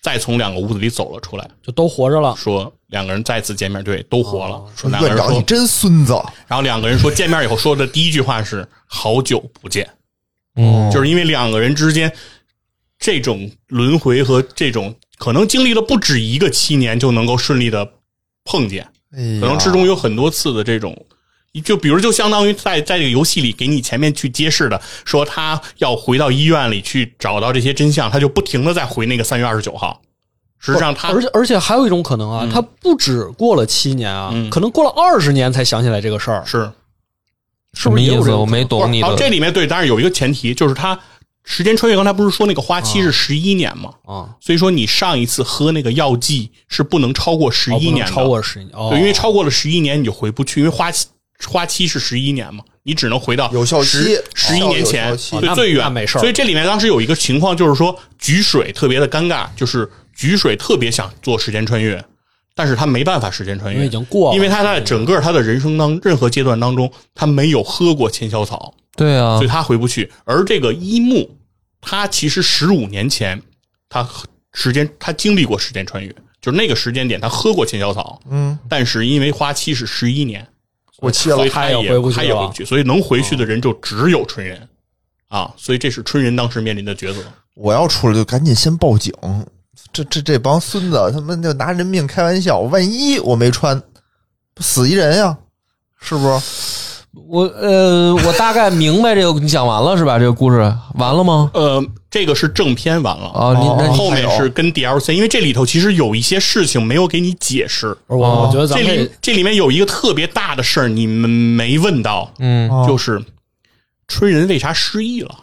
Speaker 3: 再从两个屋子里走了出来，
Speaker 1: 就都活着了。
Speaker 3: 说两个人再次见面，对，都活了。
Speaker 5: 哦
Speaker 3: 说两个
Speaker 4: 院
Speaker 3: 人
Speaker 4: 长，你
Speaker 3: 说，
Speaker 4: 真孙子！
Speaker 3: 然后两个人说见面以后说的第一句话是“好久不见”，
Speaker 5: 嗯，
Speaker 3: 就是因为两个人之间这种轮回和这种可能经历了不止一个七年就能够顺利的碰见，可
Speaker 4: 可
Speaker 3: 能之中有很多次的这种，就比如就相当于在在这个游戏里给你前面去揭示的，说他要回到医院里去找到这些真相，他就不停的在回那个三月二十九号。实际上他
Speaker 1: 而且而且还有一种可能啊，他不止过了七年啊，
Speaker 3: 嗯
Speaker 1: 可能过了二十年才想起来这个事儿，
Speaker 3: 是，
Speaker 1: 是
Speaker 5: 什
Speaker 1: 不
Speaker 5: 么
Speaker 1: 是也
Speaker 5: 意
Speaker 1: 有这
Speaker 5: 思？
Speaker 1: 种
Speaker 5: 我没
Speaker 3: 不是
Speaker 5: 懂你
Speaker 3: 好这
Speaker 5: 的。
Speaker 3: 里面对，当然有一个前提就是他时间穿越，刚才不是说那个花期是十一年吗？
Speaker 1: 啊？
Speaker 3: 所以说你上一次喝那个药剂是不能超过十
Speaker 1: 哦不
Speaker 3: 一
Speaker 1: 能
Speaker 3: 年的，
Speaker 1: 超过十年，哦
Speaker 3: 对，因为超过了十一年你就回不去，因为花期花期是十一年嘛，你只能回到
Speaker 4: 有效期
Speaker 3: 十一
Speaker 4: 哦
Speaker 3: 年前
Speaker 4: 有效，期
Speaker 1: 哦
Speaker 3: 对
Speaker 1: 那
Speaker 3: 最
Speaker 1: 那
Speaker 3: 远
Speaker 1: 没事儿
Speaker 3: 所以这里面当时有一个情况就是说，菊水特别的尴尬，就是菊水特别想做时间穿越，但是他没办法时间穿
Speaker 1: 因为
Speaker 3: 越
Speaker 1: 已，经过了，
Speaker 3: 因为他在整个他的人生当任何阶段当中，他没有喝过千霄草，
Speaker 5: 对啊
Speaker 3: 所以，他回不去。而这个一木，他其实十五年前，他时间他经历过时间穿越，就是那个时间点他喝过千霄草，
Speaker 4: 嗯，
Speaker 3: 但是因为花期是十一年，
Speaker 4: 过期
Speaker 3: 所
Speaker 4: 了
Speaker 3: 以，他也
Speaker 1: 他也回不去了
Speaker 3: 他也回不去，所以能回去的人就只有春人啊，所以这是春人当时面临的抉择。
Speaker 4: 我要出来就赶紧先报警。这这这帮孙子，他们就拿人命开玩笑，万一我没穿，死一人呀，是不是？
Speaker 5: 我呃，我大概明白这个。你讲完了是吧？这个故事完了吗？
Speaker 3: 呃，这个是正片完了
Speaker 5: 啊，你那
Speaker 4: 哦
Speaker 5: 你
Speaker 3: 后面是跟 DLC，因为这里头其实有一些事情没有给你解释。
Speaker 1: 不是哦我，我觉得咱
Speaker 3: 这
Speaker 1: 们
Speaker 3: 里这里面有一个特别大的事儿，你们没问到，
Speaker 5: 嗯
Speaker 4: 哦
Speaker 3: 就是春人为啥失忆了？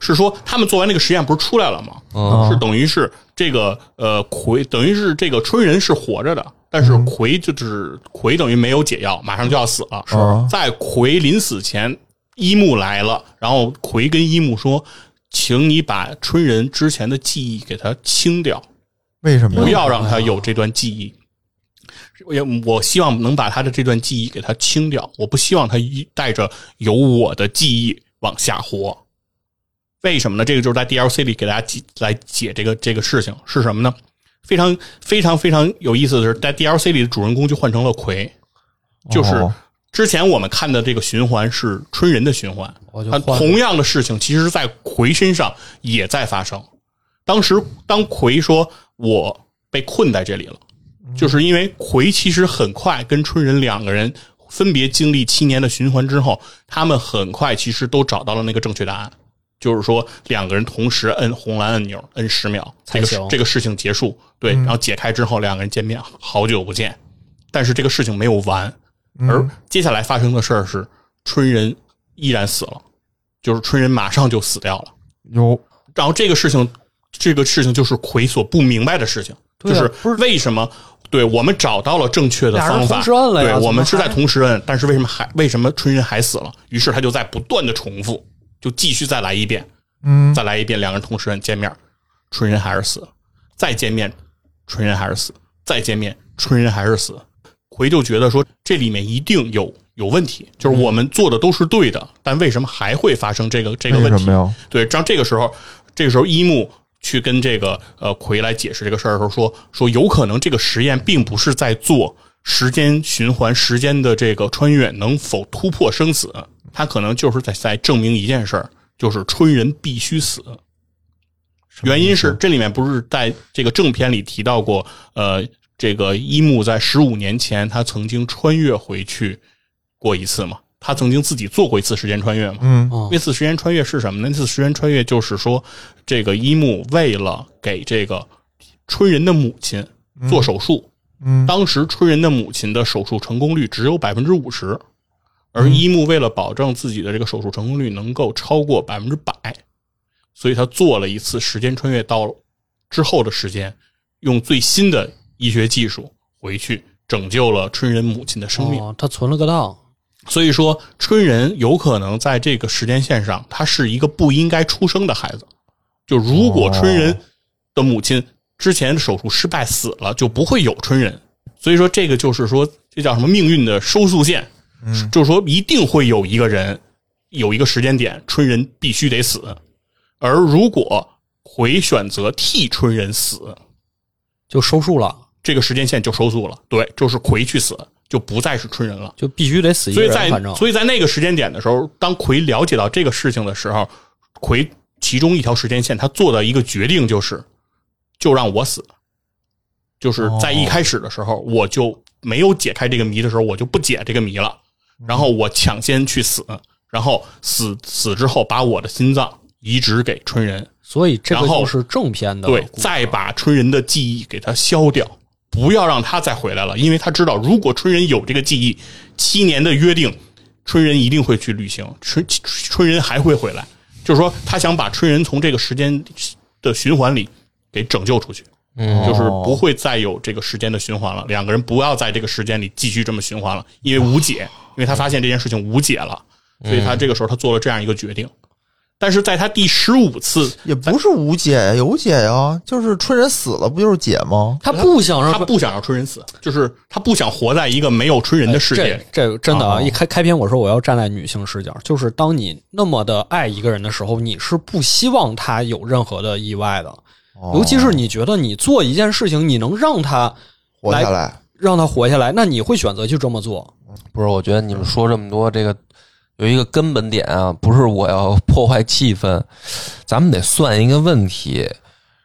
Speaker 3: 是说他们做完那个实验不是出来了吗？
Speaker 5: 嗯
Speaker 3: 是等于是这个呃葵，等于是这个春人是活着的，但是葵就是葵等于没有解药，马上就要死了。
Speaker 4: 啊
Speaker 3: 在葵临死前，一木来了，然后葵跟一木说：“请你把春人之前的记忆给他清掉。”
Speaker 4: 为什么呀？
Speaker 3: 不要让他有这段记忆。我也我希望能把他的这段记忆给他清掉，我不希望他一带着有我的记忆往下活。为什么呢？这个就是在 DLC 里给大家解来解这个这个事情是什么呢？非常非常非常有意思的是，在 DLC 里的主人公就换成了葵，就是
Speaker 4: 哦
Speaker 3: 之前我们看的这个循环是春人的循环
Speaker 1: 我就，
Speaker 3: 它
Speaker 1: 换了
Speaker 3: 同样的事情，其实在葵身上也在发生。当时当葵说我被困在这里了，
Speaker 1: 嗯
Speaker 3: 就是因为葵其实很快跟春人两个人分别经历七年的循环之后，他们很快其实都找到了那个正确答案。就是说，两个人同时摁红蓝按钮，摁十秒，这
Speaker 1: 才
Speaker 3: 个事
Speaker 1: 行嗯
Speaker 3: 这个事情结束。对，然后解开之后，两个人见面，好久不见，但是这个事情没有完，
Speaker 1: 嗯
Speaker 3: 而接下来发生的事儿是春人依然死了，就是春人马上就死掉了。
Speaker 4: 有
Speaker 3: 然后这个事情，这个事情就是魁所不明白的事情，
Speaker 1: 对啊
Speaker 3: 就是为什么？对我们找到了正确的
Speaker 1: 俩人
Speaker 3: 方法，
Speaker 1: 同时摁了呀
Speaker 3: 对
Speaker 1: 怎么
Speaker 3: 我们是
Speaker 1: 还
Speaker 3: 在同时摁，但是为什么还为什么春人还死了？于是他就在不断的重复，就继续再来一遍，
Speaker 4: 嗯
Speaker 3: 再来一遍，两个人同时摁见面，春人还是死，再见面，春人还是死，再见面，春人还是死。奎就觉得说这里面一定有有问题，就是
Speaker 4: 嗯
Speaker 3: 我们做的都是对的，但为什么还会发生这个这个
Speaker 4: 为
Speaker 3: 问
Speaker 4: 什
Speaker 3: 题
Speaker 4: 么？呀？
Speaker 3: 对，然后这个时候，这个时候一木去跟这个呃奎来解释这个事儿的时候说，说有可能这个实验并不是在做时间循环、时间的这个穿越能否突破生死，他可能就是在在证明一件事儿，就是春人必须死。原因是这里面不是在这个正片里提到过，呃，这个一木在十五年前他曾经穿越回去过一次嘛，他曾经自己做过一次时间穿越嘛，
Speaker 4: 嗯
Speaker 1: 嗯
Speaker 3: 那次时间穿越是什么呢？那次时间穿越就是说，这个一木为了给这个春人的母亲做手术，
Speaker 4: 嗯
Speaker 3: 当时春人的母亲的手术成功率只有百分之五十，而一木为了保证自己的这个手术成功率能够超过百分之百，所以他做了一次时间穿越到之后的时间，用最新的医学技术回去拯救了春人母亲的生命。
Speaker 1: 哦，他存了个档，
Speaker 3: 所以说，春人有可能在这个时间线上，他是一个不应该出生的孩子。就如果春人的母亲之前手术失败死了，就不会有春人。所以说，这个就是说，这叫什么命运的收束线？
Speaker 4: 嗯
Speaker 3: 就是说，一定会有一个人，有一个时间点，春人必须得死。而如果回选择替春人死，
Speaker 1: 就收束了，
Speaker 3: 这个时间线就收束了。对，就是回去死，就不再是春人了。
Speaker 1: 就必须得死一
Speaker 3: 所
Speaker 1: 个
Speaker 3: 以
Speaker 1: 人，
Speaker 3: 在
Speaker 1: 反正
Speaker 3: 所以在那个时间点的时候，当奎了解到这个事情的时候，奎其中一条时间线，他做的一个决定就是，就让我死。就是
Speaker 1: 哦
Speaker 3: 在一开始的时候，我就没有解开这个谜的时候，我就不解这个谜了。
Speaker 1: 嗯
Speaker 3: 然后我抢先去死，然后死死之后，把我的心脏移植给春人，
Speaker 1: 所以这个
Speaker 3: 然后
Speaker 1: 就是正片的
Speaker 3: 对，
Speaker 1: 故事
Speaker 3: 再把春人的记忆给他消掉，不要让他再回来了，因为他知道，如果春人有这个记忆，七年的约定，春人一定会去履行，春春人还会回来，就是说，他想把春人从这个时间的循环里给拯救出去，
Speaker 5: 嗯
Speaker 3: 就是不会再有这个时间的循环了，两个人不要在这个时间里继续这么循环了，因为无解，因为他发现这件事情无解了，所以他这个时候他做了这样一个决定。但是在他第十五次
Speaker 4: 也不是无解呀，有解呀，就是春人死了不就是解吗？
Speaker 1: 他不想让
Speaker 3: 他不想让春人死，就是他不想活在一个没有春人的世界里。
Speaker 1: 这这真的啊！
Speaker 4: 哦
Speaker 1: 一开开篇我说我要站在女性视角，就是当你那么的爱一个人的时候，你是不希望他有任何的意外
Speaker 3: 哦
Speaker 1: 的，
Speaker 4: 哦
Speaker 1: 尤其是你觉得你做一件事情，你能让他
Speaker 4: 活下来，
Speaker 1: 让他活下来，那你会选择去这么做。
Speaker 5: 不是，我觉得你们说这么多，这个有一个根本点啊，不是我要破坏气氛，咱们得算一个问题，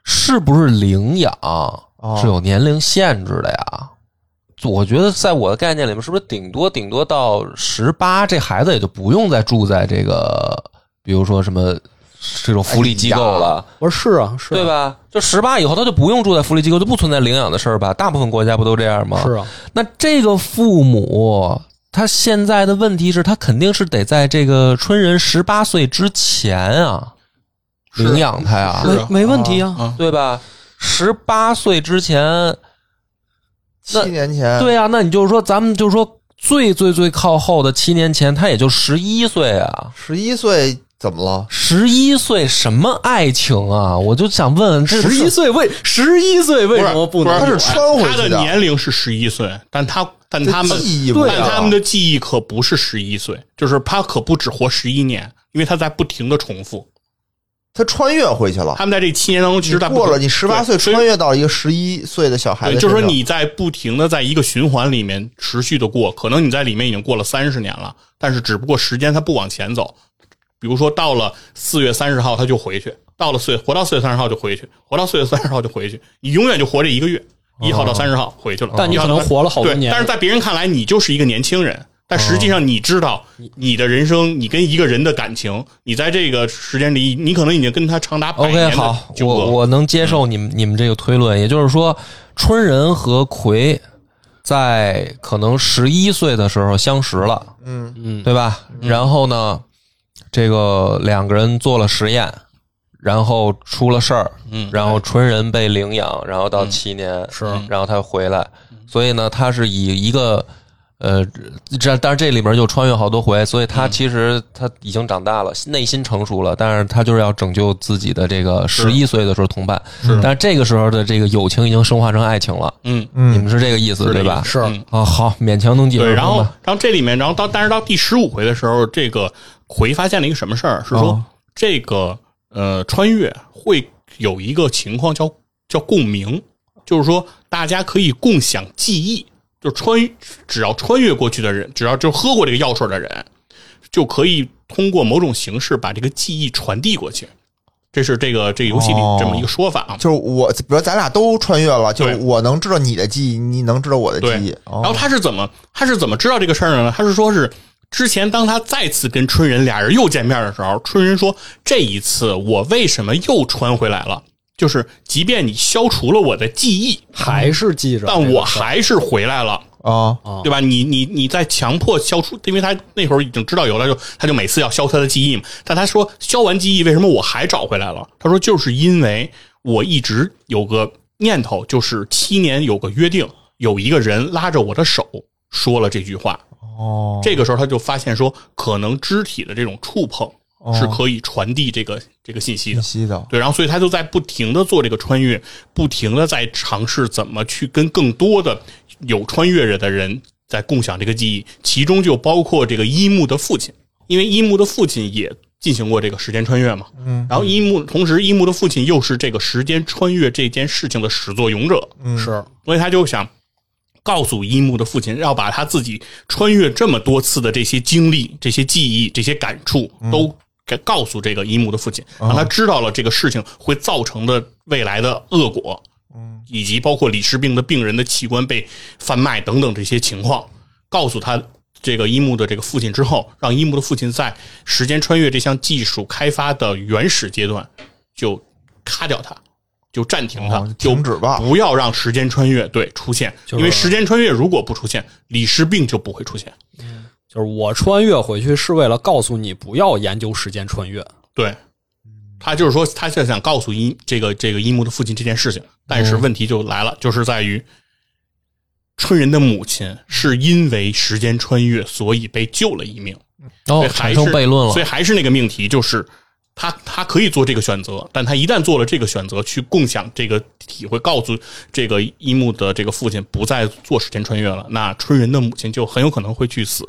Speaker 5: 是不是领养
Speaker 1: 哦
Speaker 5: 是有年龄限制的呀？我觉得在我的概念里面，是不是顶多顶多到十八，这孩子也就不用再住在这个，比如说什么这种福利机构了。
Speaker 1: 我说是啊，是啊
Speaker 5: 对？吧？就十八以后，他就不用住在福利机构，就不存在领养的事儿吧？大部分国家不都这样吗？
Speaker 1: 是啊，
Speaker 5: 那这个父母，他现在的问题是，他肯定是得在这个春人十八岁之前啊，
Speaker 3: 是
Speaker 5: 领养他呀，
Speaker 3: 是啊
Speaker 1: 没没问题啊。
Speaker 3: 啊，
Speaker 5: 对吧？十八岁之前，那
Speaker 4: 七年
Speaker 1: 哎
Speaker 4: 前，
Speaker 5: 对呀、啊那你就是说，咱们就是说，最最最靠后的七年前，他也就十一岁啊。
Speaker 4: 十一岁怎么了？
Speaker 5: 十一岁什么爱情啊？我就想问，这
Speaker 1: 十一岁为十一岁为什么
Speaker 3: 不
Speaker 1: 能
Speaker 3: 是，
Speaker 4: 他
Speaker 1: 有
Speaker 4: 是
Speaker 1: 爱？
Speaker 4: 穿回
Speaker 3: 他
Speaker 4: 去
Speaker 3: 的年龄是十一岁，但他但他们
Speaker 4: 这记忆不一
Speaker 3: 但
Speaker 4: 样
Speaker 3: 他们的记忆可不是十一岁，就是他可不只活十一年，因为他在不停的重复。
Speaker 4: 他穿越回去了。
Speaker 3: 他们在这七年当中，其实
Speaker 4: 你
Speaker 3: 他不
Speaker 4: 过了
Speaker 3: 停
Speaker 4: 你十八
Speaker 3: 对
Speaker 4: 岁
Speaker 3: 所以
Speaker 4: 穿越到一个十一岁的小孩
Speaker 3: 对，
Speaker 4: 子身上，
Speaker 3: 就是说你在不停的在一个循环里面持续的过，可能你在里面已经过了三十年了，但是只不过时间它不往前走。比如说到了四月三十号，他就回去；到了四月活到四月三十号就回去，活到四月三十号就回去，你永远就活这一个月，一号到三十号回去了。
Speaker 1: 但你
Speaker 3: 1
Speaker 1: 可
Speaker 3: 号到
Speaker 1: 能活了好多
Speaker 3: 对
Speaker 1: 年，
Speaker 3: 但是在别人看来，你就是一个年轻人。但实际上，你知道你的人生，你跟一个人的感情，你在这个时间里，你可能已经跟他长达百
Speaker 5: OK，
Speaker 3: 年的嗯
Speaker 5: 好，
Speaker 3: 纠葛。
Speaker 5: 我我能接受你们你们这个推论，也就是说，春人和葵在可能十一岁的时候相识了，
Speaker 4: 嗯，
Speaker 1: 嗯，
Speaker 5: 对吧？然后呢，这个两个人做了实验，然后出了事儿，
Speaker 3: 嗯，
Speaker 5: 然后春人被领养，然后到七年
Speaker 1: 是
Speaker 5: 然后他回来，
Speaker 3: 嗯
Speaker 5: 所以呢，他是以一个呃，这但是这里边就穿越好多回，所以他其实他已经长大了，内心成熟了，但是他就是要拯救自己的这个十一岁的时候同伴，但是这个时候的这个友情已经升华成爱情了，
Speaker 3: 嗯，
Speaker 5: 你们是这个意思
Speaker 3: 是这
Speaker 5: 对
Speaker 3: 个
Speaker 5: 吧
Speaker 3: 意？思嗯
Speaker 5: 啊，好，勉强能解
Speaker 3: 对，
Speaker 5: 释
Speaker 3: 然
Speaker 5: 通
Speaker 3: 后
Speaker 5: 吧。
Speaker 3: 然后这里面，然后到但是到第十五回的时候，这个葵发现了一个什么事儿？是说、
Speaker 5: 哦
Speaker 3: 这个呃穿越会有一个情况叫叫共鸣，就是说大家可以共享记忆，就穿越只要穿越过去的人，只要就喝过这个药水的人，就可以通过某种形式把这个记忆传递过去。这是这个这个游戏里
Speaker 5: 哦
Speaker 3: 这么一个说法啊。
Speaker 4: 就是我，比如咱俩都穿越了，就是
Speaker 3: 对
Speaker 4: 我能知道你的记忆，你能知道我的
Speaker 3: 对
Speaker 4: 记忆。，
Speaker 3: 然后
Speaker 4: 哦，
Speaker 3: 他是怎么他是怎么知道这个事儿的呢？他是说是之前当他再次跟春人俩人又见面的时候，春人说这一次我为什么又穿回来了？就是即便你消除了我的记忆，
Speaker 1: 还是记着这个事儿，
Speaker 3: 但我还是回来了。
Speaker 4: 啊，
Speaker 1: 啊
Speaker 3: 对吧？你你你在强迫消除，因为他那会儿已经知道有了，就他就每次要消他的记忆嘛。但他说消完记忆，为什么我还找回来了？他说就是因为我一直有个念头，就是七年有个约定，有一个人拉着我的手说了这句话。
Speaker 4: 哦，
Speaker 3: 这个时候他就发现说，可能肢体的这种触碰
Speaker 4: 哦
Speaker 3: 是可以传递这个这个信息的
Speaker 4: 信。息的，
Speaker 3: 对，然后所以他就在不停的做这个穿越，不停的在尝试怎么去跟更多的有穿越着的人在共享这个记忆，其中就包括这个一木的父亲，因为一木的父亲也进行过这个时间穿越嘛。嗯，然后一木同时一木的父亲又是这个时间穿越这件事情的始作俑者，
Speaker 1: 是
Speaker 3: 所以他就想告诉一木的父亲，要把他自己穿越这么多次的这些经历、这些记忆、这些感触都给告诉这个一木的父亲，让他知道了这个事情会造成的未来的恶果，嗯，以及包括李氏病的病人的器官被贩卖等等这些情况，告诉他。这个一木的这个父亲之后，让一木的父亲在时间穿越这项技术开发的原始阶段就咔掉它，就暂停它，
Speaker 4: 哦
Speaker 3: 就
Speaker 4: 停止吧
Speaker 3: 不要让时间穿越对出现，
Speaker 1: 就是
Speaker 3: 因为时间穿越如果不出现，李氏病就不会出现。
Speaker 1: 就是我穿越回去是为了告诉你不要研究时间穿越，
Speaker 3: 对，他就是说，他是想告诉一这个这个一木的父亲这件事情，但是问题就来了，就是在于春人的母亲是因为时间穿越，所以被救了一命，
Speaker 5: 然
Speaker 3: 所
Speaker 5: 后
Speaker 3: 以还
Speaker 5: 哦产
Speaker 3: 是
Speaker 5: 生悖论了
Speaker 3: 所以，还是那个命题，就是。他他可以做这个选择，但他一旦做了这个选择，去共享这个体会，告诉这个一木的这个父亲不再做时间穿越了，那春人的母亲就很有可能会去死。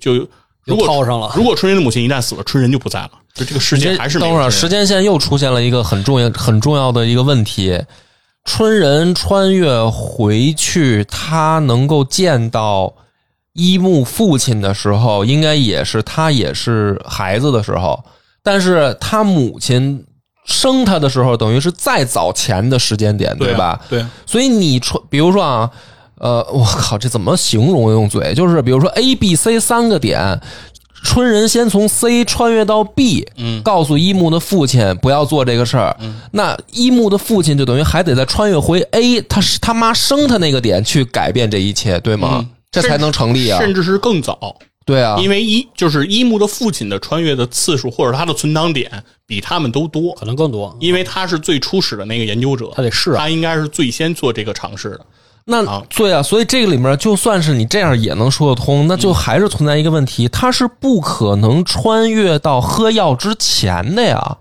Speaker 3: 就如
Speaker 1: 又
Speaker 3: 果
Speaker 1: 套上了。
Speaker 3: 如果春人的母亲一旦死了，春人就不在了，就这个世界还是没
Speaker 5: 等
Speaker 3: 有
Speaker 5: 会儿，
Speaker 3: 春人
Speaker 5: 时间线又出现了一个很重要、很重要的一个问题：春人穿越回去，他能够见到一木父亲的时候，应该也是他也是孩子的时候，但是他母亲生他的时候，等于是再早前的时间点，
Speaker 3: 对啊
Speaker 5: 吧？
Speaker 3: 对啊，
Speaker 5: 所以你穿，比如说啊，呃，我靠，这怎么形容？用嘴就是，比如说 A、B、C 三个点，春人先从 C 穿越到 B，
Speaker 3: 嗯
Speaker 5: 告诉一木的父亲不要做这个事儿。那一木的父亲就等于还得再穿越回 A，他是他妈生他那个点去改变这一切，对吗？
Speaker 3: 嗯
Speaker 5: 这才能成立啊！
Speaker 3: 甚至是更早，
Speaker 5: 对啊，
Speaker 3: 因为一就是一木的父亲的穿越的次数或者他的存档点比他们都多，
Speaker 1: 可能更多，
Speaker 3: 因为他是最初始的那个研究者，
Speaker 1: 他得试啊，
Speaker 3: 他应该是最先做这个尝试的。
Speaker 5: 那
Speaker 3: 啊
Speaker 5: 对啊，所以这个里面就算是你这样也能说得通，那
Speaker 3: 嗯
Speaker 5: 就还是存在一个问题，他是不可能穿越到喝药之前的呀。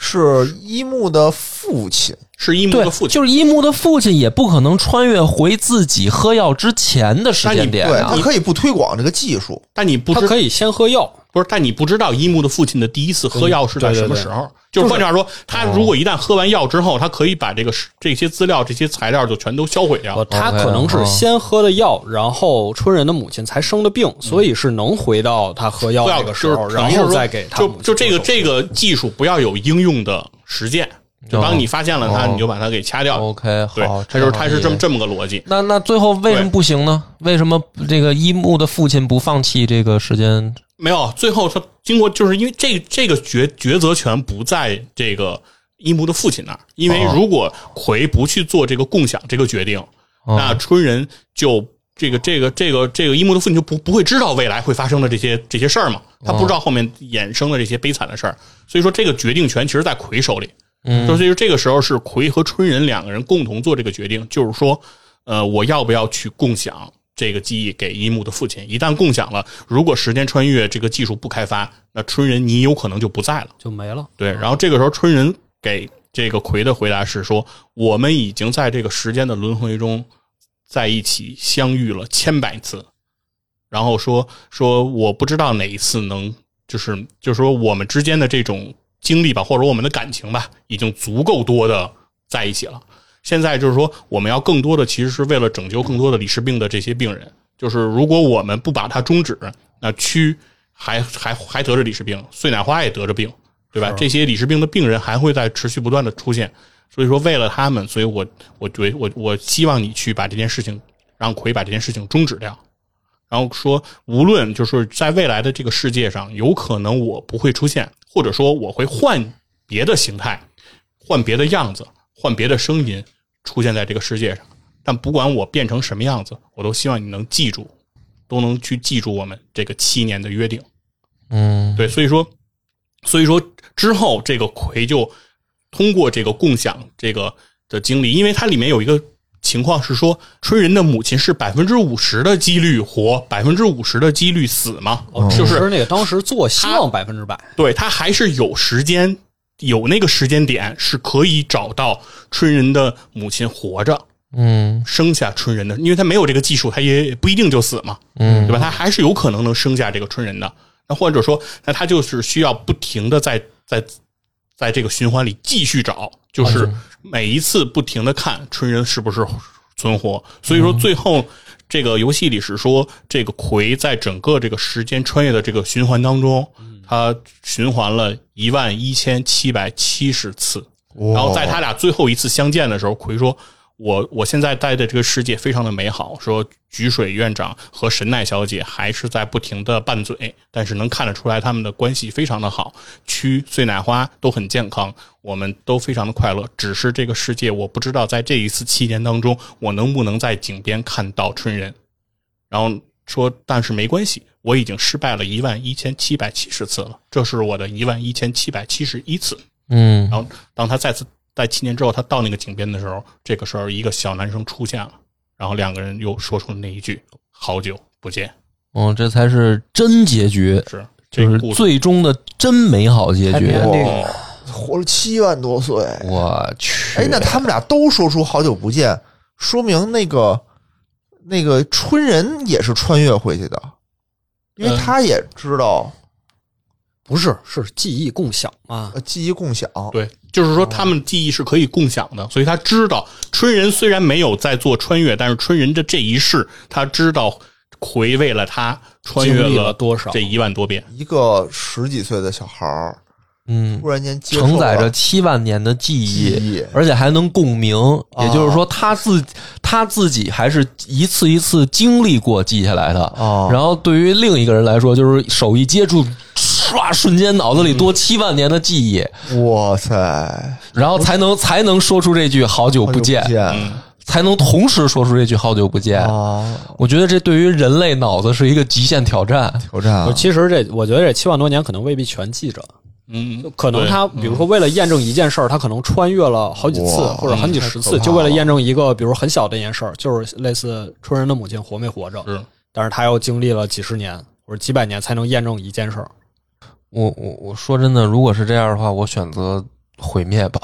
Speaker 4: 是一木的父亲，
Speaker 3: 是一木
Speaker 5: 对
Speaker 3: 的父，亲，
Speaker 5: 就是一木的父亲也不可能穿越回自己喝药之前的时间点
Speaker 4: 对
Speaker 5: 啊
Speaker 4: 他。可以不推广这个技术，
Speaker 3: 但你不
Speaker 1: 他
Speaker 3: 知
Speaker 1: 可以先喝药，
Speaker 3: 不是，但你不知道一木的父亲的第一次喝药是在什么时候。就是换句话说，他如果一旦喝完药之后，他可以把这个这些资料、这些材料就全都销毁
Speaker 1: 呃
Speaker 3: 掉。
Speaker 1: 他可能是先喝的药，然后春人的母亲才生的病，所以是能回到他喝药
Speaker 3: 不要
Speaker 1: 那个时候，
Speaker 3: 就是
Speaker 1: 然
Speaker 3: 等于是
Speaker 1: 后
Speaker 3: 说
Speaker 1: 再给他
Speaker 3: 就
Speaker 1: 母亲
Speaker 3: 就这
Speaker 1: 做手
Speaker 3: 个
Speaker 1: 术
Speaker 3: 这个技术不要有应用的实践，就当你发现了它，
Speaker 5: 哦
Speaker 3: 你就把它给掐掉。
Speaker 5: OK，
Speaker 3: 对
Speaker 5: 好，，
Speaker 3: 它就是
Speaker 5: 好
Speaker 3: 它是这么
Speaker 5: 理解
Speaker 3: 这么个逻辑。
Speaker 5: 那那最后为什么不行呢？为什么这个一木的父亲不放弃这个时间？
Speaker 3: 没有，最后他经过就是因为这这个决抉择权不在这个伊木的父亲那儿，因为
Speaker 5: 哦
Speaker 3: 如果葵不去做这个共享这个决定，
Speaker 5: 哦
Speaker 3: 那春人就这个这个这个这个伊木的父亲就不不会知道未来会发生的这些这些事儿嘛，他不知道后面衍生的这些悲惨的事儿，所以说这个决定权其实在葵手里，
Speaker 5: 嗯
Speaker 3: 就是就是这个时候是葵和春人两个人共同做这个决定，就是说，呃，我要不要去共享这个记忆给一木的父亲？一旦共享了，如果时间穿越这个技术不开发，那春人你有可能就不在了。
Speaker 1: 就没了。
Speaker 3: 对，然后这个时候春人给这个葵的回答是说，我们已经在这个时间的轮回中在一起相遇了千百次，然后说说我不知道哪一次能，就是就是说我们之间的这种经历吧，或者我们的感情吧，已经足够多的在一起了。现在就是说，我们要更多的其实是为了拯救更多的李氏病的这些病人。就是如果我们不把它终止，那蛆还还还得着李氏病，碎奶花也得着病，对吧？这些李氏病的病人还会在持续不断的出现。所以说，为了他们，所以我我觉我我希望你去把这件事情让葵把这件事情终止掉。然后说，无论就是在未来的这个世界上，有可能我不会出现，或者说我会换别的形态，换别的样子，换别的声音出现在这个世界上。但不管我变成什么样子，我都希望你能记住，都能去记住我们这个七年的约定。
Speaker 5: 嗯，
Speaker 3: 对，所以说，所以说之后这个葵就通过这个共享这个的经历，因为它里面有一个情况是说，春人的母亲是百分之五十的几率活，百分之五十的几率死嘛，就
Speaker 1: 只
Speaker 3: 是
Speaker 1: 那个当时做希望百分之百，
Speaker 3: 对他还是有时间，有那个时间点是可以找到春人的母亲活着。
Speaker 5: 嗯
Speaker 3: 生下春人的，因为他没有这个技术，他也不一定就死嘛，
Speaker 5: 嗯
Speaker 3: 对吧？他还是有可能能生下这个春人的。那或者说，那他就是需要不停的在在在这个循环里继续找，就是每一次不停的看春人是不是存活。所以说，最后这个游戏里是说，这个葵在整个这个时间穿越的这个循环当中，他循环了一万一千七百七十次。
Speaker 4: 哇
Speaker 3: 然后在他俩最后一次相见的时候，葵说：“我我现在待的这个世界非常的美好。”说菊水院长和神奈小姐还是在不停的拌嘴，但是能看得出来他们的关系非常的好。蛆、碎奶花都很健康，我们都非常的快乐。只是这个世界，我不知道在这一次七年当中，我能不能在井边看到春人。然后说，但是没关系，我已经失败了一万一千七百七十次了，这是我的一万一千七百七十一次。
Speaker 5: 嗯
Speaker 3: 然后当他再次在七年之后，他到那个井边的时候，这个时候一个小男生出现了，然后两个人又说出那一句“好久不见
Speaker 5: 哦，这才是真结局”，，
Speaker 3: 是这
Speaker 5: 就
Speaker 3: 个
Speaker 5: 是
Speaker 3: 故事。哦
Speaker 5: 最终的真美好结局。
Speaker 1: Happy
Speaker 4: 哇活了七万多岁，
Speaker 5: 我去，
Speaker 4: 哎，那他们俩都说出好久不见，说明那个那个春人也是穿越回去的，因为
Speaker 3: 嗯
Speaker 4: 他也知道、
Speaker 1: 不是是记忆共享嘛？
Speaker 4: 呃记忆共享，
Speaker 3: 嗯对，就是说他们记忆是可以共享的，所以他知道春人虽然没有在做穿越，但是春人的这一世，他知道回味了他穿越
Speaker 1: 经历了多少
Speaker 3: 这一万多遍。
Speaker 4: 一个十几岁的小孩儿
Speaker 5: 嗯
Speaker 4: 突，然间接受
Speaker 5: 承载着
Speaker 4: 了
Speaker 5: 七万年的记
Speaker 4: 记
Speaker 5: 忆。
Speaker 4: 忆，
Speaker 5: 而且还能共鸣，也就是说，他自他自己还是一次一次经历过记下来的。
Speaker 4: 哦
Speaker 5: 然后对于另一个人来说，就是手一接触，唰，瞬间脑子里
Speaker 4: 嗯
Speaker 5: 多七万年的记忆，
Speaker 4: 哇塞，
Speaker 5: 然后才能才能说出这句“好久
Speaker 4: 好久
Speaker 5: 不见”，
Speaker 4: 见
Speaker 3: 嗯，
Speaker 5: 才能同时说出这句“好久不见”
Speaker 4: 啊！
Speaker 5: 我觉得这对于人类脑子是一个极限挑战。
Speaker 4: 挑战啊
Speaker 1: 其实这我觉得这七万多年可能未必全记着，
Speaker 3: 嗯，
Speaker 1: 可能
Speaker 3: 对
Speaker 1: 他比如说为了验证一件事儿，他可能穿越了好几次
Speaker 4: 哇
Speaker 1: 或者好几十
Speaker 4: 太可
Speaker 1: 次，
Speaker 4: 怕了
Speaker 1: 就为了验证一个比如很小的一件事儿，就是类似春人的母亲活没活着，
Speaker 3: 是
Speaker 1: 但是他要经历了几十年或者几百年才能验证一件事儿。
Speaker 5: 我我我说真的，如果是这样的话，我选择毁灭吧。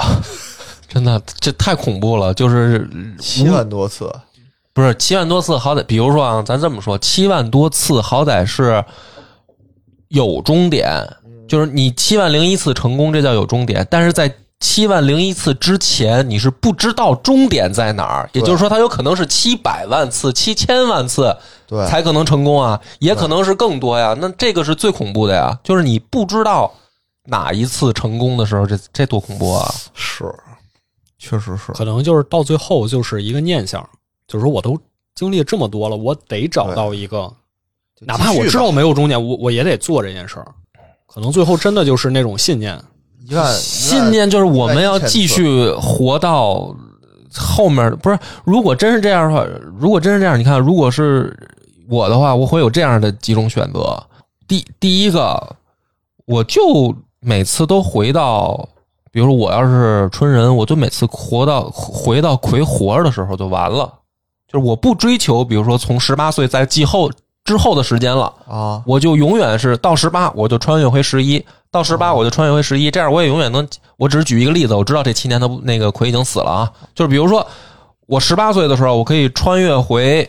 Speaker 5: 真的，这太恐怖了，就是
Speaker 4: 七万多次，
Speaker 5: 不是七万多次，好歹比如说啊，咱这么说，七万多次好歹是有终点，就是你七万零一次成功，这叫有终点。但是在七万零一次之前，你是不知道终点在哪儿，也就是说，它有可能是七百万次、七千万次
Speaker 4: 对，
Speaker 5: 才可能成功啊，也可能是更多呀。那这个是最恐怖的呀，就是你不知道哪一次成功的时候，这这多恐怖啊！
Speaker 4: 是，确实是，
Speaker 1: 可能就是到最后就是一个念想，就是说我都经历这么多了，我得找到一个，
Speaker 4: 就
Speaker 1: 哪怕
Speaker 4: 继续
Speaker 1: 我
Speaker 4: 吧
Speaker 1: 知道没有终点，我我也得做这件事儿。可能最后真的就是那种信念，
Speaker 4: 一万
Speaker 5: 信，念就是我们要继续活到后面的，不是？如果真是这样的话，如果真是这样，你看，如果是我的话，我会有这样的几种选择。第第一个，我就每次都回到，比如说我要是春人，我就每次活到回到葵活着的时候就完了，就是我不追求，比如说从十八岁在继后之后的时间了。
Speaker 4: 一万啊，
Speaker 5: 我就永远是到十八我就穿越回十一，到十
Speaker 1: 哦
Speaker 5: 八我就穿越回十一，这样我也永远能。我只是举一个例子，我知道这七年的那个葵已经死了啊。就是比如说，我十八岁的时候，我可以穿越回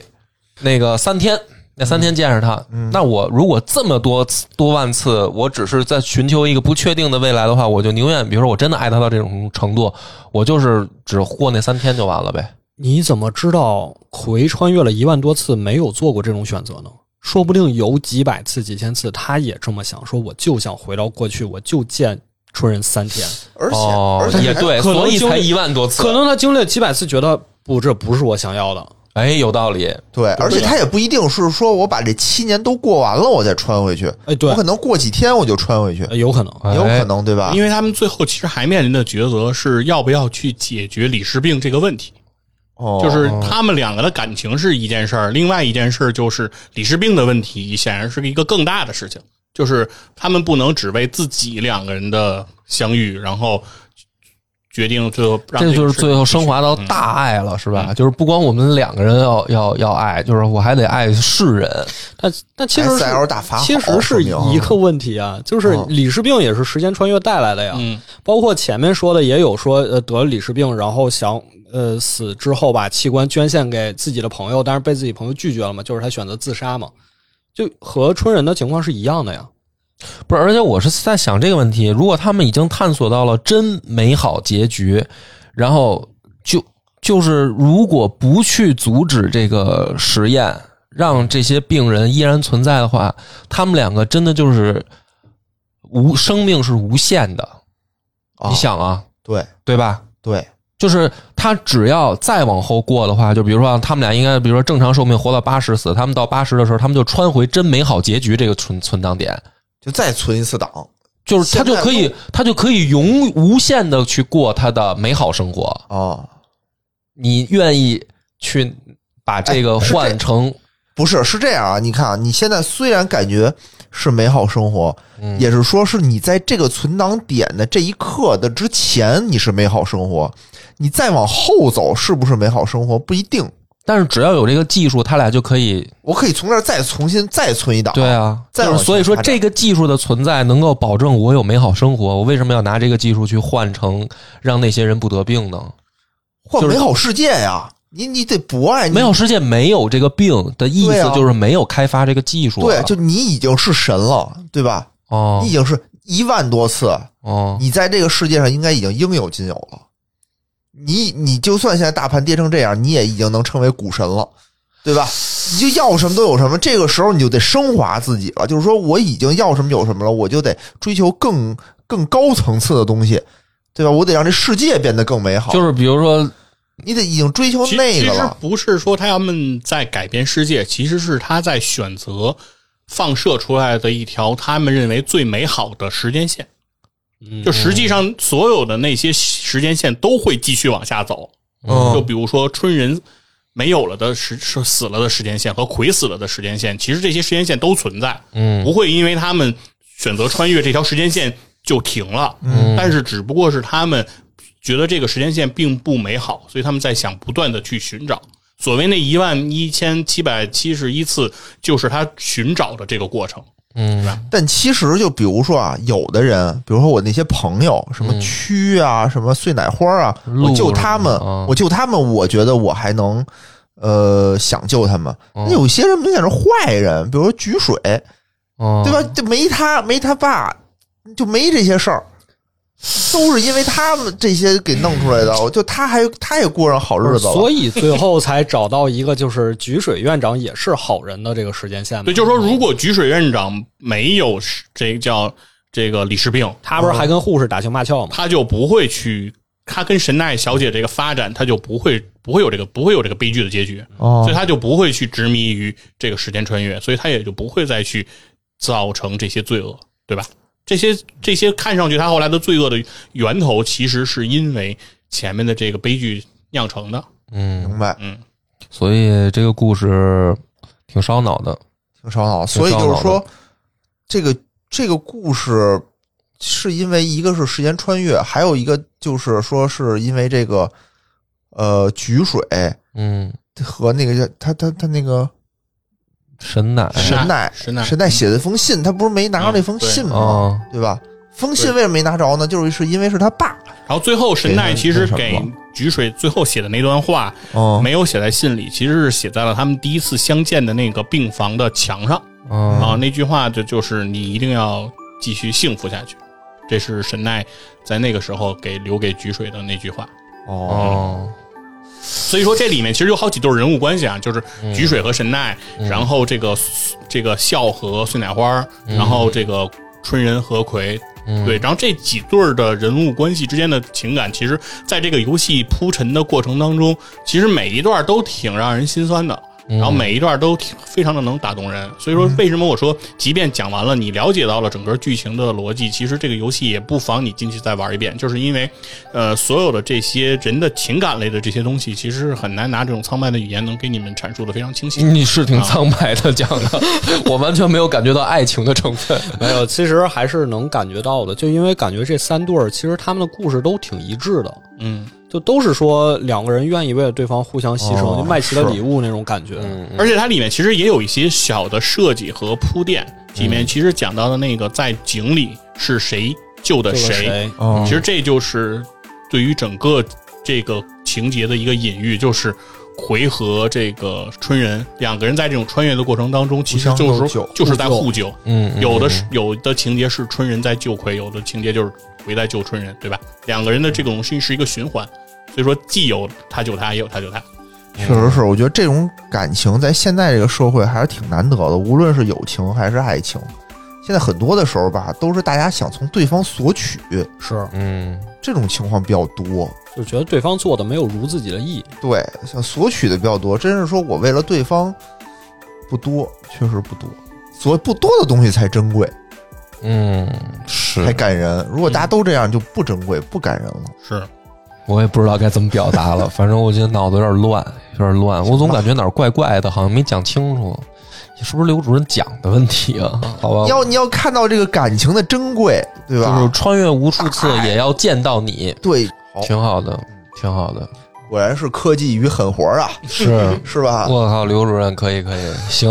Speaker 5: 那个三天，那三天
Speaker 1: 嗯
Speaker 5: 见着他。那我如果这么多次多万次，我只是在寻求一个不确定的未来的话，我就宁愿，比如说我真的爱他到这种程度，我就是只过那三天就完了呗。
Speaker 1: 你怎么知道葵穿越了一万多次没有做过这种选择呢？说不定有几百次、几千次，他也这么想，说我就想回到过去，我就见春人三天。
Speaker 4: 而且
Speaker 5: 哦
Speaker 4: 而，且
Speaker 5: 也
Speaker 4: 还
Speaker 5: 对，
Speaker 1: 可能
Speaker 5: 所以
Speaker 1: 经历
Speaker 5: 才一万多次。
Speaker 1: 可能他经历了几百次，觉得不，这不是我想要的。
Speaker 5: 哎，有道理。
Speaker 4: 对，而且他也不一定是说我把这七年都过完了，我再穿回去，
Speaker 1: 哎，对
Speaker 4: 我可，能过几天我就穿回去，
Speaker 1: 呃有可能。
Speaker 4: 也有
Speaker 5: 哎
Speaker 4: 可能对吧？
Speaker 3: 因为他们最后其实还面临的抉择是要不要去解决李世病这个问题，
Speaker 4: 哦
Speaker 3: 就是他们两个的感情是一件事儿，另外一件事儿就是李世病的问题，显然是一个更大的事情，就是他们不能只为自己两个人的相遇，然后决定最后让
Speaker 5: 这就是嗯
Speaker 3: 事
Speaker 5: 最后升华到大爱了，是吧？就是不光我们两个人要要要爱，就是我还得爱世人。
Speaker 1: 但但其实是
Speaker 4: SL 大法好
Speaker 1: 其实是一个问题啊，就是
Speaker 4: 嗯
Speaker 1: 李氏病也是时间穿越带来的呀。
Speaker 3: 嗯，
Speaker 1: 包括前面说的也有说，呃，得了李氏病，然后想呃死之后把器官捐献给自己的朋友，但是被自己朋友拒绝了嘛，就是他选择自杀嘛，就和春人的情况是一样的呀。
Speaker 5: 不是，而且我是在想这个问题：如果他们已经探索到了真美好结局，然后就就是如果不去阻止这个实验，让这些病人依然存在的话，他们两个真的就是无生命是无限的。
Speaker 4: 哦
Speaker 5: 你想啊，
Speaker 4: 对
Speaker 5: 对吧？
Speaker 4: 对，
Speaker 5: 就是他只要再往后过的话，就比如说他们俩应该，比如说正常寿命活到八十死，他们到八十的时候，他们就穿回真美好结局这个存存档点，
Speaker 4: 就再存一次档
Speaker 5: 就是他就可以，他就可以永无限的去过他的美好生活。
Speaker 4: 哦，
Speaker 5: 你愿意去把这个
Speaker 4: 哎是这
Speaker 5: 换成、
Speaker 4: 不是，是这样啊！你看啊，你现在虽然感觉是美好生活，
Speaker 5: 嗯
Speaker 4: 也是说是你在这个存档点的这一刻的之前，你是美好生活，你再往后走是不是美好生活不一定。
Speaker 5: 但是只要有这个技术，他俩就可以。
Speaker 4: 我可以从这儿再重新再存一档，
Speaker 5: 对啊，
Speaker 4: 再
Speaker 5: 就
Speaker 4: 往
Speaker 5: 是所以说
Speaker 4: 前发展
Speaker 5: 这个技术的存在能够保证我有美好生活，我为什么要拿这个技术去换成让那些人不得病呢？
Speaker 4: 换
Speaker 5: 就是
Speaker 4: 美好世界呀！你你得博爱，你
Speaker 5: 没有世界没有这个病的意
Speaker 4: 对
Speaker 5: 思
Speaker 4: 啊，
Speaker 5: 就是没有开发这个技术
Speaker 4: 对
Speaker 5: 啊。，
Speaker 4: 就你已经是神了，对吧？
Speaker 5: 哦
Speaker 4: 你已经是一万多次，
Speaker 5: 哦，
Speaker 4: 你在这个世界上应该已经应有尽有了。你你就算现在大盘跌成这样，你也已经能称为股神了，对吧？你就要什么都有什么，这个时候你就得升华自己了。就是说我已经要什么有什么了，我就得追求更更高层次的东西，对吧？我得让这世界变得更美好。
Speaker 5: 就是比如说，
Speaker 4: 你得已经追求
Speaker 3: 其
Speaker 4: 那
Speaker 3: 其
Speaker 4: 个
Speaker 3: 实
Speaker 4: 了，
Speaker 3: 不是说他们在改变世界，其实是他在选择放射出来的一条他们认为最美好的时间线。
Speaker 1: 嗯
Speaker 3: 就实际上所有的那些时间线都会继续往下走。
Speaker 4: 嗯
Speaker 5: 哦
Speaker 3: 就比如说春人没有了的时是死了的时间线和葵死了的时间线，其实这些时间线都存在，
Speaker 5: 嗯
Speaker 3: 不会因为他们选择穿越这条时间线就停了。
Speaker 5: 嗯
Speaker 3: 但是只不过是他们觉得这个时间线并不美好，所以他们在想不断的去寻找。所谓那一万一千七百七十一次，就是他寻找的这个过程。
Speaker 5: 嗯
Speaker 4: 但其实就比如说啊，有的人，比如说我那些朋友，什么
Speaker 1: 嗯
Speaker 4: 蛆啊，什么碎奶花啊，
Speaker 5: 鹿
Speaker 4: 我救他们
Speaker 5: 什么
Speaker 1: 啊
Speaker 5: 的，
Speaker 4: 我救他们，我觉得我还能呃想救他们。
Speaker 5: 嗯
Speaker 1: 哦
Speaker 4: 那有些人明显是坏人，比如说菊水，
Speaker 5: 哦
Speaker 4: 对吧？？就没他，没他爸，就没这些事儿，都是因为他们这些给弄出来的。我就他还他也过上好日子了，
Speaker 1: 所以最后才找到一个就是菊水院长也是好人的这个时间线嘛。
Speaker 3: 对，就是说，如果菊水院长没有这个叫这个李世病，
Speaker 1: 他不是还跟护士打情骂俏吗？
Speaker 3: 他就不会去，他跟神奈小姐这个发展，他就不会不会有这个不会有这个悲剧的结局，
Speaker 4: 哦
Speaker 3: 所以他就不会去执迷于这个时间穿越，所以他也就不会再去造成这些罪恶，对吧？这些这些看上去他后来的罪恶的源头，其实是因为前面的这个悲剧酿成的。
Speaker 5: 嗯，
Speaker 4: 明白，
Speaker 3: 嗯，
Speaker 5: 所以这个故事挺烧脑的。
Speaker 4: 挺烧脑。
Speaker 5: 挺
Speaker 4: 所以
Speaker 5: 烧脑的
Speaker 4: 就是说，这个这个故事是因为一个是时间穿越，还有一个就是说是因为这个呃菊水
Speaker 5: 嗯，
Speaker 4: 和那个叫他他他那个
Speaker 5: 神奶
Speaker 3: 神
Speaker 4: 神奈
Speaker 3: 神奈
Speaker 4: 神奈写的封信，他不是没拿着那封信
Speaker 5: 啊、
Speaker 4: 吗？对吧？封信为什么没拿着呢？就是是因为是他爸，
Speaker 3: 然后最后神奈其实给菊水最后写的那段话，
Speaker 4: 嗯，
Speaker 3: 没有写在信里，其实是写在了他们第一次相见的那个病房的墙上。
Speaker 5: 啊
Speaker 3: 啊，那句话就就是你一定要继续幸福下去，这是神奈在那个时候给留给菊水的那句话。
Speaker 5: 哦，
Speaker 3: 所以说这里面其实有好几对人物关系啊，就是菊水和神奈，然后这个这个笑和碎奶花，然后这个春人和葵。对，然后这几对儿的人物关系之间的情感，其实在这个游戏铺陈的过程当中，其实每一段都挺让人心酸的，
Speaker 5: 嗯
Speaker 3: 然后每一段都挺非常的能打动人。所以说，为什么我说，即便讲完了，你了解到了整个剧情的逻辑，其实这个游戏也不妨你进去再玩一遍，就是因为呃，所有的这些人的情感类的这些东西，其实是很难拿这种苍白的语言能给你们阐述的非常清晰。
Speaker 5: 你是
Speaker 1: 啊
Speaker 5: 挺苍白的讲 的，我完全没有感觉到爱情的成分。
Speaker 1: 没有，其实还是能感觉到的，就因为感觉这三对儿其实他们的故事都挺一致的，
Speaker 3: 嗯，
Speaker 1: 就都是说两个人愿意为了对方互相牺牲，
Speaker 4: 哦
Speaker 1: 就麦琪的
Speaker 4: 是
Speaker 1: 礼物那种感觉。
Speaker 3: 而且它里面其实也有一些小的设计和铺垫，里面其实讲到的那个在井里是谁救的
Speaker 1: 这个
Speaker 3: 谁，
Speaker 1: 谁？
Speaker 4: 嗯
Speaker 3: 其实这就是对于整个这个情节的一个隐喻，就是葵和这个春人两个人在这种穿越的过程当中，其实
Speaker 4: 互相
Speaker 3: 就是
Speaker 4: 斗
Speaker 3: 说
Speaker 4: 救
Speaker 3: 就是在互救。
Speaker 5: 嗯，
Speaker 3: 有的是有的情节是春人在救葵，有的情节就是葵在救春人，对吧？两个人的这种是是一个循环，所以说既有他救他，也有他救他。
Speaker 4: 确实是，我觉得这种感情在现在这个社会还是挺难得的，无论是友情还是爱情。现在很多的时候吧，都是大家想从对方索取，
Speaker 1: 是，
Speaker 5: 嗯，
Speaker 4: 这种情况比较多。
Speaker 1: 就觉得对方做的没有如自己的意。
Speaker 4: 对，像索取的比较多，真是说我为了对方不多，确实不多。所谓不多的东西才珍贵，
Speaker 5: 嗯，是
Speaker 4: 才感人。如果
Speaker 5: 嗯
Speaker 4: 大家都这样，就不珍贵、不感人了。
Speaker 3: 是，
Speaker 5: 我也不知道该怎么表 达了，反正我觉得脑子有点乱，有点乱，我总感觉哪儿怪怪的，好像没讲清楚，是不是刘主任讲的问题啊？好吧，
Speaker 4: 要你要看到这个感情的珍贵，对吧？
Speaker 5: 就是穿越无数次也要见到你，
Speaker 4: 对，好，
Speaker 5: 挺好的，挺好的，
Speaker 4: 果然是科技与狠活啊，
Speaker 5: 是，
Speaker 4: 是吧？
Speaker 5: 我靠，刘主任可以可以，行。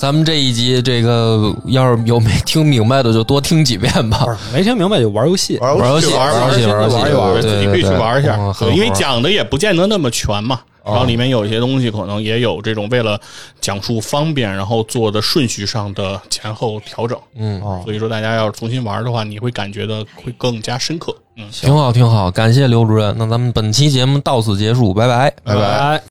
Speaker 5: 咱们这一集，这个要是有没听明白的，就多听几遍吧
Speaker 1: 不。是没听明白就玩游戏，
Speaker 4: 玩
Speaker 5: 玩游戏，
Speaker 3: 玩
Speaker 5: 游戏，玩游戏，
Speaker 4: 玩一玩
Speaker 5: 对对
Speaker 3: 自己
Speaker 5: 对，
Speaker 3: 可以去玩一下
Speaker 5: 嗯，
Speaker 3: 对因为，讲的也不见得那么全嘛。
Speaker 5: 哦
Speaker 3: 然后里面有一些东西可能也有这种为了讲述方便，然后做的顺序上的前后调整。
Speaker 5: 嗯，
Speaker 4: 哦，
Speaker 3: 所以说大家要是重新玩的话，你会感觉的会更加深刻。嗯。
Speaker 5: 挺好，挺好，感谢刘主任。那咱们本期节目到此结束，拜拜。
Speaker 3: 拜拜
Speaker 1: 拜。